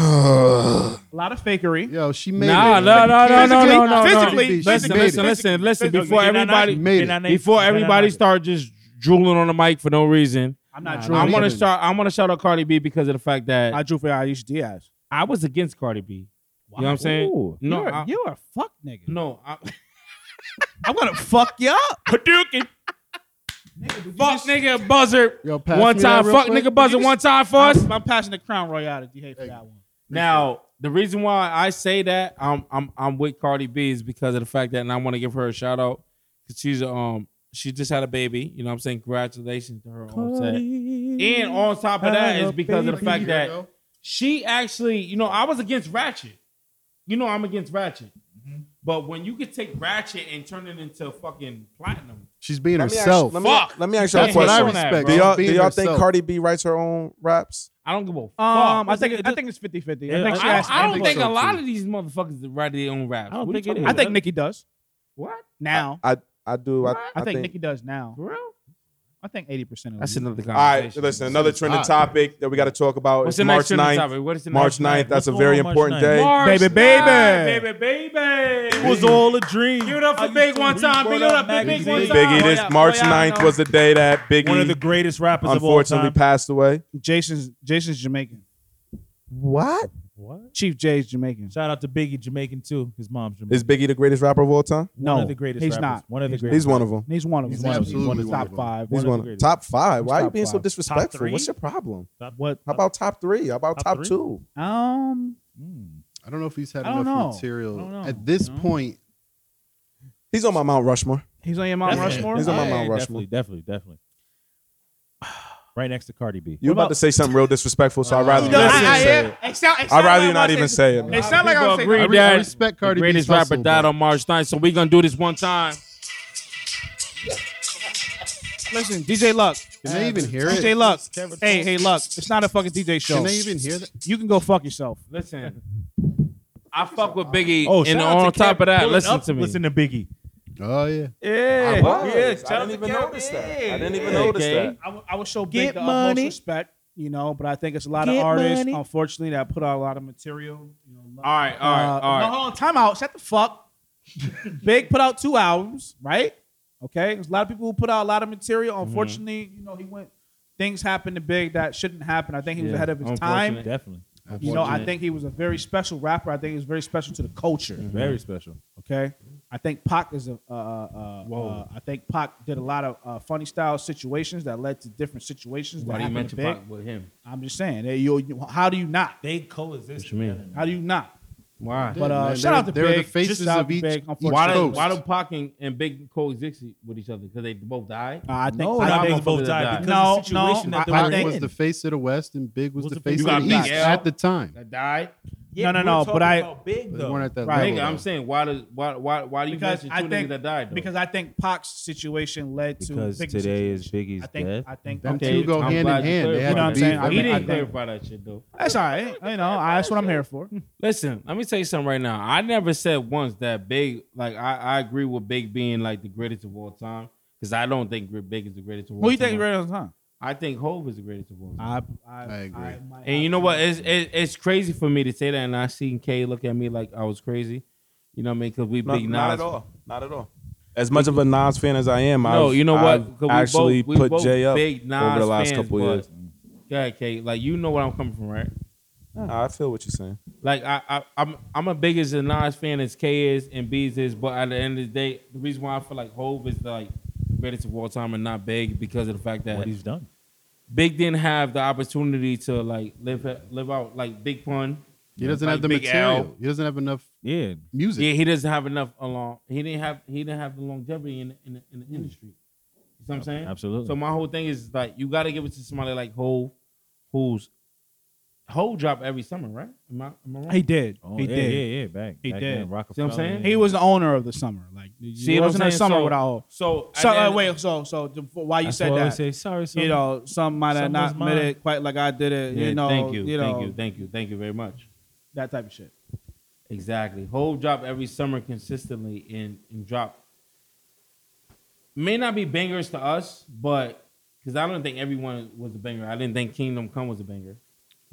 Speaker 7: A lot of fakery.
Speaker 4: Yo, she made
Speaker 2: Nah,
Speaker 4: it.
Speaker 2: no, no, no, no,
Speaker 7: Physically-
Speaker 2: no, no.
Speaker 7: physically-
Speaker 2: no.
Speaker 4: She
Speaker 2: listen, listen,
Speaker 4: made it.
Speaker 2: listen, listen.
Speaker 1: Physically,
Speaker 2: Before
Speaker 1: can I not-
Speaker 2: everybody,
Speaker 4: Made
Speaker 1: can I not-
Speaker 2: before
Speaker 1: can I not-
Speaker 2: everybody start just drooling on the mic for no reason,
Speaker 7: I'm not
Speaker 4: Drew
Speaker 2: I want to
Speaker 4: Hibbert.
Speaker 2: start. I want to shout out Cardi B because of the fact that
Speaker 7: I drew for Aisha Diaz.
Speaker 2: I was against Cardi B. You know what I'm saying?
Speaker 7: Ooh,
Speaker 2: No,
Speaker 7: you're,
Speaker 2: I- (laughs)
Speaker 7: you're a fuck nigga.
Speaker 2: No, I,
Speaker 7: I'm gonna fuck you up.
Speaker 2: Hadouken. Fuck nigga buzzard.
Speaker 4: Yo, pass
Speaker 2: One
Speaker 4: me that
Speaker 2: time,
Speaker 4: real
Speaker 2: fuck
Speaker 4: quick.
Speaker 2: nigga buzzard. One time for us.
Speaker 7: I'm passing the crown royale to D for that one.
Speaker 2: (laughs) Now, the reason why I say that I'm I'm I'm with Cardi B is because of the fact that, and I want to give her a shout out because she's um she just had a baby. You know, what I'm saying congratulations to her on set. And on top of that is because of the fact that she actually, you know, I was against Ratchet. You know, I'm against Ratchet.
Speaker 6: Mm-hmm.
Speaker 2: But when you could take Ratchet and turn it into fucking platinum,
Speaker 4: She's being
Speaker 6: Let me ask-
Speaker 4: herself.
Speaker 6: Let me,
Speaker 2: Fuck.
Speaker 6: let me ask y'all a
Speaker 4: That's what I
Speaker 2: Being
Speaker 6: question.
Speaker 2: herself,
Speaker 4: respect.
Speaker 6: Do y'all, do
Speaker 4: Being
Speaker 6: y'all think
Speaker 4: herself.
Speaker 6: Cardi B writes her own raps?
Speaker 2: I don't give a fuck.
Speaker 7: Um, I
Speaker 2: It's
Speaker 7: think
Speaker 2: like-
Speaker 7: I think it's 50-50.
Speaker 1: Yeah,
Speaker 7: I think, she
Speaker 2: I,
Speaker 7: has
Speaker 2: don't- I don't
Speaker 4: I
Speaker 2: think,
Speaker 4: think
Speaker 2: a
Speaker 4: so,
Speaker 2: lot
Speaker 4: too.
Speaker 2: of these motherfuckers write their own raps.
Speaker 1: I don't
Speaker 2: What
Speaker 1: think
Speaker 2: you
Speaker 1: it
Speaker 2: talking
Speaker 1: is.
Speaker 7: I think
Speaker 2: about?
Speaker 7: Nikki does
Speaker 2: what?
Speaker 7: now.
Speaker 6: I I do. I,
Speaker 7: I, think,
Speaker 6: think.
Speaker 7: Nikki does now.
Speaker 2: For real?
Speaker 7: I think 80% of
Speaker 2: That's another conversation.
Speaker 6: all right, listen. Another trending
Speaker 4: hot.
Speaker 6: topic that we got to talk about
Speaker 2: What's
Speaker 6: is
Speaker 2: the
Speaker 6: March
Speaker 2: next trending
Speaker 6: 9th.
Speaker 2: topic? What is the
Speaker 6: March 9th.
Speaker 2: next
Speaker 6: That's a
Speaker 1: What's
Speaker 6: very
Speaker 1: going on March
Speaker 6: important
Speaker 1: 9th?
Speaker 6: day.
Speaker 2: March
Speaker 7: Baby, baby.
Speaker 2: 9th, baby, baby.
Speaker 1: It was all a dream.
Speaker 2: Give it up for Big one time. Big it up for Big one time.
Speaker 6: Biggie, this
Speaker 2: Oh, yeah.
Speaker 6: March
Speaker 2: Oh, yeah, I
Speaker 6: 9th
Speaker 2: know.
Speaker 6: was the day that
Speaker 1: One of the
Speaker 6: Biggie
Speaker 1: greatest rappers of all
Speaker 6: unfortunately
Speaker 1: time.
Speaker 6: passed away.
Speaker 7: Jason's Jason's Jamaican.
Speaker 6: What?
Speaker 1: What?
Speaker 7: Chief Jay's Jamaican.
Speaker 1: Shout out to Biggie, Jamaican too. His mom's Jamaican.
Speaker 6: Is Biggie the greatest rapper of all time?
Speaker 7: No,
Speaker 1: one of the greatest.
Speaker 7: he's
Speaker 1: rappers.
Speaker 7: not.
Speaker 1: One of the greatest.
Speaker 6: He's one of them.
Speaker 7: He's one of them.
Speaker 4: He's
Speaker 7: One of them.
Speaker 4: absolutely
Speaker 7: One of the
Speaker 4: one
Speaker 7: top
Speaker 4: of them.
Speaker 7: five.
Speaker 6: He's
Speaker 1: One of
Speaker 6: one
Speaker 1: the
Speaker 6: of
Speaker 1: greatest.
Speaker 6: top five. Why are you
Speaker 7: Top
Speaker 6: being so
Speaker 7: five.
Speaker 6: disrespectful?
Speaker 1: three?
Speaker 6: What's your problem?
Speaker 1: Top- What?
Speaker 6: How about top three? How about top
Speaker 1: Top three?
Speaker 6: two?
Speaker 7: Um,
Speaker 1: Mm.
Speaker 4: I don't know if he's had
Speaker 7: I don't
Speaker 4: enough
Speaker 7: know. I don't
Speaker 4: material
Speaker 7: know.
Speaker 4: at this
Speaker 7: No.
Speaker 4: point.
Speaker 6: He's on my Mount Rushmore.
Speaker 7: he's on your Mount
Speaker 1: Definitely.
Speaker 7: Rushmore.
Speaker 6: He's on my
Speaker 1: Yeah,
Speaker 6: Mount Rushmore.
Speaker 1: Definitely, definitely, definitely. (sighs) Right next to Cardi B.
Speaker 6: You were about, to say something real disrespectful, so I'd rather
Speaker 7: No,
Speaker 6: you not
Speaker 7: I- I
Speaker 6: say
Speaker 7: am.
Speaker 6: it.
Speaker 7: It sound- it
Speaker 6: I'd
Speaker 7: sound
Speaker 6: rather
Speaker 7: like
Speaker 6: you
Speaker 7: I
Speaker 6: not
Speaker 7: say-
Speaker 6: even say it.
Speaker 7: It's not like
Speaker 2: People
Speaker 7: I'm saying.
Speaker 2: agree
Speaker 4: I, re- I
Speaker 2: that
Speaker 4: respect
Speaker 2: the
Speaker 4: Cardi B's
Speaker 2: greatest rapper
Speaker 4: hustle,
Speaker 2: died
Speaker 4: but
Speaker 2: on March 9th, so we're gonna do this one time.
Speaker 7: Listen, DJ Luck.
Speaker 4: Can they even hear
Speaker 7: DJ
Speaker 4: it?
Speaker 7: Luck. Hey, hey, Luck. It's not a fucking DJ show.
Speaker 4: Can they even hear that?
Speaker 7: You can go fuck yourself.
Speaker 2: Listen, I fuck with Biggie,
Speaker 1: Oh,
Speaker 2: and
Speaker 1: shout out
Speaker 2: on
Speaker 1: to Cap
Speaker 2: top of that,
Speaker 1: pulling
Speaker 2: listen
Speaker 1: up.
Speaker 2: to me.
Speaker 1: Listen to Biggie.
Speaker 4: Oh yeah.
Speaker 2: yeah,
Speaker 6: was.
Speaker 2: yeah,
Speaker 6: I
Speaker 2: shout out
Speaker 6: didn't
Speaker 2: to
Speaker 6: even
Speaker 2: Cap.
Speaker 6: notice that. I didn't even
Speaker 2: Yeah,
Speaker 6: notice
Speaker 2: okay.
Speaker 6: that.
Speaker 7: I would- I would show
Speaker 15: Get
Speaker 7: Big the utmost
Speaker 15: money.
Speaker 7: respect, you know, but I think it's a lot
Speaker 15: Get
Speaker 7: of artists,
Speaker 15: money.
Speaker 7: unfortunately, that put out a lot of material. You know,
Speaker 2: All right, all right,
Speaker 7: Uh,
Speaker 2: all right.
Speaker 7: No, hold on. Time out. Shut the fuck. (laughs) Big put out two albums, right? Okay. There's a lot of people who put out a lot of
Speaker 2: Mm-hmm.
Speaker 7: material. Unfortunately, you know, he went. Things happened to Big that shouldn't happen. I think he was
Speaker 2: Yeah,
Speaker 7: ahead of his time.
Speaker 2: unfortunate.
Speaker 1: Definitely.
Speaker 7: You know, I
Speaker 2: Unfortunate.
Speaker 7: think he was a very special rapper. I think he was very special to the
Speaker 2: Mm-hmm.
Speaker 7: culture.
Speaker 1: Very special.
Speaker 7: Okay. I think Pac is a. Uh, uh, uh, uh, I think Pac did a lot of uh, funny style situations that led to different situations. That
Speaker 2: Why do you
Speaker 7: happened to
Speaker 2: mention
Speaker 7: Big.
Speaker 2: Pac with him?
Speaker 7: I'm just saying. eh, you- you- how do you not?
Speaker 1: They coexist.
Speaker 2: you mean?
Speaker 1: together.
Speaker 7: How do you not?
Speaker 2: Why?
Speaker 7: But uh,
Speaker 4: man,
Speaker 7: shout
Speaker 4: they're-
Speaker 7: out to
Speaker 4: they're the
Speaker 7: Big.
Speaker 4: faces
Speaker 7: Shout out
Speaker 4: of
Speaker 7: to
Speaker 4: each-
Speaker 7: Big,
Speaker 4: each
Speaker 7: unfortunately.
Speaker 2: Why do
Speaker 4: Coast.
Speaker 2: Why do Pac and, and Big coexist with each other? Because they both died.
Speaker 7: Uh, I think
Speaker 1: No,
Speaker 7: I
Speaker 1: not
Speaker 7: think-
Speaker 1: they
Speaker 2: I'm
Speaker 1: both
Speaker 2: gonna die.
Speaker 1: died because
Speaker 7: No,
Speaker 1: the situation
Speaker 7: no,
Speaker 1: that they
Speaker 7: I
Speaker 4: Pac
Speaker 1: were
Speaker 7: think-
Speaker 4: was
Speaker 1: in.
Speaker 4: the face of the West, and Big was,
Speaker 1: Was
Speaker 4: the,
Speaker 1: the
Speaker 4: face
Speaker 1: face
Speaker 4: of
Speaker 2: of
Speaker 4: the
Speaker 2: the
Speaker 4: East
Speaker 2: East.
Speaker 4: at the time.
Speaker 2: That died.
Speaker 7: No, no, no. But I
Speaker 1: big
Speaker 4: They weren't at that
Speaker 7: Right.
Speaker 4: level.
Speaker 2: Nigga, I'm
Speaker 4: though.
Speaker 2: saying why does why why why do you
Speaker 7: Because
Speaker 2: mention
Speaker 7: I
Speaker 2: two
Speaker 7: think-
Speaker 2: niggas that died? Though?
Speaker 7: because I think Pac's situation led to
Speaker 1: because
Speaker 7: Biggie's
Speaker 1: today is
Speaker 7: situation.
Speaker 1: Biggie's
Speaker 7: I think
Speaker 1: death.
Speaker 7: I think
Speaker 4: Them
Speaker 2: Okay,
Speaker 4: two go
Speaker 2: I'm
Speaker 4: hand
Speaker 2: glad
Speaker 4: in
Speaker 2: you
Speaker 4: hand. They
Speaker 2: clarified
Speaker 4: had to
Speaker 7: You know what I'm
Speaker 4: be
Speaker 7: saying? I
Speaker 2: he
Speaker 7: mean,
Speaker 4: everything.
Speaker 2: didn't
Speaker 7: I think-
Speaker 2: clarify that shit though.
Speaker 7: that's all right. You know, I, that's what I'm
Speaker 2: (laughs)
Speaker 7: here for.
Speaker 2: Listen, let me tell you something right now. I never said once that Big, like, I, I agree with Big being like the greatest of all time because I don't think Gr- Big is the greatest of all
Speaker 7: Who
Speaker 2: time.
Speaker 7: you think greater than time?
Speaker 2: I think Hove is the greatest of all time.
Speaker 7: I,
Speaker 4: I agree.
Speaker 7: might
Speaker 2: And
Speaker 7: have-
Speaker 2: you know what? It's, it, it's crazy for me to say that, and I seen Kay look at me like I was crazy. You know what I mean? Because we
Speaker 6: Not,
Speaker 2: big
Speaker 6: not
Speaker 2: Nas.
Speaker 6: at all. Not at all. As much of a Nas fan as I am,
Speaker 2: No,
Speaker 6: I've,
Speaker 2: you know what?
Speaker 6: I've
Speaker 2: 'Cause we both-
Speaker 6: actually
Speaker 2: we
Speaker 6: put
Speaker 2: both
Speaker 6: Jay up
Speaker 2: big Nas
Speaker 6: over the last
Speaker 2: fans,
Speaker 6: couple
Speaker 2: but-
Speaker 6: years.
Speaker 2: Yeah, Kay. Like you know where I'm coming from, right?
Speaker 6: Nah, I feel what you're saying.
Speaker 2: Like I, I I'm I'm a biggest Nas fan as K is and B's is, but at the end of the day, the reason why I feel like Hove is like greatest of all time and not Big because of the fact that
Speaker 1: what he's done.
Speaker 2: Big didn't have the opportunity to like live live out like Big Pun.
Speaker 4: He doesn't
Speaker 2: Like
Speaker 4: have the
Speaker 2: Big L.
Speaker 4: material. He doesn't have enough
Speaker 1: Yeah,
Speaker 4: music.
Speaker 2: Yeah, he doesn't have enough along. He didn't have he didn't have the longevity in the, in the, in the industry. You know what I'm saying?
Speaker 1: absolutely.
Speaker 2: So my whole thing is like you got to give it to somebody like Hove, who's Hove drop every summer, right? Am I, am I wrong?
Speaker 7: he did.
Speaker 1: Oh,
Speaker 7: he
Speaker 1: yeah,
Speaker 7: did.
Speaker 1: Yeah, yeah, back.
Speaker 7: He
Speaker 1: back
Speaker 7: did.
Speaker 1: then,
Speaker 2: See what
Speaker 1: Rockefeller.
Speaker 2: I'm saying?
Speaker 1: yeah.
Speaker 7: He was the owner of the summer. Like,
Speaker 2: See
Speaker 7: it
Speaker 2: what I'm
Speaker 7: wasn't a
Speaker 2: saying?
Speaker 7: summer
Speaker 2: So-
Speaker 7: without Hov.
Speaker 2: So,
Speaker 7: So
Speaker 2: at the
Speaker 7: uh,
Speaker 2: end-
Speaker 7: wait, so so the- why you
Speaker 1: That's
Speaker 7: said
Speaker 1: why I always
Speaker 7: that?
Speaker 1: Say, sorry, son.
Speaker 7: you know, some might have not
Speaker 1: Summer's
Speaker 7: admit
Speaker 1: mine.
Speaker 7: it quite like I did it.
Speaker 2: Yeah,
Speaker 7: you know,
Speaker 2: thank you,
Speaker 7: know,
Speaker 2: thank you, thank you, thank you very much.
Speaker 7: that type of shit.
Speaker 2: Exactly. Whole drop every summer consistently and, and drop. May not be bangers to us, but because I don't think everyone was a banger. I didn't think Kingdom Come was a banger.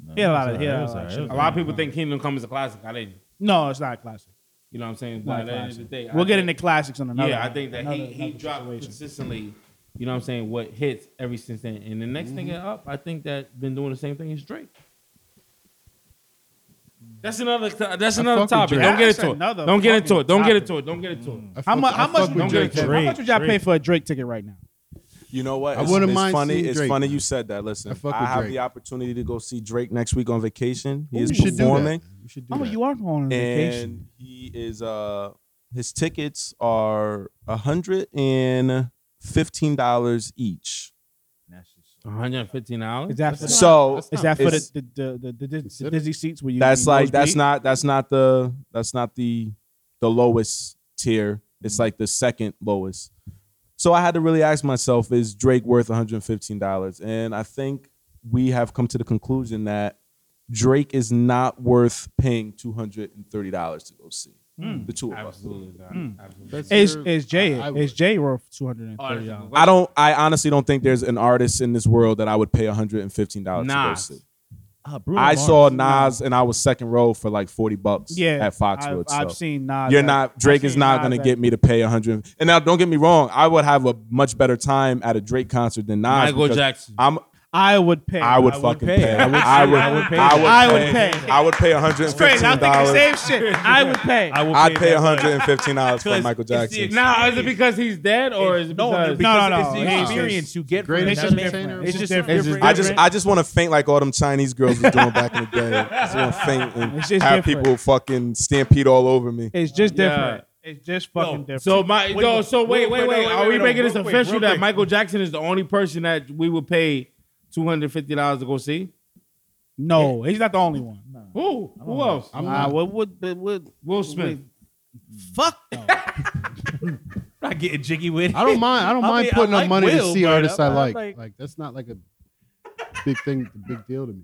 Speaker 1: No,
Speaker 7: Yeah, a lot of-
Speaker 1: it was all right,
Speaker 7: yeah,
Speaker 1: it
Speaker 7: a lot of
Speaker 1: was all right,
Speaker 7: shit.
Speaker 1: it was
Speaker 2: A
Speaker 1: all
Speaker 2: lot of people think Kingdom Come is a classic. I didn't.
Speaker 7: No, it's not a classic.
Speaker 2: You know what I'm saying?
Speaker 7: Not
Speaker 2: But
Speaker 7: a
Speaker 2: at the end of the
Speaker 7: classic.
Speaker 2: day, I
Speaker 7: we'll get
Speaker 2: think-
Speaker 7: into classics on another.
Speaker 2: yeah, I think that he,
Speaker 7: another-
Speaker 2: he
Speaker 7: another
Speaker 2: dropped
Speaker 7: situation.
Speaker 2: consistently, you know what I'm saying, what hits every since then.
Speaker 7: Mm-hmm.
Speaker 2: And the next thing up, I think that been doing the same thing is Drake. That's another. That's
Speaker 4: I
Speaker 2: another
Speaker 4: fuck with
Speaker 2: topic.
Speaker 4: Drake.
Speaker 2: Don't get
Speaker 7: That's
Speaker 2: into it.
Speaker 7: another
Speaker 2: Don't get into
Speaker 7: fucking
Speaker 2: it. Don't get
Speaker 7: topic.
Speaker 2: into
Speaker 7: Mm.
Speaker 2: it. Don't get into it.
Speaker 4: I
Speaker 7: How
Speaker 4: fuck-
Speaker 7: much?
Speaker 4: I
Speaker 7: How
Speaker 4: fuck
Speaker 7: much?
Speaker 4: with
Speaker 2: Don't get
Speaker 4: Drake.
Speaker 2: it.
Speaker 7: How much would y'all pay for a Drake ticket right now?
Speaker 6: You know what?
Speaker 4: I
Speaker 6: It's-
Speaker 4: wouldn't
Speaker 6: it's
Speaker 4: mind
Speaker 6: funny.
Speaker 4: seeing
Speaker 6: It's
Speaker 4: Drake.
Speaker 6: funny you said that. Listen,
Speaker 4: I fuck
Speaker 6: I
Speaker 4: with
Speaker 6: have
Speaker 4: Drake.
Speaker 6: the opportunity to go see Drake next week on vacation. He
Speaker 4: You
Speaker 6: is
Speaker 4: should do
Speaker 6: performing,
Speaker 4: that. You should do
Speaker 7: Oh,
Speaker 4: that.
Speaker 7: you are going on vacation.
Speaker 6: and he is. Uh, his tickets are a hundred and fifteen dollars each.
Speaker 2: One hundred and fifteen dollars.
Speaker 7: Is that for,
Speaker 4: That's
Speaker 6: So
Speaker 4: not- that's
Speaker 7: is that for
Speaker 6: it's-
Speaker 7: the the the, the, the,
Speaker 4: Consider-
Speaker 7: the dizzy seats where you?
Speaker 6: that's
Speaker 7: you
Speaker 6: like that's
Speaker 7: nosebleed?
Speaker 6: not that's not the that's not the the lowest tier.
Speaker 7: Mm-hmm.
Speaker 6: It's like the second lowest. So I had to really ask myself, is Drake worth $115? And I think we have come to the conclusion that Drake is not worth paying $230 to go see.
Speaker 7: Hmm.
Speaker 6: The two of us.
Speaker 2: Absolutely not.
Speaker 7: Mm.
Speaker 2: Absolutely.
Speaker 4: That's
Speaker 7: Is
Speaker 4: your-
Speaker 7: is Jay
Speaker 4: I- I
Speaker 7: is
Speaker 4: would. Oh,
Speaker 7: Jay worth two hundred and thirty dollars?
Speaker 6: I don't I honestly don't think there's an artist in this world that I would pay $115
Speaker 2: Nas.
Speaker 6: to go see.
Speaker 1: Ah, Bruno
Speaker 6: I
Speaker 1: Mars.
Speaker 6: saw Nas and I was second row for like 40 bucks
Speaker 7: Yeah,
Speaker 6: at Foxwood.
Speaker 7: I've, I've
Speaker 6: so.
Speaker 7: seen Nas.
Speaker 6: You're
Speaker 7: at-
Speaker 6: not
Speaker 7: I've
Speaker 6: Drake is
Speaker 7: seen
Speaker 6: not
Speaker 7: Nas
Speaker 6: gonna
Speaker 7: at-
Speaker 6: get me to pay a hundred. And now don't get me wrong, I would have a much better time at a Drake concert than Nas.
Speaker 2: Michael
Speaker 6: because
Speaker 2: Jackson.
Speaker 6: I'm
Speaker 7: I would pay.
Speaker 6: I would fucking pay. I would I would I would pay
Speaker 7: I would pay.
Speaker 6: I would pay hundred and
Speaker 7: Crazy.
Speaker 6: fifteen
Speaker 7: I'm thinking the
Speaker 6: dollars.
Speaker 7: same shit. I would pay.
Speaker 1: I will
Speaker 6: I'd
Speaker 1: pay
Speaker 6: pay
Speaker 1: that
Speaker 6: hundred and fifteen dollars for
Speaker 1: Because
Speaker 6: Michael
Speaker 1: it's the
Speaker 6: Jackson.
Speaker 1: ex-
Speaker 2: Now is it because he's dead or is it
Speaker 1: No,
Speaker 2: because
Speaker 1: because
Speaker 7: No, no,
Speaker 1: it's
Speaker 7: no,
Speaker 1: the
Speaker 7: no.
Speaker 1: experience you get. from it.
Speaker 4: Greatest
Speaker 1: That's different.
Speaker 4: entertainer.
Speaker 1: It's just
Speaker 7: It's just
Speaker 1: different.
Speaker 6: I just I just want to faint like all them Chinese girls were doing back in the day. I just want to faint and
Speaker 7: It's just
Speaker 6: have
Speaker 7: different.
Speaker 6: people fucking stampede all over me.
Speaker 7: It's just
Speaker 2: Yeah.
Speaker 7: different. It's just fucking different.
Speaker 2: Oh, So my
Speaker 1: Wait,
Speaker 2: no,
Speaker 1: wait,
Speaker 2: so wait,
Speaker 1: wait,
Speaker 2: wait,
Speaker 1: wait,
Speaker 2: wait.
Speaker 1: wait,
Speaker 2: Are we
Speaker 1: wait,
Speaker 2: making
Speaker 1: no,
Speaker 2: this
Speaker 1: real quick,
Speaker 2: official
Speaker 1: real
Speaker 2: that
Speaker 1: quick.
Speaker 2: Michael Jackson is the only person that we would pay two hundred fifty dollars to go see?
Speaker 7: no, he's not the only one. No.
Speaker 2: Who? Who else?
Speaker 4: I'm
Speaker 7: Uh,
Speaker 4: not-
Speaker 7: what would what, what,
Speaker 2: Will Smith.
Speaker 7: fuck?
Speaker 1: I'm (laughs) not getting jiggy with
Speaker 4: I
Speaker 1: (laughs)
Speaker 4: don't mind. I don't
Speaker 1: I
Speaker 4: mind
Speaker 1: mean, I
Speaker 4: putting
Speaker 1: like
Speaker 4: up money
Speaker 1: Will,
Speaker 4: to see
Speaker 1: but
Speaker 4: artists I
Speaker 1: I'm not
Speaker 4: like.
Speaker 1: like-
Speaker 4: like. that's not like a big thing, big deal
Speaker 1: (laughs)
Speaker 4: to me.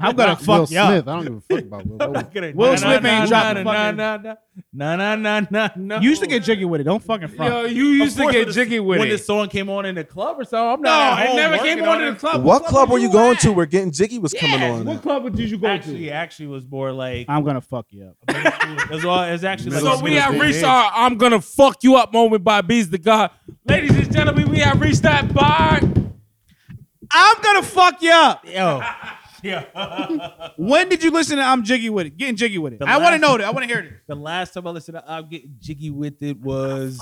Speaker 7: I'm gonna
Speaker 4: Will
Speaker 7: fuck
Speaker 4: Smith.
Speaker 7: you up.
Speaker 4: I don't give a fuck about
Speaker 1: (laughs)
Speaker 4: Will. Will-
Speaker 1: it.
Speaker 7: Will Smith ain't dropping
Speaker 1: Nah,
Speaker 7: fucking-
Speaker 1: nah, nah, nah, nah, nah, nah, nah.
Speaker 7: You used to get jiggy with it. Don't fucking front.
Speaker 2: Yo, you used to
Speaker 1: course,
Speaker 2: get
Speaker 1: when the-
Speaker 2: jiggy with
Speaker 1: when
Speaker 2: it.
Speaker 1: the song came on in the club or something. I'm
Speaker 2: no,
Speaker 1: not. at
Speaker 2: it
Speaker 1: home
Speaker 2: never
Speaker 1: working
Speaker 2: came on in
Speaker 1: it.
Speaker 2: the club.
Speaker 6: What club were you going to
Speaker 2: at?
Speaker 6: where Getting Jiggy was coming
Speaker 2: Yeah,
Speaker 6: on?
Speaker 2: What club did you go
Speaker 1: Actually,
Speaker 2: to?
Speaker 1: actually was more like.
Speaker 7: I'm gonna fuck you up.
Speaker 1: it was all. It was actually like.
Speaker 2: So we have
Speaker 4: Big
Speaker 2: reached
Speaker 4: Dick.
Speaker 2: our I'm gonna fuck you up moment by Bees the God. Ladies and gentlemen, we have reached that bar.
Speaker 7: I'm gonna fuck you up.
Speaker 1: Yo,
Speaker 2: (laughs)
Speaker 7: When did you listen to I'm jiggy with it? Getting jiggy with it. I
Speaker 1: last-
Speaker 7: want to know that. I want
Speaker 1: (laughs)
Speaker 7: to hear it.
Speaker 1: the last time I listened to "I'm Getting Jiggy with It" was.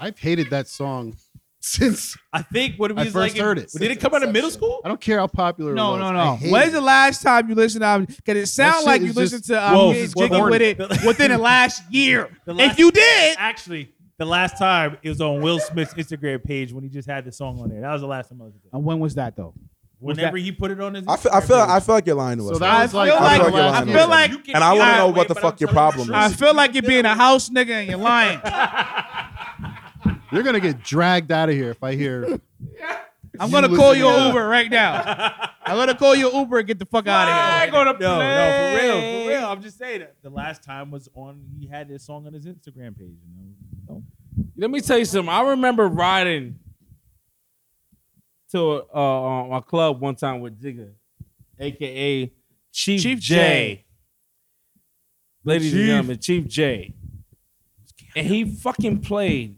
Speaker 4: I've hated that song (laughs) since
Speaker 1: I think what it
Speaker 4: I
Speaker 1: was
Speaker 4: first
Speaker 1: like. in-
Speaker 4: heard it.
Speaker 1: Did it come out in middle school?
Speaker 4: I don't care how popular.
Speaker 7: No,
Speaker 4: it was.
Speaker 7: no,
Speaker 4: I
Speaker 7: no.
Speaker 4: hate
Speaker 7: When's
Speaker 4: it.
Speaker 7: the last time you listened to I'm Cause it sound
Speaker 4: shit
Speaker 7: like you
Speaker 4: is
Speaker 7: listened
Speaker 4: just-
Speaker 7: to I'm
Speaker 1: Whoa,
Speaker 7: Getting
Speaker 1: well,
Speaker 7: jiggy
Speaker 1: horny.
Speaker 7: with
Speaker 1: (laughs)
Speaker 7: it within the last year.
Speaker 1: The
Speaker 7: if
Speaker 1: last-
Speaker 7: you
Speaker 1: (laughs)
Speaker 7: did,
Speaker 1: Actually, the last time it was on Will Smith's Instagram page when he just had the song on there. That was the last time I listened to it.
Speaker 7: and when was that though?
Speaker 1: Whenever he put it on his,
Speaker 6: I feel, I feel I feel like you're lying to us.
Speaker 4: So that was
Speaker 7: I
Speaker 4: like,
Speaker 7: feel
Speaker 4: I
Speaker 7: like-
Speaker 4: feel like,
Speaker 7: I
Speaker 4: I
Speaker 7: feel like-
Speaker 6: and I want
Speaker 7: I-
Speaker 6: to know what the fuck your problem
Speaker 7: I
Speaker 6: is.
Speaker 7: feel like you're
Speaker 1: (laughs)
Speaker 7: being a house nigga and you're lying.
Speaker 4: you're gonna get dragged out of here if I hear.
Speaker 7: I'm
Speaker 4: You
Speaker 7: gonna call
Speaker 4: listen
Speaker 7: you
Speaker 4: to
Speaker 7: an
Speaker 4: that.
Speaker 7: Uber right now. I'm gonna call you an Uber and get the fuck out of
Speaker 2: I
Speaker 7: here.
Speaker 2: ain't gonna
Speaker 1: No, no, for real,
Speaker 2: play.
Speaker 1: for real. I'm just saying that the last time was on. He had this song on his Instagram page. You know,
Speaker 2: Let me tell you something. I remember riding to uh, uh, a club one time with Jigga, aka Chief,
Speaker 7: Chief
Speaker 2: J.
Speaker 7: J.
Speaker 2: Ladies and
Speaker 1: Chief.
Speaker 2: gentlemen, Chief J. And he fucking played.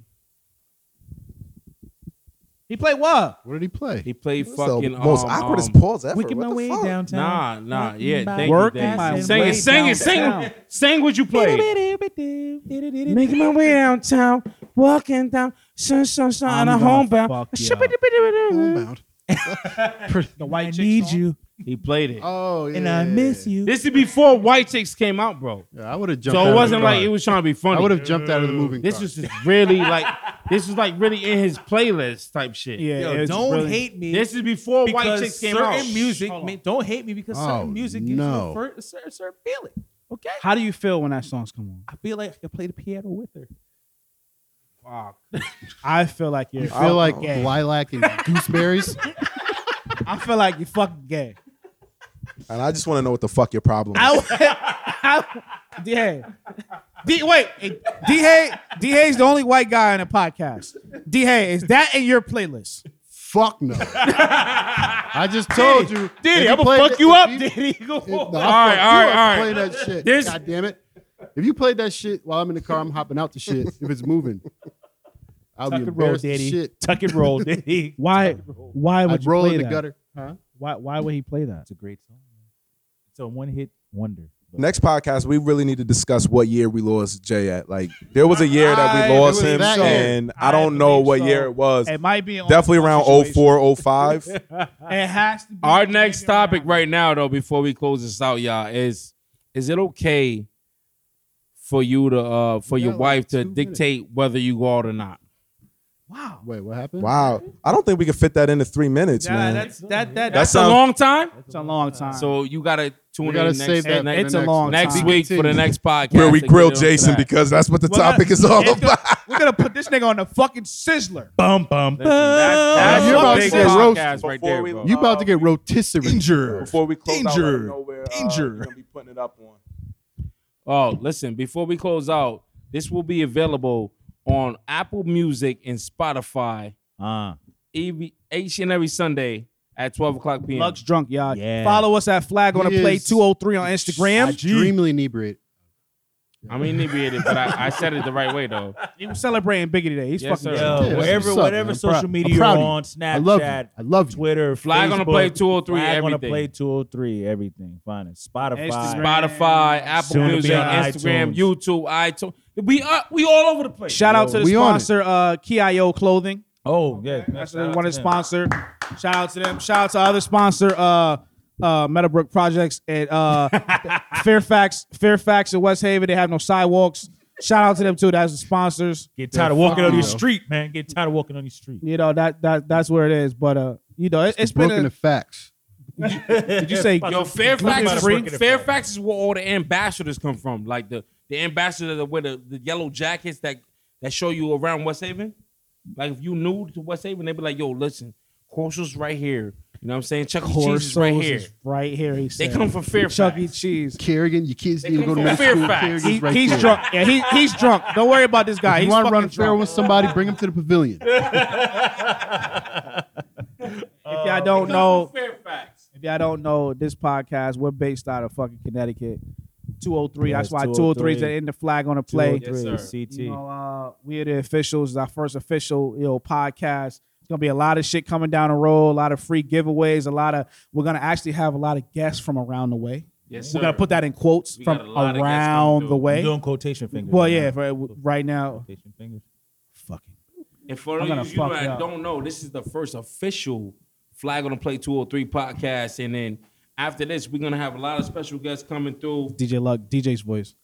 Speaker 7: He played what?
Speaker 4: What did he play?
Speaker 2: (laughs) He played
Speaker 6: It's the
Speaker 2: fucking
Speaker 6: most
Speaker 2: um,
Speaker 6: awkwardest
Speaker 2: um,
Speaker 6: pause ever.
Speaker 1: Working
Speaker 6: What
Speaker 1: my
Speaker 6: the
Speaker 1: way
Speaker 6: fuck?
Speaker 1: downtown.
Speaker 2: Nah, nah, yeah. Thank you,
Speaker 7: Working
Speaker 2: thank you.
Speaker 7: my
Speaker 2: sing
Speaker 7: way
Speaker 2: it, sing it, sing
Speaker 7: downtown.
Speaker 2: it, sing what you play. Making my way downtown, walking down, sun, sun, sun, on
Speaker 7: I'm
Speaker 2: a
Speaker 7: gonna
Speaker 2: homebound.
Speaker 7: fuck you up.
Speaker 4: Homebound.
Speaker 7: The white
Speaker 1: I
Speaker 7: chick
Speaker 1: need
Speaker 7: song?
Speaker 1: you
Speaker 2: He played it.
Speaker 4: Oh yeah.
Speaker 1: and I miss you.
Speaker 2: This is before White Chicks came out, bro.
Speaker 4: Yeah, I would have jumped.
Speaker 2: So
Speaker 4: out of
Speaker 2: it
Speaker 4: the
Speaker 2: wasn't like
Speaker 4: car.
Speaker 2: it was trying to be funny.
Speaker 4: I would have jumped out of the moving.
Speaker 2: This
Speaker 4: car.
Speaker 2: was just really like this was like really in his playlist type shit.
Speaker 7: Yeah,
Speaker 1: Yo,
Speaker 7: it was
Speaker 1: don't
Speaker 7: brilliant.
Speaker 1: hate me.
Speaker 2: This is before White
Speaker 1: because
Speaker 2: Chicks came
Speaker 1: certain
Speaker 2: out.
Speaker 1: music,
Speaker 2: Hold on.
Speaker 1: ma- don't hate me because
Speaker 4: Oh,
Speaker 1: certain music gives
Speaker 4: no.
Speaker 1: you a, fir- a certain, certain feeling. Okay,
Speaker 7: How do you feel when that song's come on?
Speaker 1: I feel like I can play the piano with her.
Speaker 2: Fuck.
Speaker 7: I feel like you're.
Speaker 4: You feel like
Speaker 7: gay.
Speaker 4: lilac and gooseberries.
Speaker 7: I feel like you're fucking gay.
Speaker 6: And I just want to know what the fuck your problem is.
Speaker 7: I, I, D Hay. D wait. D Hay D Hay's the only white guy on the podcast. D Hay, is that in your playlist?
Speaker 4: fuck no. I just told you.
Speaker 2: Diddy,
Speaker 4: if
Speaker 2: I'ma
Speaker 4: played
Speaker 2: fuck
Speaker 4: that-
Speaker 2: you
Speaker 4: if
Speaker 2: up,
Speaker 4: you-
Speaker 2: Diddy.
Speaker 7: (laughs)
Speaker 2: Go
Speaker 4: if- no, I'll
Speaker 2: on. all
Speaker 4: fuck
Speaker 2: right,
Speaker 4: you
Speaker 2: all
Speaker 4: up
Speaker 2: right, all
Speaker 4: Playing
Speaker 2: right.
Speaker 4: that shit.
Speaker 2: This-
Speaker 4: God damn it. If you played that shit while I'm in the car, I'm hopping out the shit. If it's moving, I'll
Speaker 1: Tuck
Speaker 4: be
Speaker 1: and roll,
Speaker 4: embarrassed. as
Speaker 1: Diddy.
Speaker 4: Shit.
Speaker 1: Tuck and
Speaker 7: (laughs)
Speaker 1: roll, Diddy.
Speaker 7: Why? Why
Speaker 4: I'd
Speaker 7: would you
Speaker 4: roll
Speaker 7: play
Speaker 4: in the
Speaker 7: that?
Speaker 4: gutter.
Speaker 7: Why? Why would he play that?
Speaker 1: It's a great song. It's a one hit wonder. But
Speaker 6: Next podcast, we really need to discuss what year we lost Jay at. Like, there was a year that we
Speaker 7: I
Speaker 6: lost
Speaker 7: believe
Speaker 6: him,
Speaker 7: so.
Speaker 6: and I
Speaker 7: I
Speaker 6: don't know
Speaker 7: believe
Speaker 6: what
Speaker 7: so.
Speaker 6: year it was.
Speaker 7: It might be an
Speaker 6: Definitely around
Speaker 7: situation.
Speaker 6: 04, (laughs) 05.
Speaker 7: It has to be.
Speaker 2: Our next topic right now, though, before we close this out, y'all, is is it okay for you to uh for
Speaker 4: You
Speaker 2: your
Speaker 4: got, like,
Speaker 2: wife to
Speaker 4: two minutes.
Speaker 2: dictate whether you go out or not?
Speaker 7: Wow.
Speaker 4: Wait, what happened?
Speaker 6: wow. I don't think we could fit that into three minutes,
Speaker 7: Yeah,
Speaker 6: man.
Speaker 7: that's that that
Speaker 6: That
Speaker 7: that's
Speaker 2: It's a
Speaker 6: sounds-
Speaker 2: long time.
Speaker 7: that's a long time.
Speaker 2: So you gotta tune
Speaker 4: We gotta
Speaker 2: in next,
Speaker 4: save that.
Speaker 2: next,
Speaker 7: It's
Speaker 4: for
Speaker 7: a
Speaker 4: next
Speaker 7: long
Speaker 4: one.
Speaker 7: time.
Speaker 2: next week for the next podcast.
Speaker 6: where we
Speaker 2: to get
Speaker 6: grilled
Speaker 2: into
Speaker 6: Jason
Speaker 2: that.
Speaker 6: because that's what the
Speaker 7: We're gonna-
Speaker 6: topic is all
Speaker 7: it's gonna-
Speaker 6: about.
Speaker 7: We're gonna put this nigga on the fucking sizzler.
Speaker 1: Bum bum
Speaker 2: Listen, that's,
Speaker 4: You're
Speaker 2: that's
Speaker 4: about
Speaker 2: a
Speaker 4: to
Speaker 2: big
Speaker 4: get
Speaker 2: podcast
Speaker 4: roasted
Speaker 2: right
Speaker 16: before
Speaker 2: there,
Speaker 16: we
Speaker 2: bro.
Speaker 4: You about to get rotisserie.
Speaker 1: Danger.
Speaker 16: Before we close out, let
Speaker 1: Danger.
Speaker 16: them know where, uh,
Speaker 1: Danger.
Speaker 16: you're gonna be putting it up on.
Speaker 2: Oh, listen, before we close out, this will be available on Apple Music and Spotify
Speaker 4: Uh.
Speaker 1: Ah,
Speaker 2: every, each and every Sunday at 12 o'clock p.m.
Speaker 7: Lux drunk, y'all.
Speaker 1: Yeah.
Speaker 7: Follow us at Flag on
Speaker 4: He
Speaker 7: the Play
Speaker 4: is-
Speaker 7: 203 on Instagram.
Speaker 4: Extremely inebriate.
Speaker 2: I mean, inebriated, but I, I said it the right way,
Speaker 1: (laughs)
Speaker 2: though.
Speaker 7: He was celebrating Biggie today. He's
Speaker 2: Yes,
Speaker 7: fucking
Speaker 2: sir.
Speaker 1: yo,
Speaker 4: Yeah,
Speaker 1: wherever
Speaker 4: what's up,
Speaker 1: whatever
Speaker 4: man? I'm
Speaker 1: social
Speaker 4: proud- I'm
Speaker 1: media you're
Speaker 4: proud of you.
Speaker 1: on,
Speaker 4: I love you.
Speaker 1: Snapchat,
Speaker 4: I love you.
Speaker 1: Twitter,
Speaker 2: Flag
Speaker 1: Facebook,
Speaker 2: on the play 203,
Speaker 1: Flag on the
Speaker 2: everything.
Speaker 1: play 203, everything. Find it. Spotify.
Speaker 7: Instagram.
Speaker 2: Spotify, Apple
Speaker 1: Soon to be
Speaker 2: Music,
Speaker 1: on
Speaker 2: Instagram,
Speaker 1: iTunes.
Speaker 2: YouTube, iTunes. We are we all over the place.
Speaker 7: Shout out to the
Speaker 4: We on it.
Speaker 7: sponsor, uh, Kio Clothing.
Speaker 1: Oh, yeah.
Speaker 7: That's
Speaker 1: shout out
Speaker 7: one
Speaker 1: to
Speaker 7: of the
Speaker 1: them.
Speaker 7: sponsor. Shout out to them. Shout out to our other sponsor, uh, uh, Meadowbrook Projects at uh, Fairfax, Fairfax and West Haven. They have no sidewalks. Shout out to them too. That's the sponsors.
Speaker 1: Get tired of walking on
Speaker 4: fucking
Speaker 1: your
Speaker 4: yo.
Speaker 1: street, man. Get tired of walking on
Speaker 7: (laughs)
Speaker 1: your street.
Speaker 7: You know that that that's where it is. But uh, you know it, it's been.
Speaker 4: Broken
Speaker 7: A,
Speaker 4: the facts.
Speaker 1: Did
Speaker 7: you say-
Speaker 2: Yo, Fairfax
Speaker 1: Look
Speaker 2: is
Speaker 1: at
Speaker 2: free.
Speaker 1: the-
Speaker 2: Fairfax is where all the ambassadors come from. Like the the ambassadors that wear the, the yellow jackets that that show you around West Haven. Like if you new to West Haven, they be like, "Yo, listen, Corso's right here." You know what I'm saying? Chuck E. Cheese is
Speaker 7: Corso's
Speaker 2: right here.
Speaker 7: is right here. He
Speaker 2: They
Speaker 7: said.
Speaker 2: come from Fairfax.
Speaker 7: Chuck E. Cheese.
Speaker 4: Kerrigan, your kids
Speaker 2: They
Speaker 4: need to
Speaker 2: come
Speaker 4: go to
Speaker 2: from
Speaker 4: middle school.
Speaker 2: Fairfax.
Speaker 4: Kerrigan's
Speaker 7: He-
Speaker 4: right
Speaker 7: he's
Speaker 4: there.
Speaker 7: drunk. Yeah, he, he's drunk. Don't worry about this guy.
Speaker 4: If
Speaker 7: He's
Speaker 4: you want
Speaker 7: fucking
Speaker 4: to run fair
Speaker 7: drunk.
Speaker 4: with somebody, bring him to the pavilion.
Speaker 7: If y'all
Speaker 1: Oh,
Speaker 7: don't
Speaker 2: They come
Speaker 7: know,
Speaker 2: from Fairfax.
Speaker 7: if y'all don't know, this podcast we're based out of fucking Connecticut. 203. That's
Speaker 1: Yes,
Speaker 4: oh
Speaker 7: why 203 is
Speaker 1: 203.
Speaker 7: in the flag on the play.
Speaker 1: 203,
Speaker 2: Yes, sir.
Speaker 1: CT.
Speaker 7: You know, uh, we are the officials. It's our first official, you know, podcast. It's gonna be a lot of shit coming down the road. A lot of free giveaways. A lot of we're gonna actually have a lot of guests from around the way.
Speaker 2: Yes,
Speaker 7: We're gonna put that in quotes
Speaker 2: We
Speaker 7: from
Speaker 2: got a lot of guests coming
Speaker 7: around
Speaker 2: through.
Speaker 7: the
Speaker 1: You
Speaker 7: way.
Speaker 1: doing quotation fingers.
Speaker 7: Well,
Speaker 1: right
Speaker 7: yeah,
Speaker 1: now.
Speaker 7: right, right now,
Speaker 1: Quotation fingers.
Speaker 7: fucking
Speaker 2: And for
Speaker 7: I'm
Speaker 2: those
Speaker 7: gonna
Speaker 2: of you
Speaker 7: fuck
Speaker 2: that
Speaker 7: y'all.
Speaker 2: don't know, this is the first official Flag on the Play 203 podcast. And then after this, we're gonna have a lot of special guests coming through
Speaker 7: DJ Luck, DJ's voice.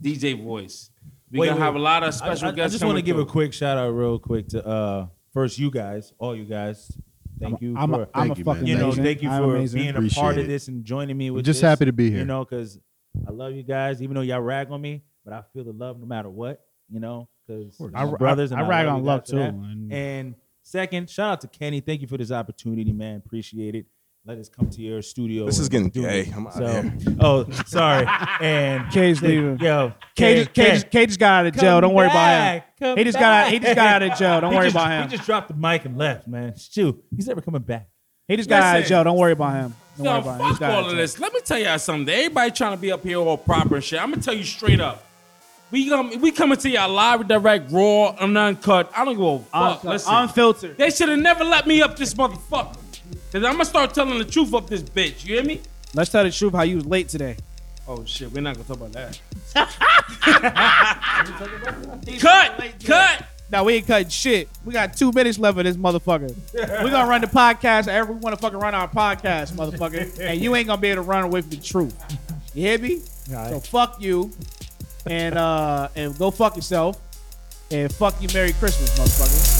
Speaker 2: DJ Voice. We're
Speaker 1: Wait,
Speaker 2: gonna
Speaker 1: wait.
Speaker 2: have a lot of
Speaker 1: I,
Speaker 2: special
Speaker 1: I- I
Speaker 2: guests.
Speaker 1: just want to
Speaker 2: coming
Speaker 1: give a
Speaker 2: through.
Speaker 1: quick shout out, real quick, to uh, first you guys, all you guys. Thank you.
Speaker 7: I'm
Speaker 1: for,
Speaker 7: a, I'm a
Speaker 4: Thank you, man.
Speaker 7: fucking
Speaker 1: you know,
Speaker 7: amazing.
Speaker 1: thank you
Speaker 7: I'm
Speaker 1: for
Speaker 7: amazing.
Speaker 1: being a
Speaker 4: Appreciate
Speaker 1: part
Speaker 4: it.
Speaker 1: of this and joining me with.
Speaker 4: I'm just
Speaker 1: this.
Speaker 4: happy to be here.
Speaker 1: You know, because I love you guys, even though y'all rag on me, but I feel the love no matter what. You know, because
Speaker 7: I,
Speaker 1: brothers and
Speaker 7: I, I rag
Speaker 1: love
Speaker 7: on
Speaker 1: you
Speaker 7: Luck
Speaker 1: guys
Speaker 7: too. Mm.
Speaker 1: for that.
Speaker 7: man.
Speaker 1: And second, shout out to Kenny. Thank you for this opportunity, man. Appreciate it. Let us come to your studio.
Speaker 6: This is
Speaker 1: and
Speaker 6: getting
Speaker 1: do
Speaker 6: gay.
Speaker 1: it.
Speaker 6: I'm outta
Speaker 1: so, (laughs) oh, sorry.
Speaker 7: (laughs)
Speaker 1: And
Speaker 7: Cage leaving.
Speaker 1: Yo,
Speaker 7: K
Speaker 1: K-
Speaker 7: just, K, just, K just got out of
Speaker 1: Come
Speaker 7: jail. Don't worry about
Speaker 1: back.
Speaker 7: him.
Speaker 1: Come
Speaker 7: He just got out. He just got out
Speaker 1: back.
Speaker 7: of jail. Don't
Speaker 1: He
Speaker 7: worry
Speaker 1: just-
Speaker 7: about him.
Speaker 1: He just dropped the mic and left, man. Shoot, he's never coming back.
Speaker 7: He just got out of
Speaker 2: Listen.
Speaker 7: jail. Don't worry about him. Don't worry
Speaker 2: Yo,
Speaker 7: about him. He
Speaker 2: fuck
Speaker 7: just got out
Speaker 2: all
Speaker 7: of
Speaker 2: of
Speaker 7: jail.
Speaker 2: this. Let me tell y'all something. Everybody trying to be up here all proper and shit. I'm gonna tell you straight up. We um, we coming to y'all live, direct, raw, and uncut. I don't give a fuck. Listen,
Speaker 7: Unfiltered.
Speaker 2: they should have never let me up this motherfucker. Cause I'm gonna start telling the truth up this bitch. You hear me?
Speaker 7: Let's tell the truth. How you was late today?
Speaker 2: Oh shit, we're not gonna talk about (laughs) that. cut, cut.
Speaker 7: Now we ain't cutting shit. We got two minutes left of this motherfucker. we gonna run the podcast. Every we wanna fucking run our podcast, motherfucker. and you ain't gonna be able to run away from the truth. You hear me? So fuck you. And uh and go fuck yourself. And fuck you, Merry Christmas, motherfucker.